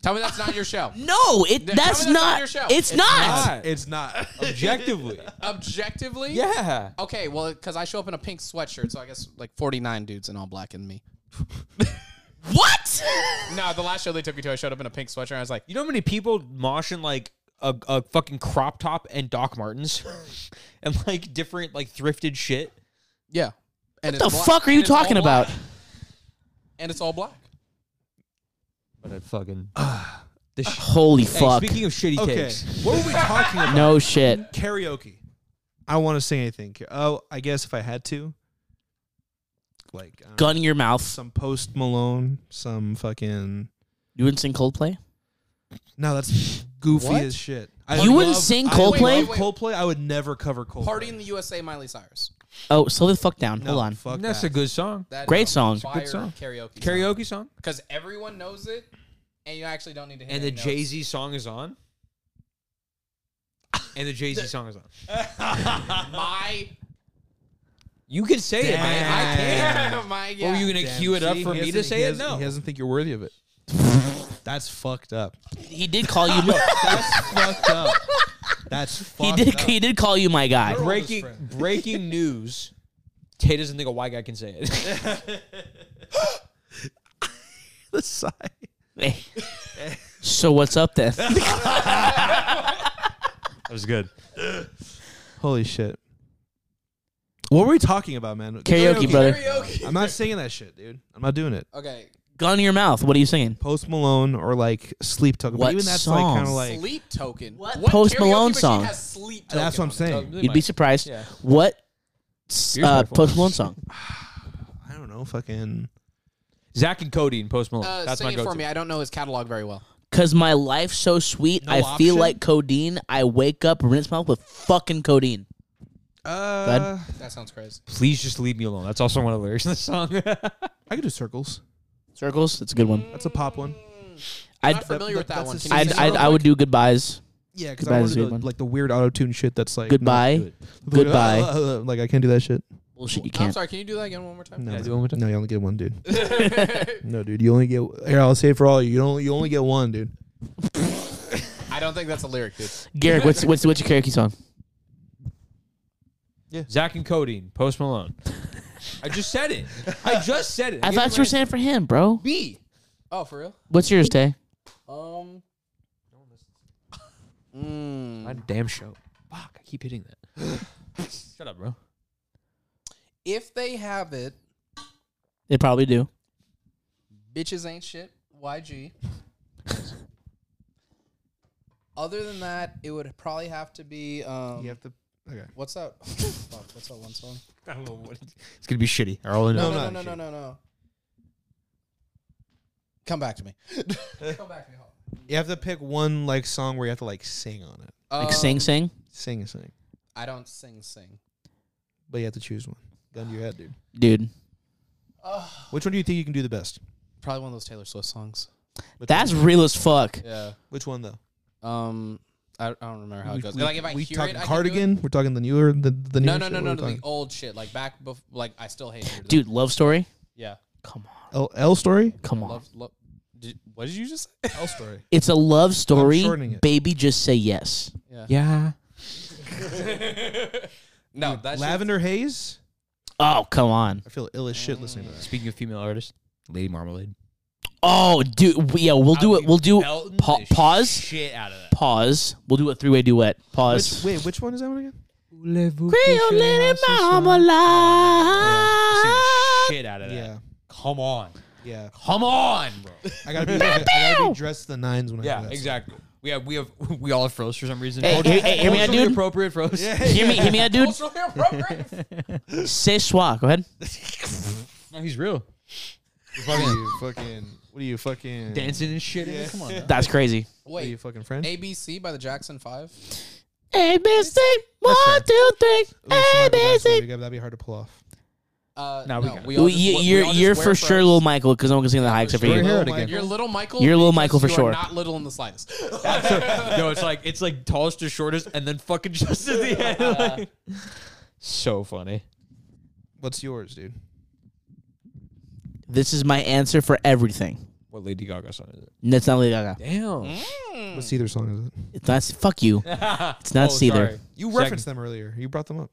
Speaker 1: Tell me that's not your show.
Speaker 4: No,
Speaker 1: Tell me
Speaker 4: it that's
Speaker 1: that's not
Speaker 4: not.
Speaker 1: your show.
Speaker 4: It's, not.
Speaker 3: other. It's not.
Speaker 5: Objectively.
Speaker 1: Objectively?
Speaker 5: yeah.
Speaker 1: Okay, well, because I show up in a pink sweatshirt, so I guess like 49 dudes in all black and me.
Speaker 4: What?
Speaker 1: No, the last show they took me to, I showed up in a pink sweatshirt. And I was like,
Speaker 2: You know how many people mosh in like a, a fucking crop top and Doc Martens and like different like thrifted shit?
Speaker 1: yeah. And
Speaker 4: the fuck are you talking about?
Speaker 1: And it's all black.
Speaker 2: But I fucking.
Speaker 4: Holy fuck!
Speaker 2: Speaking of shitty
Speaker 3: Okay.
Speaker 2: cakes,
Speaker 3: What were we talking about?
Speaker 4: no shit.
Speaker 3: Karaoke. I want to sing anything. Oh, I guess if I had to, like I don't know,
Speaker 4: Gun in your mouth.
Speaker 3: some Post Malone, some fucking.
Speaker 4: You wouldn't sing Coldplay.
Speaker 3: No, that's goofy
Speaker 1: What?
Speaker 3: as shit. I
Speaker 4: You wouldn't sing
Speaker 3: I
Speaker 1: Coldplay?
Speaker 3: would love Coldplay. I would never cover Coldplay.
Speaker 1: Party in the USA, Miley Cyrus.
Speaker 4: Oh, slow the fuck down.
Speaker 3: No,
Speaker 4: Hold on.
Speaker 3: Fuck
Speaker 2: that's
Speaker 3: that.
Speaker 2: a good song.
Speaker 1: That
Speaker 4: Great
Speaker 1: is a
Speaker 4: song.
Speaker 1: Fire
Speaker 2: Good song.
Speaker 1: Karaoke.
Speaker 2: Karaoke song.
Speaker 1: Because everyone knows it, and you actually don't need to. hit
Speaker 2: And the
Speaker 1: any notes.
Speaker 2: Jay Z song is on. And the Jay Z song is on.
Speaker 1: My,
Speaker 2: You can say it, man.
Speaker 1: I can't. My, yeah.
Speaker 2: Or are you gonna
Speaker 3: Damn,
Speaker 2: cue it up
Speaker 3: see,
Speaker 2: for
Speaker 3: he
Speaker 2: me to
Speaker 3: doesn't-
Speaker 2: say
Speaker 3: he
Speaker 2: it?
Speaker 3: doesn't-
Speaker 2: No.
Speaker 3: He doesn't think you're worthy of it. That's fucked up.
Speaker 4: He did call you.
Speaker 3: That's fucked up. That's
Speaker 4: he
Speaker 3: fucked
Speaker 4: did.
Speaker 3: up.
Speaker 4: He did call you my guy.
Speaker 2: breaking breaking news. Tay doesn't think a white guy can say it.
Speaker 3: the side.
Speaker 4: Hey. so what's up then?
Speaker 2: That was good.
Speaker 3: Holy shit. What were we talking about, man?
Speaker 4: Karaoke, brother.
Speaker 1: Karaoke.
Speaker 3: I'm not singing that shit, dude. I'm not doing it.
Speaker 1: Okay.
Speaker 4: Gun in your mouth. What are you singing?
Speaker 3: Post Malone or like Sleep Token.
Speaker 4: What
Speaker 3: but even that's
Speaker 4: song?
Speaker 3: like kind of like
Speaker 1: sleep token. What,
Speaker 4: Post
Speaker 1: karaoke
Speaker 4: Malone
Speaker 1: machine
Speaker 4: song?
Speaker 1: Has sleep token
Speaker 3: that's what I'm
Speaker 1: on it?
Speaker 3: saying.
Speaker 4: You'd be surprised.
Speaker 2: Yeah.
Speaker 4: What uh,
Speaker 2: microphone.
Speaker 4: Post Malone song?
Speaker 3: I don't know, fucking
Speaker 2: Zach and Cody and Post Malone.
Speaker 1: Uh,
Speaker 2: That's
Speaker 1: sing
Speaker 2: my
Speaker 1: it for
Speaker 2: go-to.
Speaker 1: me. I don't know his catalog very well.
Speaker 4: Cause my life's so sweet, I feel
Speaker 3: option?
Speaker 4: like codeine. I wake up, rinse mouth with fucking codeine.
Speaker 3: uh
Speaker 1: That sounds crazy.
Speaker 2: Please just leave me alone. That's also one of the lyrics in the song.
Speaker 3: I could do circles.
Speaker 4: Circles, that's a good one.
Speaker 3: That's a pop one.
Speaker 1: I'm
Speaker 4: I'd,
Speaker 1: not familiar
Speaker 3: that-
Speaker 1: with that
Speaker 3: that's
Speaker 1: one.
Speaker 3: a
Speaker 1: Can you
Speaker 4: I'd,
Speaker 1: sing
Speaker 4: I'd,
Speaker 1: it?
Speaker 4: I would do goodbyes.
Speaker 3: Yeah, because
Speaker 4: Goodbye
Speaker 3: I
Speaker 4: is a
Speaker 3: wanted
Speaker 4: good
Speaker 3: to,
Speaker 4: one.
Speaker 3: like the weird auto tune shit that's like
Speaker 4: Goodbye.
Speaker 3: not good.
Speaker 4: Goodbye.
Speaker 3: Uh, uh, uh, like I can't do that shit.
Speaker 4: Bullshit, you
Speaker 1: I'm
Speaker 4: can't.
Speaker 1: sorry. Can you do that again one more time?
Speaker 3: No,
Speaker 2: Yeah,
Speaker 3: man.
Speaker 2: do it one more time.
Speaker 3: no, you only get one, dude. no, dude, you only get. Here, I'll say it for all you. You only you only get one, dude.
Speaker 1: I don't think that's a lyric, dude.
Speaker 4: Garrick, what's what's what's your karaoke song?
Speaker 2: Zach and Cody, and Post Malone. I just said it. I just said it.
Speaker 4: I thought you were saying it for him, bro.
Speaker 2: B.
Speaker 1: Oh, for real?
Speaker 4: What's yours, Tay?
Speaker 1: Um. Mm.
Speaker 2: My damn show. Fuck, I keep hitting that. Shut up, bro.
Speaker 1: If they have it,
Speaker 4: They probably do.
Speaker 1: bitches ain't shit. YG. Other than that, it would probably have to be. Um,
Speaker 3: You have to. Okay.
Speaker 1: What's that? Fuck, what's that one song?
Speaker 2: I don't know what it's gonna be shitty. I already
Speaker 1: No,
Speaker 2: know.
Speaker 1: no, no, no, no, no, no. Come back to me. Come back to me.
Speaker 3: You have to pick one like song where you have to like sing on it.
Speaker 1: Hold on.
Speaker 4: Like
Speaker 1: Um,
Speaker 4: Sing Sing?
Speaker 3: Sing, sing.
Speaker 1: I don't sing, sing.
Speaker 3: But you have to choose one. Gun to your head, dude.
Speaker 4: Dude.
Speaker 3: Which one do you think you can do the best?
Speaker 1: Probably one of those Taylor Swift songs.
Speaker 3: Which
Speaker 4: That's
Speaker 3: one?
Speaker 4: real as fuck.
Speaker 1: Yeah.
Speaker 3: which one though?
Speaker 1: Um, I, I don't remember how
Speaker 3: we,
Speaker 1: it goes.
Speaker 3: we-
Speaker 1: like if I
Speaker 3: we
Speaker 1: hear
Speaker 3: talking
Speaker 1: it, I can do it.
Speaker 3: cardigan. We're talking the newer, the the newer
Speaker 1: No, no,
Speaker 3: shit?
Speaker 1: no, no,
Speaker 3: What are we
Speaker 1: no. The
Speaker 3: talking?
Speaker 1: old shit, like back, bef- like I still hate her.
Speaker 4: Dude, love story?
Speaker 1: yeah.
Speaker 4: Come on.
Speaker 3: L, L story.
Speaker 4: Come on.
Speaker 1: Love, love. Did, what did you just say?
Speaker 3: L story.
Speaker 4: It's a love story.
Speaker 3: shortening it.
Speaker 4: Baby just say yes.
Speaker 2: Yeah.
Speaker 1: No, that's
Speaker 3: Lavender haze.
Speaker 4: Oh, come on.
Speaker 3: I feel ill as shit listening to that.
Speaker 2: Speaking of female artists, Lady Marmalade.
Speaker 4: Oh, dude, we- yeah, we'll do it. We'll do pa- pause.
Speaker 2: Shit out of that.
Speaker 4: Pause. We'll do a three-way duet.
Speaker 3: Which,
Speaker 4: Pause.
Speaker 3: wait, which one is that one again?
Speaker 4: Creole little mama lie.
Speaker 2: Shit out of that.
Speaker 3: Yeah.
Speaker 2: Come on.
Speaker 3: Yeah,
Speaker 5: Come on, bro.
Speaker 3: I gotta be, I, I gotta be dressed to the nines when I
Speaker 5: Yeah,
Speaker 3: do that.
Speaker 5: exactly. We have we have we all have froze for some reason.
Speaker 4: Hey, hey, hey, hear me out,
Speaker 5: Culturally
Speaker 4: dude.
Speaker 5: appropriate froze.
Speaker 4: Hear me, hear me out, dude.
Speaker 1: Culturally appropriate.
Speaker 4: Say swa. Go ahead.
Speaker 5: No, he's real.
Speaker 3: What are you fucking? What are you fucking?
Speaker 5: Dancing and shit. Come on.
Speaker 4: That's crazy.
Speaker 3: What are you
Speaker 1: Wait,
Speaker 3: fucking French?
Speaker 1: ABC by the Jackson Five.
Speaker 4: A B C one two
Speaker 3: Ooh,
Speaker 4: three. A
Speaker 3: somebody
Speaker 4: B
Speaker 3: that's
Speaker 4: C.
Speaker 3: movie, That'd be hard to pull off.
Speaker 1: Uh,
Speaker 2: Nah, we
Speaker 1: no,
Speaker 2: got it.
Speaker 1: we all
Speaker 4: Well,
Speaker 1: just-
Speaker 4: you,
Speaker 1: we all
Speaker 4: you're
Speaker 1: just
Speaker 4: you're
Speaker 1: wear
Speaker 4: for
Speaker 1: froze.
Speaker 4: sure little Michael because no one can sing the high except for
Speaker 2: We're
Speaker 4: you.
Speaker 2: here
Speaker 3: Oh my
Speaker 2: again.
Speaker 1: You're little Michael.
Speaker 4: You're Lil
Speaker 1: because
Speaker 4: Michael for
Speaker 1: you are
Speaker 4: sure.
Speaker 1: Not little in the slightest.
Speaker 5: no, it's like it's like tallest to shortest, and then fucking just at the end. like- so funny.
Speaker 3: What's yours, dude?
Speaker 4: This is my answer for everything.
Speaker 5: What Lady Gaga song is it?
Speaker 4: And It's not Lady Gaga.
Speaker 5: Damn.
Speaker 1: Mm. Hmm.
Speaker 3: What Seether song is it?
Speaker 4: It's not. Fuck you. It's
Speaker 5: Oh,
Speaker 4: not Seether.
Speaker 3: You
Speaker 5: Second.
Speaker 3: referenced them earlier. You brought them up.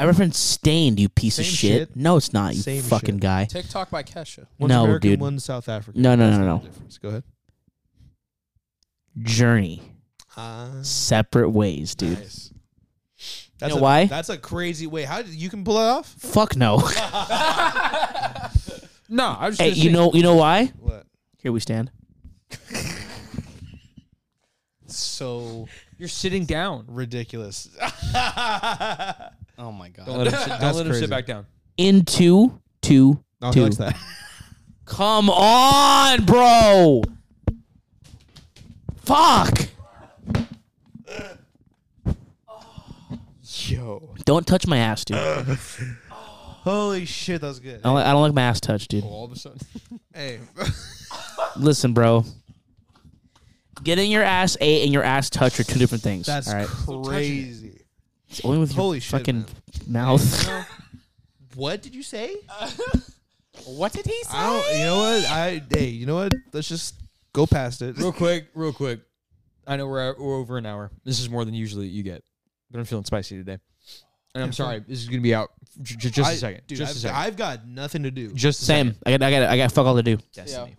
Speaker 4: I referenced Stained. You piece of
Speaker 3: Same
Speaker 4: shit.
Speaker 3: shit.
Speaker 4: No, it's not. You
Speaker 3: Same
Speaker 4: fucking
Speaker 3: shit.
Speaker 4: guy.
Speaker 1: TikTok by Kesha.
Speaker 3: One's
Speaker 4: No,
Speaker 3: American,
Speaker 4: dude.
Speaker 3: One's South African.
Speaker 4: No, no,
Speaker 3: That's
Speaker 4: no, no,
Speaker 3: the
Speaker 4: no.
Speaker 3: Difference. Go ahead.
Speaker 4: Journey.
Speaker 3: Ah,
Speaker 4: Separate ways, dude.
Speaker 3: that's
Speaker 4: know
Speaker 3: a,
Speaker 4: why?
Speaker 3: That's a crazy way. How did you can pull it off?
Speaker 4: Fuck no.
Speaker 5: No, I was just
Speaker 4: hey,
Speaker 5: gonna
Speaker 4: you
Speaker 5: say-
Speaker 4: know you know why?
Speaker 3: What?
Speaker 4: Here we stand.
Speaker 3: So
Speaker 5: you're sitting down.
Speaker 3: ridiculous.
Speaker 1: Oh my god.
Speaker 5: Don't let him sit, don't
Speaker 3: That's
Speaker 5: let him sit
Speaker 3: crazy.
Speaker 5: back down.
Speaker 4: Into two
Speaker 3: No, he
Speaker 4: two.
Speaker 3: likes that.
Speaker 4: Come on, bro. Fuck.
Speaker 3: Yo.
Speaker 4: Don't touch my ass, dude. I
Speaker 3: Holy shit, that was good.
Speaker 4: don't, like- I don't like my ass touched, dude.
Speaker 5: All of a sudden,
Speaker 3: Hey,
Speaker 4: Listen, bro. Getting your ass ate and your ass touched are two different things.
Speaker 3: that's
Speaker 4: all right.
Speaker 3: crazy.
Speaker 4: It's only with
Speaker 3: Holy
Speaker 4: your
Speaker 3: shit,
Speaker 4: fucking
Speaker 3: man.
Speaker 4: mouth.
Speaker 3: What did you say?
Speaker 1: What did he say?
Speaker 3: I don't. You know what? I hey, you know what? Let's just go past it.
Speaker 5: real quick, real quick. I know we're, uh, we're over an hour. This is more than usually you get, but I'm feeling spicy today. And I'm sorry, this is gonna be out j- j- just
Speaker 3: I-
Speaker 5: a second.
Speaker 3: dude.
Speaker 5: just
Speaker 3: I've,
Speaker 5: a second.
Speaker 3: I've got nothing to do.
Speaker 5: just a
Speaker 4: Same.
Speaker 5: second.
Speaker 4: I got I got I got fuck all to do.
Speaker 5: Destiny.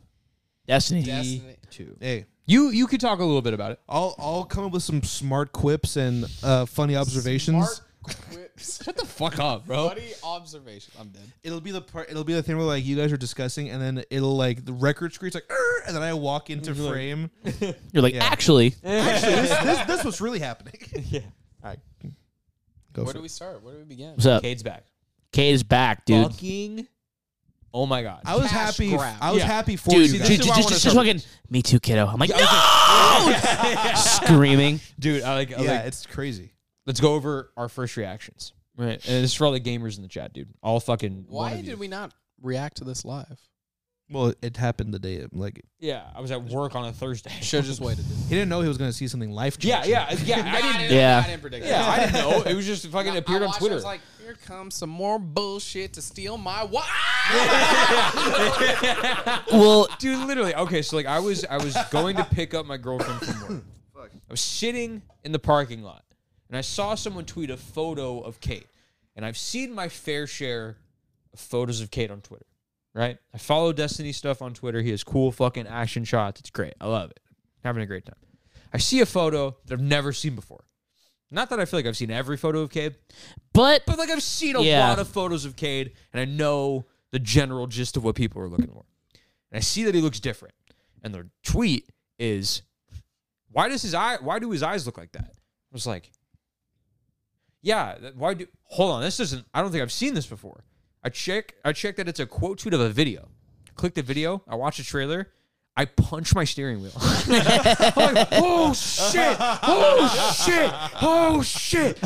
Speaker 4: Destiny.
Speaker 1: Destiny.
Speaker 5: Two.
Speaker 3: Hey,
Speaker 5: You you could talk a little bit about it.
Speaker 3: I'll I'll come up with some smart quips and uh, funny observations.
Speaker 1: Shut
Speaker 5: the fuck up, bro.
Speaker 1: Funny observation. I'm dead.
Speaker 3: It'll be the part. It'll be the thing where like you guys are discussing, and then it'll like the record screech like, "Arr!" and then I walk into frame.
Speaker 4: You're like,
Speaker 3: Yeah.
Speaker 4: actually,
Speaker 3: Actually, this, this this was really happening. yeah. All right. Go
Speaker 1: Where
Speaker 3: for
Speaker 1: do
Speaker 3: it.
Speaker 1: we start? Where do we begin?
Speaker 4: what's up?
Speaker 5: Cade's back.
Speaker 4: Cade is back, dude.
Speaker 5: Fucking. Oh my god.
Speaker 3: I was
Speaker 1: Cash
Speaker 3: happy.
Speaker 1: grab.
Speaker 3: I was
Speaker 5: Yeah.
Speaker 3: happy for
Speaker 4: dude,
Speaker 3: you.
Speaker 4: dude,
Speaker 3: Guys.
Speaker 4: just,
Speaker 5: is why I
Speaker 4: just,
Speaker 5: wanna
Speaker 4: just
Speaker 5: start with
Speaker 4: fucking, me too, kiddo. I'm like, no! Screaming.
Speaker 5: dude. I like. I
Speaker 3: yeah,
Speaker 5: like
Speaker 3: it's crazy.
Speaker 5: let's go over our first reactions. Right, and it's for all the gamers in the chat, dude. All fucking.
Speaker 1: Why
Speaker 5: one of you.
Speaker 1: did we not react to this live?
Speaker 3: Well, it happened the day. of, Like
Speaker 5: Yeah, I was at work on a Thursday.
Speaker 1: Should have just waited.
Speaker 3: he didn't know he was going to see something life
Speaker 5: yeah,
Speaker 3: changing.
Speaker 5: yeah, yeah. I didn't.
Speaker 4: Yeah.
Speaker 1: I didn't predict.
Speaker 5: Yeah, I didn't know. It was just fucking appeared on Twitter.
Speaker 1: I was like, here comes some more bullshit to steal my wife.
Speaker 4: Well,
Speaker 5: dude literally okay so like i was i was going to pick up my girlfriend from work i was sitting in the parking lot and i saw someone tweet a photo of kate and i've seen my fair share of photos of kate on twitter right i follow destiny stuff on twitter he has cool fucking action shots it's great i love it having a great time i see a photo that i've never seen before not that i feel like i've seen every photo of kate
Speaker 4: but
Speaker 5: but like I've seen a
Speaker 4: Yeah.
Speaker 5: lot of photos of Cade, and I know the general gist of what people are looking for. And I see that he looks different. And their tweet is, "Why does his eye? Why do his eyes look like that?" I was like, "Yeah, that- why do? Hold on, this isn't. I don't think I've seen this before." I check. I check that it's a quote tweet of a video. Click the video. I watch the trailer. I punch my steering wheel. I'm like, oh shit! Oh shit! Oh shit!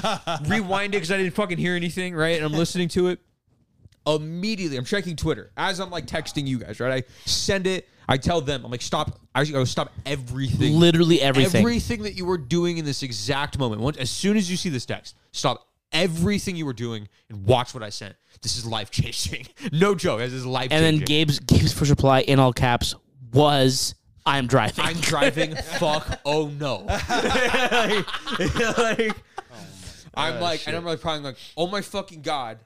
Speaker 5: Rewind it because I didn't fucking hear anything, right? And I'm listening to it. Immediately, I'm checking Twitter as I'm like texting you guys, right? I send it. I tell them, I'm like, stop. I go stop everything.
Speaker 4: literally everything.
Speaker 5: Everything that you were doing in this exact moment. Once, as soon as you see this text, stop everything you were doing and watch what I sent. This is life changing. no joke. This is life
Speaker 4: and
Speaker 5: changing.
Speaker 4: then Gabe's Gabe's first reply in all caps was, "I'm driving."
Speaker 5: I'm driving. fuck. Oh no. like, like, I'm like, and I'm like, probably like, oh my fucking god.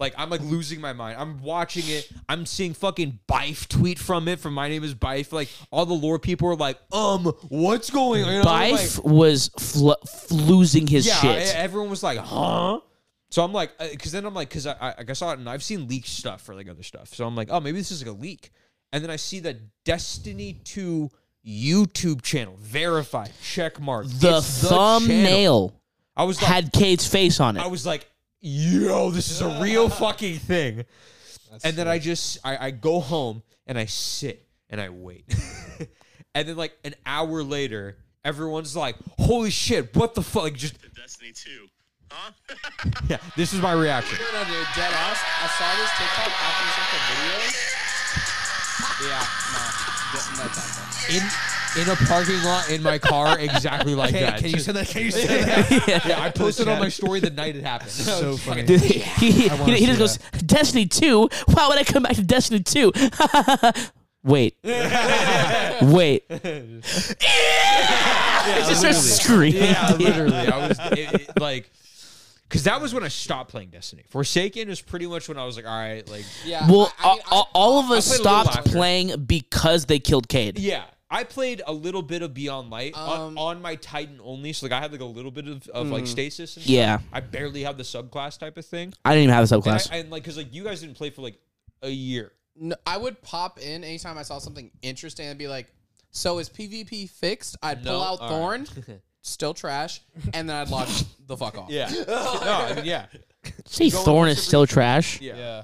Speaker 5: Like I'm like losing my mind. I'm watching it. I'm seeing fucking Bife tweet from it. From my name is Bife. Like all the lore people are like, um, what's going on? You know, like-
Speaker 4: Bife was fl- f- losing his
Speaker 5: yeah,
Speaker 4: shit.
Speaker 5: e- everyone was like, huh? So I'm like, because then I'm like, because I, I, like I saw it and I've seen leaked stuff for like other stuff. So I'm like, oh, maybe this is like a leak. And then I see the Destiny 2 YouTube channel verified check mark.
Speaker 4: The
Speaker 5: It's channel.
Speaker 4: thumbnail
Speaker 5: I was like,
Speaker 4: had Cade's face on
Speaker 5: I
Speaker 4: it.
Speaker 5: was like, yo, this is a real fucking thing. and then I just I, I go home and I sit and I wait. and then like an hour later, everyone's like, holy shit, what the fuck? Like just
Speaker 8: Destiny 2. Huh?
Speaker 5: yeah, this is my reaction.
Speaker 1: No, no, dude, dead ass. I saw this TikTok after you sent the video. Yeah, no, d- no, thank
Speaker 5: In in a parking lot in my car, exactly like that.
Speaker 3: Can you
Speaker 5: Just-
Speaker 3: say that? Can you say that?
Speaker 5: yeah, I posted on my story the night it happened.
Speaker 3: so funny.
Speaker 4: Dude, he, he,
Speaker 3: wanna
Speaker 4: he just
Speaker 3: see
Speaker 4: goes, Destiny 2? Why would I come back to Destiny 2? Wait. Wait. It's just starts screaming.
Speaker 5: Yeah,
Speaker 4: dude.
Speaker 5: literally. I was it, it, like, because that was when I stopped playing Destiny. Forsaken is pretty much when I was like, all right, like,
Speaker 1: you. Yeah,
Speaker 4: Well,
Speaker 1: I-
Speaker 4: uh,
Speaker 1: I mean, I-
Speaker 4: all, all of us
Speaker 5: I played a little
Speaker 4: stopped
Speaker 5: after.
Speaker 4: playing because they killed Cade.
Speaker 5: yeah. I played a little bit of Beyond Light on,
Speaker 1: Um,
Speaker 5: on my Titan only, so like I had like a little bit of, of like stasis. And
Speaker 4: Yeah.
Speaker 5: stuff. I barely had the subclass type of thing,
Speaker 4: I didn't even have a
Speaker 5: and, I,
Speaker 4: subclass.
Speaker 5: and like because like you guys didn't play for like a year.
Speaker 1: no, I would pop in anytime I saw something interesting and be like, "So is PvP fixed?" I'd pull
Speaker 5: No,
Speaker 1: out
Speaker 5: all
Speaker 1: Thorn,
Speaker 5: right.
Speaker 1: still trash, and then I'd log the fuck off.
Speaker 5: Yeah, no, I mean, yeah,
Speaker 4: See,
Speaker 5: going
Speaker 4: Thorn
Speaker 5: to
Speaker 4: is
Speaker 5: Super-
Speaker 4: still trash.
Speaker 5: yeah,
Speaker 1: yeah.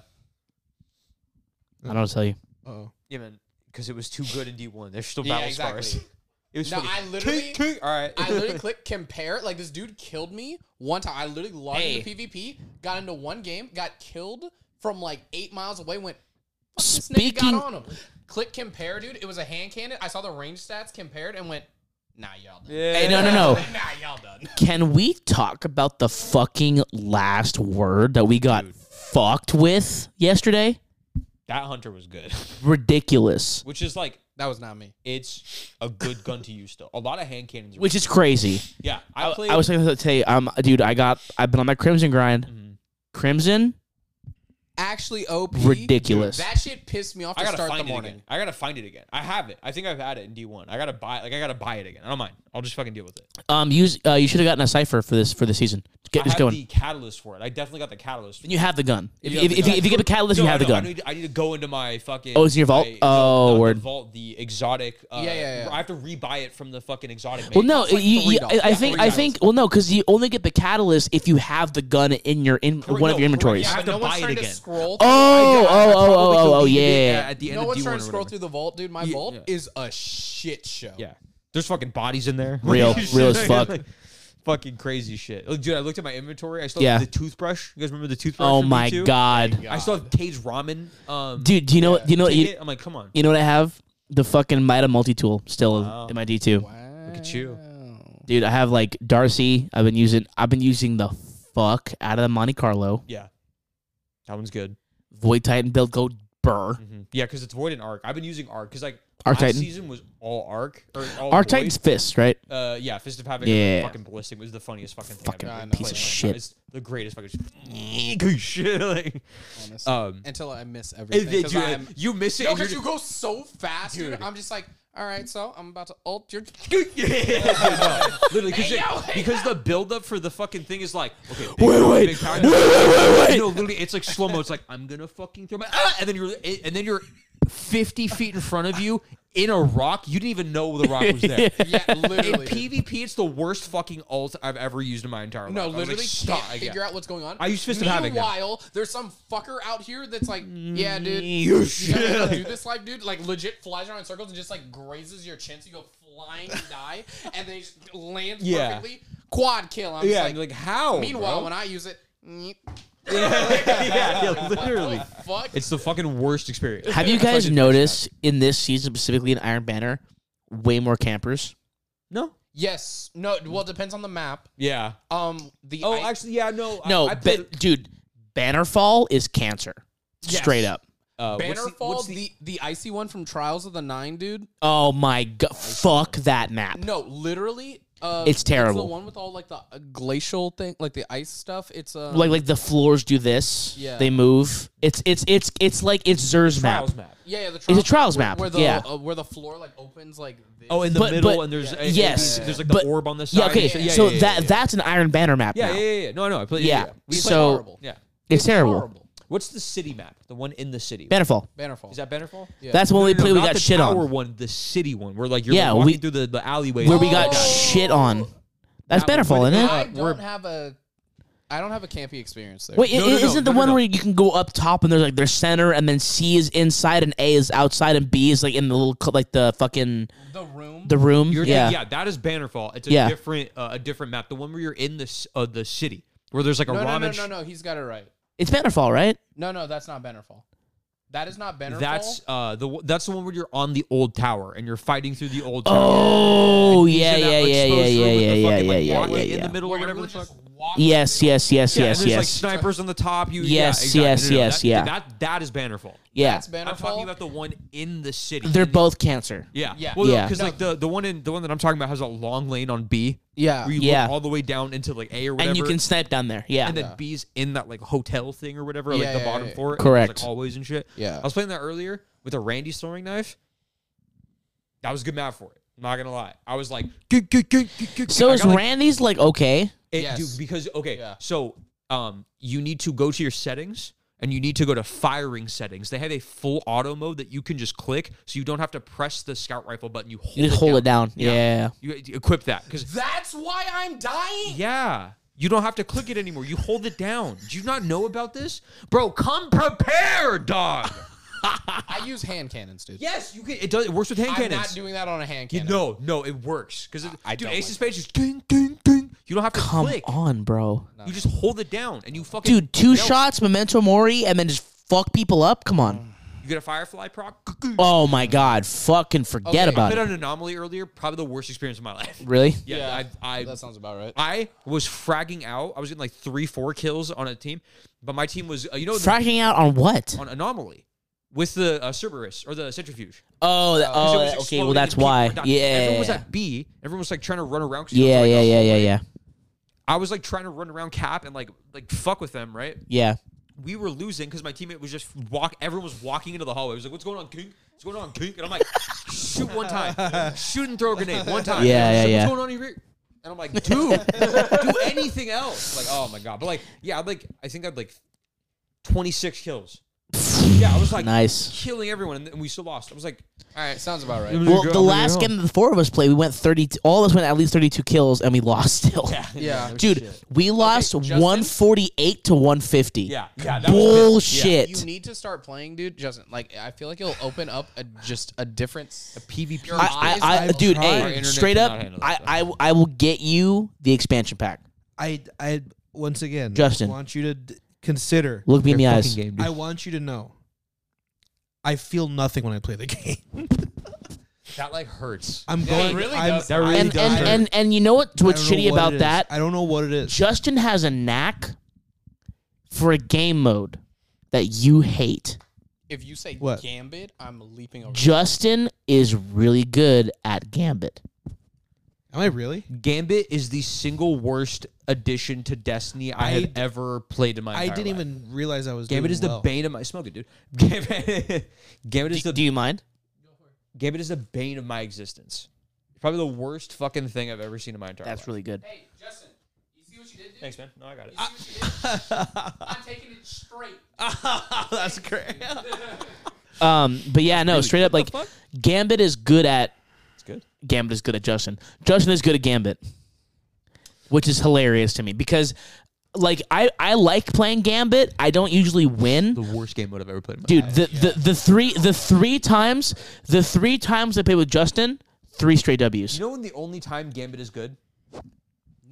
Speaker 4: I don't know what to tell you.
Speaker 1: Oh.
Speaker 5: yeah, man. Because it was too good in D one. There's still
Speaker 1: Yeah,
Speaker 5: battle scars.
Speaker 1: exactly.
Speaker 5: It was
Speaker 1: No,
Speaker 5: fucking-
Speaker 1: I literally-
Speaker 5: Kink, kink. All right,
Speaker 1: I literally clicked compare. Like this dude killed me one time. I literally logged into PvP, got into one game, got killed from like eight miles away. Went "Fuck, this nigga
Speaker 4: Speaking-
Speaker 1: got on him. Click compare, dude. It was a hand cannon. I saw the range stats compared and went, Nah, y'all done.
Speaker 5: Yeah.
Speaker 4: Hey, no, no, no.
Speaker 1: Nah, y'all done.
Speaker 4: Can we talk about the fucking last word that we got fucked with yesterday?
Speaker 5: that hunter was good,
Speaker 4: Ridiculous.
Speaker 5: which is like
Speaker 1: That was not me.
Speaker 5: it's a good gun to use still. A lot of hand cannons. are-
Speaker 4: Which is crazy.
Speaker 5: yeah, I
Speaker 4: I,
Speaker 5: played.
Speaker 4: I was going to say, um, dude, I got, I've been on my Crimson grind.
Speaker 5: Mm-hmm.
Speaker 4: Crimson,
Speaker 1: Actually, OP.
Speaker 4: Ridiculous.
Speaker 1: Dude, that shit pissed me off
Speaker 5: I
Speaker 1: to
Speaker 5: gotta
Speaker 1: start
Speaker 5: find
Speaker 1: the
Speaker 5: it
Speaker 1: morning.
Speaker 5: again. I gotta find it again. I have it. I think I've had it in D one. I gotta buy. Like I gotta buy it again. I don't mind. I'll just fucking deal with it.
Speaker 4: um, use, uh, you should have gotten a cipher for this for the season. Get
Speaker 5: I
Speaker 4: this
Speaker 5: have
Speaker 4: going.
Speaker 5: the catalyst for it. I definitely got the catalyst. For
Speaker 4: Then you have the gun. If,
Speaker 5: Yeah,
Speaker 4: if,
Speaker 5: the
Speaker 4: if,
Speaker 5: gun.
Speaker 4: you, if you get a catalyst,
Speaker 5: No,
Speaker 4: you have
Speaker 5: no,
Speaker 4: the
Speaker 5: I
Speaker 4: gun.
Speaker 5: need, I need to go into my fucking.
Speaker 4: Oh, it's in your vault?
Speaker 5: my-
Speaker 4: Oh,
Speaker 5: not the
Speaker 4: word.
Speaker 5: vault. The exotic. Uh,
Speaker 1: Yeah, yeah, yeah.
Speaker 5: I have to rebuy it from the fucking exotic.
Speaker 4: Well,
Speaker 5: man.
Speaker 4: no,
Speaker 1: like
Speaker 4: you,
Speaker 1: three
Speaker 4: you,
Speaker 1: dollars.
Speaker 4: I, I
Speaker 1: Yeah,
Speaker 4: think
Speaker 1: three
Speaker 4: I think well, no, because you only get the catalyst if you have the gun in your in
Speaker 5: Correct,
Speaker 4: one
Speaker 5: no,
Speaker 4: of your
Speaker 5: correct.
Speaker 4: inventories.
Speaker 5: Yeah, I
Speaker 1: But
Speaker 5: have to
Speaker 1: no one's
Speaker 5: buy it
Speaker 1: trying to
Speaker 5: again.
Speaker 1: scroll.
Speaker 4: Oh,
Speaker 5: I
Speaker 4: oh,
Speaker 5: probably
Speaker 4: oh, oh, oh,
Speaker 5: deleted it
Speaker 4: yeah.
Speaker 5: At the
Speaker 1: through-
Speaker 5: end
Speaker 1: no
Speaker 5: of
Speaker 1: one's
Speaker 5: D1
Speaker 1: trying to
Speaker 5: or
Speaker 1: scroll
Speaker 5: whatever.
Speaker 1: through the vault, dude. My
Speaker 5: Yeah,
Speaker 1: vault
Speaker 5: yeah.
Speaker 1: is a shit show.
Speaker 5: Yeah. There's fucking bodies in there.
Speaker 4: Real- real as fuck.
Speaker 5: Like, fucking crazy shit. Like, dude, I looked at my inventory. I still
Speaker 4: Yeah.
Speaker 5: have the toothbrush. You guys remember the toothbrush?
Speaker 4: Oh
Speaker 5: from
Speaker 4: my
Speaker 5: D2?
Speaker 4: god,
Speaker 5: I still have Cage Ramen. Um,
Speaker 4: dude! Do you know? Do you know?
Speaker 5: ticket.
Speaker 4: You,
Speaker 5: I'm like, come on.
Speaker 4: you know what I have? The fucking Mida multi tool still
Speaker 5: Oh. Wow.
Speaker 4: in my D two,
Speaker 1: Look
Speaker 5: at you.
Speaker 4: dude. I have like Darcy. I've been using. I've been using the fuck out of the Monte Carlo
Speaker 5: Yeah, that one's good.
Speaker 4: Void Titan build. Go burr.
Speaker 5: Mhm. Yeah, because it's void and arc. I've been using arc because like
Speaker 4: Arc
Speaker 5: last
Speaker 4: Titan.
Speaker 5: season was all arc or all
Speaker 4: Our
Speaker 5: void.
Speaker 4: Titan's fist, right?
Speaker 5: Uh, yeah, Fist of Havoc.
Speaker 4: Yeah.
Speaker 5: Yeah, fucking ballistic was the funniest fucking thing.
Speaker 4: Fucking
Speaker 5: I've ever
Speaker 1: piece
Speaker 5: played
Speaker 1: of
Speaker 4: shit.
Speaker 5: It's the greatest fucking shit. like,
Speaker 1: Honestly.
Speaker 5: um,
Speaker 1: Until I miss
Speaker 5: it-
Speaker 1: everything.
Speaker 5: it-
Speaker 1: 'cause
Speaker 5: you,
Speaker 1: I'm-
Speaker 5: you miss it.
Speaker 1: No,
Speaker 5: and
Speaker 1: because
Speaker 5: you're-
Speaker 1: you go so fast, dude.
Speaker 5: Dude.
Speaker 1: I'm just like, all right, so I'm about to ult your.
Speaker 5: Yeah, no, literally, because
Speaker 1: Hey, yo, hey,
Speaker 5: because the buildup for the fucking thing is like, okay, big
Speaker 4: Wait,
Speaker 5: power,
Speaker 4: wait,
Speaker 5: big power.
Speaker 4: wait, wait, wait, wait.
Speaker 5: No, literally, it's like slow mo. It's like I'm gonna fucking throw my, ah! and then you're, and then you're, fifty feet in front of you in a rock. You didn't even know the rock was there.
Speaker 1: Yeah,
Speaker 5: In
Speaker 1: literally.
Speaker 5: PvP, it's the worst fucking ult I've ever used in my entire life. I
Speaker 1: no,
Speaker 5: was like,
Speaker 1: literally
Speaker 5: stop.
Speaker 1: can't
Speaker 5: I-
Speaker 1: figure out what's going on.
Speaker 5: I use Fist of Havoc now.
Speaker 1: Meanwhile, there's some fucker out here that's like, yeah, dude,
Speaker 5: You
Speaker 1: you never
Speaker 5: should.
Speaker 1: gonna do this life, dude. Like legit flies around in circles and just like grazes your chin, so you go flying and die, and then he just lands
Speaker 5: Yeah.
Speaker 1: perfectly. Quad kill. I'm just
Speaker 5: Yeah, like, like how?
Speaker 1: meanwhile,
Speaker 5: bro?
Speaker 1: when I use it, yeah,
Speaker 5: yeah, yeah, literally,
Speaker 1: Oh, fuck.
Speaker 5: it's the fucking worst experience.
Speaker 4: Have you
Speaker 5: That's why I
Speaker 4: guys
Speaker 5: did-
Speaker 4: noticed in this season specifically in Iron Banner, way more campers?
Speaker 5: No.
Speaker 1: yes, no. Well, it depends on the map.
Speaker 5: Yeah.
Speaker 1: Um, the
Speaker 5: Oh,
Speaker 1: I-
Speaker 5: actually, yeah, no. I-
Speaker 4: No,
Speaker 5: I
Speaker 4: ba-
Speaker 5: played-
Speaker 4: dude, Bannerfall is cancer,
Speaker 1: Yes.
Speaker 4: straight up.
Speaker 5: uh, what's the-
Speaker 1: Bannerfall,
Speaker 5: what's
Speaker 1: the, the icy one from Trials of the Nine, dude.
Speaker 4: Oh my god! Fuck that map.
Speaker 1: No, literally, Uh,
Speaker 4: It's terrible.
Speaker 1: the one with all like the uh, glacial thing, like the ice stuff. It's uh,
Speaker 4: like like the floors do this.
Speaker 1: Yeah.
Speaker 4: They move. It's it's it's it's like it's Zer's map.
Speaker 5: Trials map.
Speaker 1: yeah, yeah, the
Speaker 4: a
Speaker 1: trials,
Speaker 4: trials
Speaker 1: where-
Speaker 4: map,
Speaker 1: Where the
Speaker 4: yeah.
Speaker 1: uh, where the floor like opens like this.
Speaker 5: Oh, in the
Speaker 4: But-
Speaker 5: middle,
Speaker 4: but-
Speaker 5: and there's a,
Speaker 4: yes.
Speaker 5: there's like
Speaker 4: But-
Speaker 5: the orb on the side.
Speaker 4: Yeah, okay.
Speaker 5: So,
Speaker 4: So,
Speaker 5: yeah, yeah, yeah,
Speaker 4: that
Speaker 5: yeah.
Speaker 4: that's an Iron Banner map
Speaker 5: Yeah,
Speaker 4: now.
Speaker 5: yeah, yeah, yeah. No, no. I play,
Speaker 4: Yeah.
Speaker 5: yeah, yeah. We
Speaker 1: It's
Speaker 5: play-
Speaker 1: horrible.
Speaker 5: yeah.
Speaker 4: It's terrible.
Speaker 1: horrible.
Speaker 5: What's the city map? The one in the city.
Speaker 4: Bannerfall.
Speaker 1: Bannerfall.
Speaker 5: Is that Bannerfall?
Speaker 1: Yeah.
Speaker 4: That's the one we
Speaker 5: No,
Speaker 4: played. we
Speaker 5: not
Speaker 4: got
Speaker 5: the
Speaker 4: shit
Speaker 5: tower
Speaker 4: on.
Speaker 5: one, the city one, where like you're
Speaker 4: Yeah,
Speaker 5: like, walking
Speaker 4: we-
Speaker 5: through the, the alleyways.
Speaker 4: Where we
Speaker 5: Oh,
Speaker 4: got
Speaker 5: yeah.
Speaker 4: shit on. That's
Speaker 5: That one.
Speaker 4: Bannerfall, isn't it?
Speaker 1: I
Speaker 5: Uh,
Speaker 1: don't
Speaker 5: we're-
Speaker 1: have a, I don't have a campy experience there.
Speaker 4: Wait,
Speaker 5: No,
Speaker 4: i-
Speaker 5: no, no,
Speaker 4: isn't the
Speaker 5: no, no,
Speaker 4: one
Speaker 5: no.
Speaker 4: where you can go up top and there's like there's center and then C is inside and A is outside and B is like in the little co- like the fucking
Speaker 1: the room.
Speaker 4: the room?
Speaker 5: You're
Speaker 4: yeah.
Speaker 5: yeah. yeah, that is Bannerfall. It's a
Speaker 4: Yeah.
Speaker 5: different uh, a different map. The one where you're in the s- uh, the city where there's like a
Speaker 1: no, no, no,
Speaker 5: ramen. sh-
Speaker 1: no, no. He's got it right.
Speaker 4: It's Bannerfall, right?
Speaker 1: No, no, that's not Bannerfall. That is not Bannerfall.
Speaker 5: That's uh the w- that's the one where you're on the old tower and you're fighting through the old tower.
Speaker 4: Oh
Speaker 5: He's in
Speaker 4: yeah,
Speaker 5: that,
Speaker 4: yeah,
Speaker 5: like,
Speaker 4: yeah,
Speaker 5: exposed
Speaker 4: yeah,
Speaker 5: room
Speaker 4: yeah,
Speaker 5: with the
Speaker 4: yeah, yeah,
Speaker 5: fucking,
Speaker 4: yeah,
Speaker 5: like,
Speaker 4: yeah,
Speaker 5: rocket
Speaker 4: yeah,
Speaker 5: In
Speaker 4: yeah.
Speaker 5: the middle or
Speaker 1: Where
Speaker 5: whatever.
Speaker 1: everyone
Speaker 5: the fuck.
Speaker 1: just walks
Speaker 4: Yes, yes, yes,
Speaker 5: Yeah,
Speaker 4: yes,
Speaker 5: and there's like
Speaker 4: yes.
Speaker 5: snipers on the top. You
Speaker 4: Yes,
Speaker 5: yeah, exactly.
Speaker 4: yes,
Speaker 5: No, no, no,
Speaker 4: yes,
Speaker 5: that-
Speaker 4: yeah.
Speaker 5: That that is Bannerfall.
Speaker 4: Yeah,
Speaker 1: That's
Speaker 5: I'm talking
Speaker 1: Bannerfall.
Speaker 5: about the one in the city.
Speaker 4: they're
Speaker 5: In the-
Speaker 4: both cancer.
Speaker 5: Yeah.
Speaker 1: Yeah.
Speaker 5: Well,
Speaker 4: Yeah.
Speaker 5: because like the the one in the one that I'm talking about has a long lane on B.
Speaker 1: Yeah.
Speaker 5: Where you
Speaker 4: Yeah.
Speaker 5: look all the way down into like A or whatever.
Speaker 4: and you can snipe down there. Yeah,
Speaker 5: and then B's in that like hotel thing or whatever, like
Speaker 1: Yeah,
Speaker 5: the
Speaker 1: yeah,
Speaker 5: bottom
Speaker 1: yeah.
Speaker 5: floor. and
Speaker 4: Correct.
Speaker 5: There's, like hallways and shit.
Speaker 1: Yeah.
Speaker 5: I was playing that earlier with a Randy throwing knife. That was a good map for it. I'm not gonna lie. I was like, "Gug, gug, gug, gug, gug."
Speaker 4: so
Speaker 5: I
Speaker 4: is
Speaker 5: got, like,
Speaker 4: Randy's like okay?
Speaker 5: it-
Speaker 1: Yes.
Speaker 5: dude, because okay,
Speaker 1: Yeah.
Speaker 5: so um, you need to go to your settings and you need to go to firing settings. They have a full auto mode that you can just click, so you don't have to press the scout rifle button. You hold,
Speaker 4: You
Speaker 5: it,
Speaker 4: hold
Speaker 5: down.
Speaker 4: it down. Yeah.
Speaker 5: You, you equip that because
Speaker 1: That's why I'm dying.
Speaker 5: yeah, you don't have to click it anymore. You hold it down. Do you not know about this, bro? Come prepared, dog.
Speaker 1: I use hand cannons, dude.
Speaker 5: yes, you can. It does. It works with hand
Speaker 1: I'm
Speaker 5: cannons.
Speaker 1: not doing that on a hand
Speaker 5: You-
Speaker 1: cannon.
Speaker 5: no, no, it works because
Speaker 1: I
Speaker 5: dude,
Speaker 1: don't
Speaker 5: Ace
Speaker 1: like
Speaker 5: of Spades just ding, ding, ding. You don't have to
Speaker 4: Come
Speaker 5: click.
Speaker 4: on, bro.
Speaker 5: You just hold it down and you fucking
Speaker 4: Dude, two
Speaker 5: No,
Speaker 4: shots, memento mori, and then just fuck people up. Come on.
Speaker 5: You get a firefly proc.
Speaker 4: Oh my god, fucking forget
Speaker 1: Okay,
Speaker 5: I
Speaker 4: about
Speaker 5: played
Speaker 4: it.
Speaker 5: on Anomaly earlier. Probably the worst experience of my life.
Speaker 4: Really?
Speaker 5: Yeah,
Speaker 1: Yeah.
Speaker 5: I, I,
Speaker 1: That sounds about right.
Speaker 5: I was fragging out. I was getting like three, four kills on a team, but my team was, uh, you know, the-
Speaker 4: Fracking out on what?
Speaker 5: on Anomaly with the uh, Cerberus or the Centrifuge.
Speaker 4: Oh, that,
Speaker 5: 'Cause uh, it
Speaker 4: oh,
Speaker 5: was
Speaker 4: that- okay.
Speaker 5: exploding
Speaker 4: Well,
Speaker 5: and
Speaker 4: that's
Speaker 5: people were
Speaker 4: why.
Speaker 5: dying.
Speaker 4: Yeah,
Speaker 5: Everyone was at B. Everyone was like trying to run around. 'cause they were
Speaker 4: yeah,
Speaker 5: like,
Speaker 4: yeah,
Speaker 5: "Oh."
Speaker 4: yeah, yeah, yeah,
Speaker 5: I was like trying to run around Cap and like like fuck with them, right?
Speaker 4: yeah.
Speaker 5: we were losing because my teammate was just walk. Everyone was walking into the hallway. It was like, "What's going on, Kink? What's going on, Kink?" And I'm like, "Shoot one time, shoot and throw a grenade one time."
Speaker 4: Yeah,
Speaker 5: And he's
Speaker 4: yeah,
Speaker 5: like,
Speaker 4: yeah.
Speaker 5: What's going on here? And I'm like, "Dude, do anything else." Like, oh my god. But like, yeah, I'd like I think I'd like 26 kills. Yeah, I was like
Speaker 4: Nice.
Speaker 5: killing everyone, and, and we still lost. I was like,
Speaker 1: All right, sounds about right.
Speaker 4: Well, the last game that the four of us played, we went thirty. All of us went at least thirty-two kills, and we lost still.
Speaker 1: Yeah.
Speaker 4: Dude, we lost
Speaker 1: Justin?
Speaker 4: one forty-eight to one fifty.
Speaker 5: yeah, yeah, that was
Speaker 4: Bullshit.
Speaker 1: You need to start playing, dude. Justin, like I feel like it'll open up a just a different
Speaker 5: PvP.
Speaker 1: Your
Speaker 4: I,
Speaker 1: eyes-
Speaker 4: I, I
Speaker 3: I've
Speaker 4: dude,
Speaker 3: tried. Our
Speaker 4: hey,
Speaker 5: internet
Speaker 4: straight
Speaker 5: cannot
Speaker 4: up,
Speaker 5: handle
Speaker 4: I,
Speaker 5: that
Speaker 4: I, I will get you the expansion pack.
Speaker 3: I I once again
Speaker 4: Justin.
Speaker 3: want you to d- consider.
Speaker 4: Look me in the eyes.
Speaker 5: game,
Speaker 3: I want you to know. I feel nothing when I play the game.
Speaker 5: that like hurts.
Speaker 3: I'm
Speaker 1: it
Speaker 3: going.
Speaker 1: really
Speaker 3: I'm,
Speaker 1: does. That
Speaker 3: I'm-
Speaker 5: really
Speaker 4: And
Speaker 5: does
Speaker 4: and,
Speaker 5: hurt.
Speaker 4: and and you know what?
Speaker 3: I
Speaker 4: What's
Speaker 3: don't know
Speaker 4: shitty
Speaker 3: what
Speaker 4: about
Speaker 3: it is.
Speaker 4: that?
Speaker 3: I don't know what it is.
Speaker 4: Justin has a knack for a game mode that you hate.
Speaker 1: If you say
Speaker 3: What?
Speaker 1: gambit, I'm leaping over.
Speaker 4: Justin is really good at Gambit.
Speaker 3: Am I really?
Speaker 5: Gambit is the single worst addition to Destiny I,
Speaker 3: I
Speaker 5: have
Speaker 3: d-
Speaker 5: ever played in my.
Speaker 3: I
Speaker 5: entire
Speaker 3: didn't
Speaker 5: life.
Speaker 3: even realize I was.
Speaker 5: Gambit
Speaker 3: doing
Speaker 5: is the
Speaker 3: well.
Speaker 5: bane of my smoke it, dude. Gambit, Gambit is
Speaker 4: Do,
Speaker 5: the
Speaker 4: do you mind?
Speaker 5: Gambit is the bane of my existence. Probably the worst fucking thing I've ever seen in my entire
Speaker 4: That's
Speaker 5: life.
Speaker 4: really good.
Speaker 1: Hey, Justin, you see what you did? Dude?
Speaker 5: Thanks, man. No, I got it.
Speaker 1: I'm taking it straight.
Speaker 3: That's great.
Speaker 4: Um, but yeah, no, straight up, like Gambit is good at
Speaker 5: It's good.
Speaker 4: Gambit is good at Justin. Justin is good at Gambit, which is hilarious to me because, like, I I like playing Gambit. I don't usually win.
Speaker 5: The worst game mode I've ever played. In my
Speaker 4: dude the, the the three the three times the three times I played with Justin, three straight W's.
Speaker 5: You know when the only time Gambit is good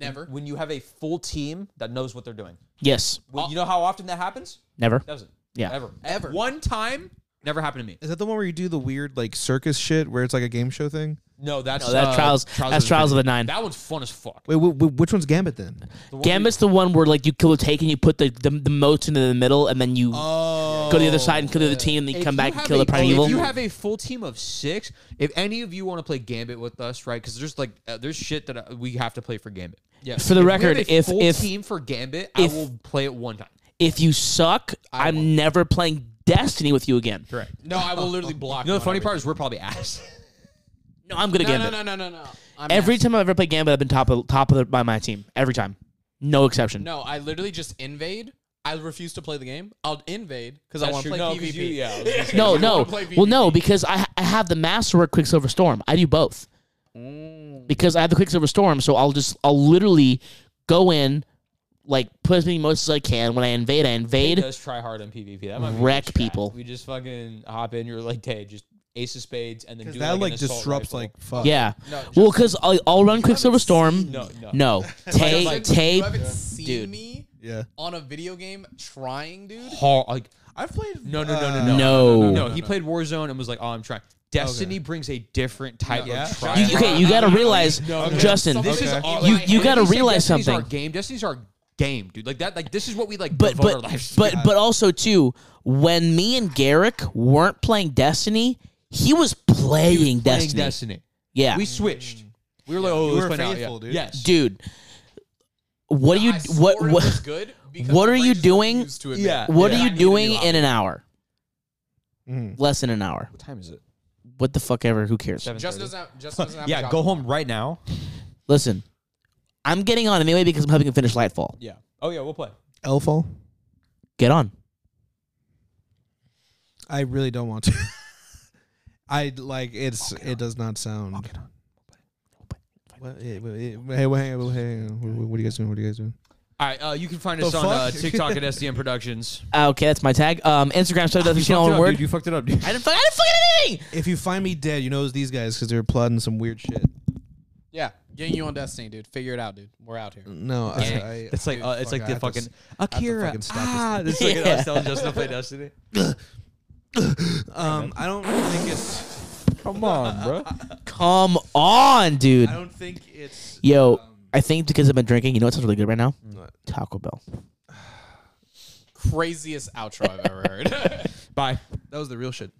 Speaker 1: Never.
Speaker 5: when you have a full team that knows what they're doing.
Speaker 4: yes,
Speaker 5: Well, you know how often that happens?
Speaker 4: never.
Speaker 5: Doesn't.
Speaker 4: Yeah.
Speaker 5: Oh. Ever.
Speaker 1: Ever.
Speaker 5: One time. Never happened to me.
Speaker 3: Is that the one where you do the weird like circus shit where it's like a game show thing?
Speaker 5: No, that's
Speaker 4: No, that's
Speaker 5: uh,
Speaker 4: trials. That's trials of the nine.
Speaker 5: That one's fun as fuck.
Speaker 3: Wait, wh- wh- which one's Gambit then?
Speaker 4: Gambit's the one where like you kill a take and you put the the, the moats into the middle and then you
Speaker 5: Oh.
Speaker 4: go to the other side and kill the other team, and then
Speaker 5: If
Speaker 4: come
Speaker 5: you
Speaker 4: back and
Speaker 5: have
Speaker 4: kill
Speaker 5: a-
Speaker 4: the primeval.
Speaker 5: If you have a full team of six, if any of you want to play Gambit with us, right? Because there's like uh, there's shit that uh, we have to play for Gambit. Yeah.
Speaker 4: For the record, if-
Speaker 5: full
Speaker 4: if-
Speaker 5: team for Gambit,
Speaker 4: if-
Speaker 5: I will play it one time.
Speaker 4: if you suck, I'm never playing Destiny with you again.
Speaker 5: Correct.
Speaker 1: No, I will literally block.
Speaker 5: You know the funny part is we're probably ass.
Speaker 4: No, I'm good at
Speaker 1: No,
Speaker 4: Gambit.
Speaker 1: no, no, no, no, no. I'm
Speaker 4: Every
Speaker 1: ass.
Speaker 4: time I've ever played Gambit, I've been top of top of the, by my team. Every time, no exception.
Speaker 1: No, I literally just invade. I refuse to play the game. I'll invade because I
Speaker 9: That's
Speaker 1: want to
Speaker 9: true.
Speaker 1: play
Speaker 9: No, 'cause
Speaker 1: PvP.
Speaker 9: you- yeah, I was gonna say-
Speaker 4: No,
Speaker 1: You
Speaker 4: no.
Speaker 1: wanna play
Speaker 4: Well, no,
Speaker 1: PvP.
Speaker 4: because I I have the Masterwork Quicksilver Storm. I do both.
Speaker 1: Mm.
Speaker 4: Because I have the Quicksilver Storm, so I'll just I'll literally go in, like put as many modes as I can. When I invade, I
Speaker 9: He
Speaker 4: invade.
Speaker 9: does try hard on PvP. That might be
Speaker 4: Wreck
Speaker 9: a good strat.
Speaker 4: people.
Speaker 9: We just fucking hop in. You're like, hey, just ace of spades, and then do
Speaker 3: Because that
Speaker 9: an
Speaker 3: like
Speaker 9: assault
Speaker 3: disrupts
Speaker 9: rifle.
Speaker 3: like fuck.
Speaker 4: Yeah. well, because I'll, I'll run Quicksilver Storm.
Speaker 9: No, no.
Speaker 4: No.
Speaker 1: You
Speaker 4: Tay,
Speaker 1: haven't-
Speaker 4: Tay.
Speaker 1: You haven't seen
Speaker 4: dude.
Speaker 1: me
Speaker 3: yeah.
Speaker 1: on a video game trying, dude.
Speaker 5: Hard, like
Speaker 3: I've played.
Speaker 5: no, no, no, no,
Speaker 3: uh,
Speaker 5: no,
Speaker 4: No.
Speaker 5: no, no, He played Warzone and was like, "Oh, I'm trying." Destiny brings a different type
Speaker 3: Yeah.
Speaker 5: of try.
Speaker 4: You, okay, you gotta realize, Justin.
Speaker 1: This is
Speaker 3: Okay.
Speaker 1: all- I
Speaker 4: you you
Speaker 1: hate
Speaker 4: gotta
Speaker 5: Destiny's-
Speaker 4: realize
Speaker 5: Destiny's
Speaker 4: something.
Speaker 5: Our game. Destiny's our game, dude. Like that. Like this is what we like.
Speaker 4: but
Speaker 5: devote
Speaker 4: but
Speaker 5: our lives to.
Speaker 4: but but also too when me and Garrick weren't playing Destiny, he was playing,
Speaker 5: playing
Speaker 4: Destiny.
Speaker 5: Destiny.
Speaker 4: Yeah,
Speaker 5: We switched. We were like, oh,
Speaker 3: You
Speaker 5: let's play
Speaker 3: were
Speaker 5: now,
Speaker 3: faithful,
Speaker 5: yeah.
Speaker 3: dude.
Speaker 5: Yes.
Speaker 4: dude. What are you
Speaker 1: I swore
Speaker 4: what
Speaker 1: it was
Speaker 4: what
Speaker 1: good because
Speaker 4: what
Speaker 1: my
Speaker 4: are
Speaker 1: brain
Speaker 4: you
Speaker 1: just
Speaker 4: doing?
Speaker 1: refused to admit
Speaker 5: Yeah.
Speaker 1: it.
Speaker 4: what
Speaker 5: I
Speaker 4: are you
Speaker 5: need a
Speaker 4: doing
Speaker 5: new
Speaker 4: in an hour?
Speaker 5: Mm-hmm.
Speaker 3: Mhm.
Speaker 4: Less than an hour.
Speaker 5: What time is it?
Speaker 4: What the fuck ever? Who cares?
Speaker 1: Justin doesn't have. Justin doesn't have. a
Speaker 5: Yeah,
Speaker 1: job
Speaker 5: go
Speaker 1: tomorrow.
Speaker 5: home right now.
Speaker 4: Listen, I'm getting on anyway because I'm helping him finish Lightfall.
Speaker 9: Yeah. Oh yeah, we'll play.
Speaker 3: Elfall.
Speaker 4: Get on.
Speaker 3: I really don't want to. I like it's. It does not sound. What, eh, eh, eh, hey, wait, hey, wait, hey, what what are you guys doing? What are you guys doing?
Speaker 5: All right, uh, you can find us
Speaker 3: The
Speaker 5: on uh,
Speaker 3: fuck?
Speaker 5: TikTok at SDM Productions.
Speaker 4: Ah, Okay, that's my tag. Um, Instagram stuff doesn't all one word.
Speaker 5: Ah, you fucked it up, dude.
Speaker 4: I didn't fuck. I didn't fucking anything.
Speaker 3: If you find me dead, you know it's these guys because they're plotting some weird shit.
Speaker 1: Yeah, getting you on Destiny, dude. Figure it out, dude. We're out here.
Speaker 5: Mm.
Speaker 3: No, I, I,
Speaker 5: It's like uh, it's
Speaker 3: Fuck,
Speaker 5: like
Speaker 3: I
Speaker 5: the
Speaker 3: have to
Speaker 5: fucking
Speaker 3: s-
Speaker 5: Akira.
Speaker 3: fucking stop this
Speaker 5: ah, this is like
Speaker 4: Yeah.
Speaker 5: us telling Justin to play Destiny.
Speaker 3: um, I don't think it's.
Speaker 5: Come on, bro.
Speaker 4: Come on, dude.
Speaker 3: I don't think it's.
Speaker 4: Yo, I think because I've been drinking, you know what sounds really good right now? Taco Bell.
Speaker 1: Craziest outro I've ever heard.
Speaker 5: Bye.
Speaker 3: That was the real shit.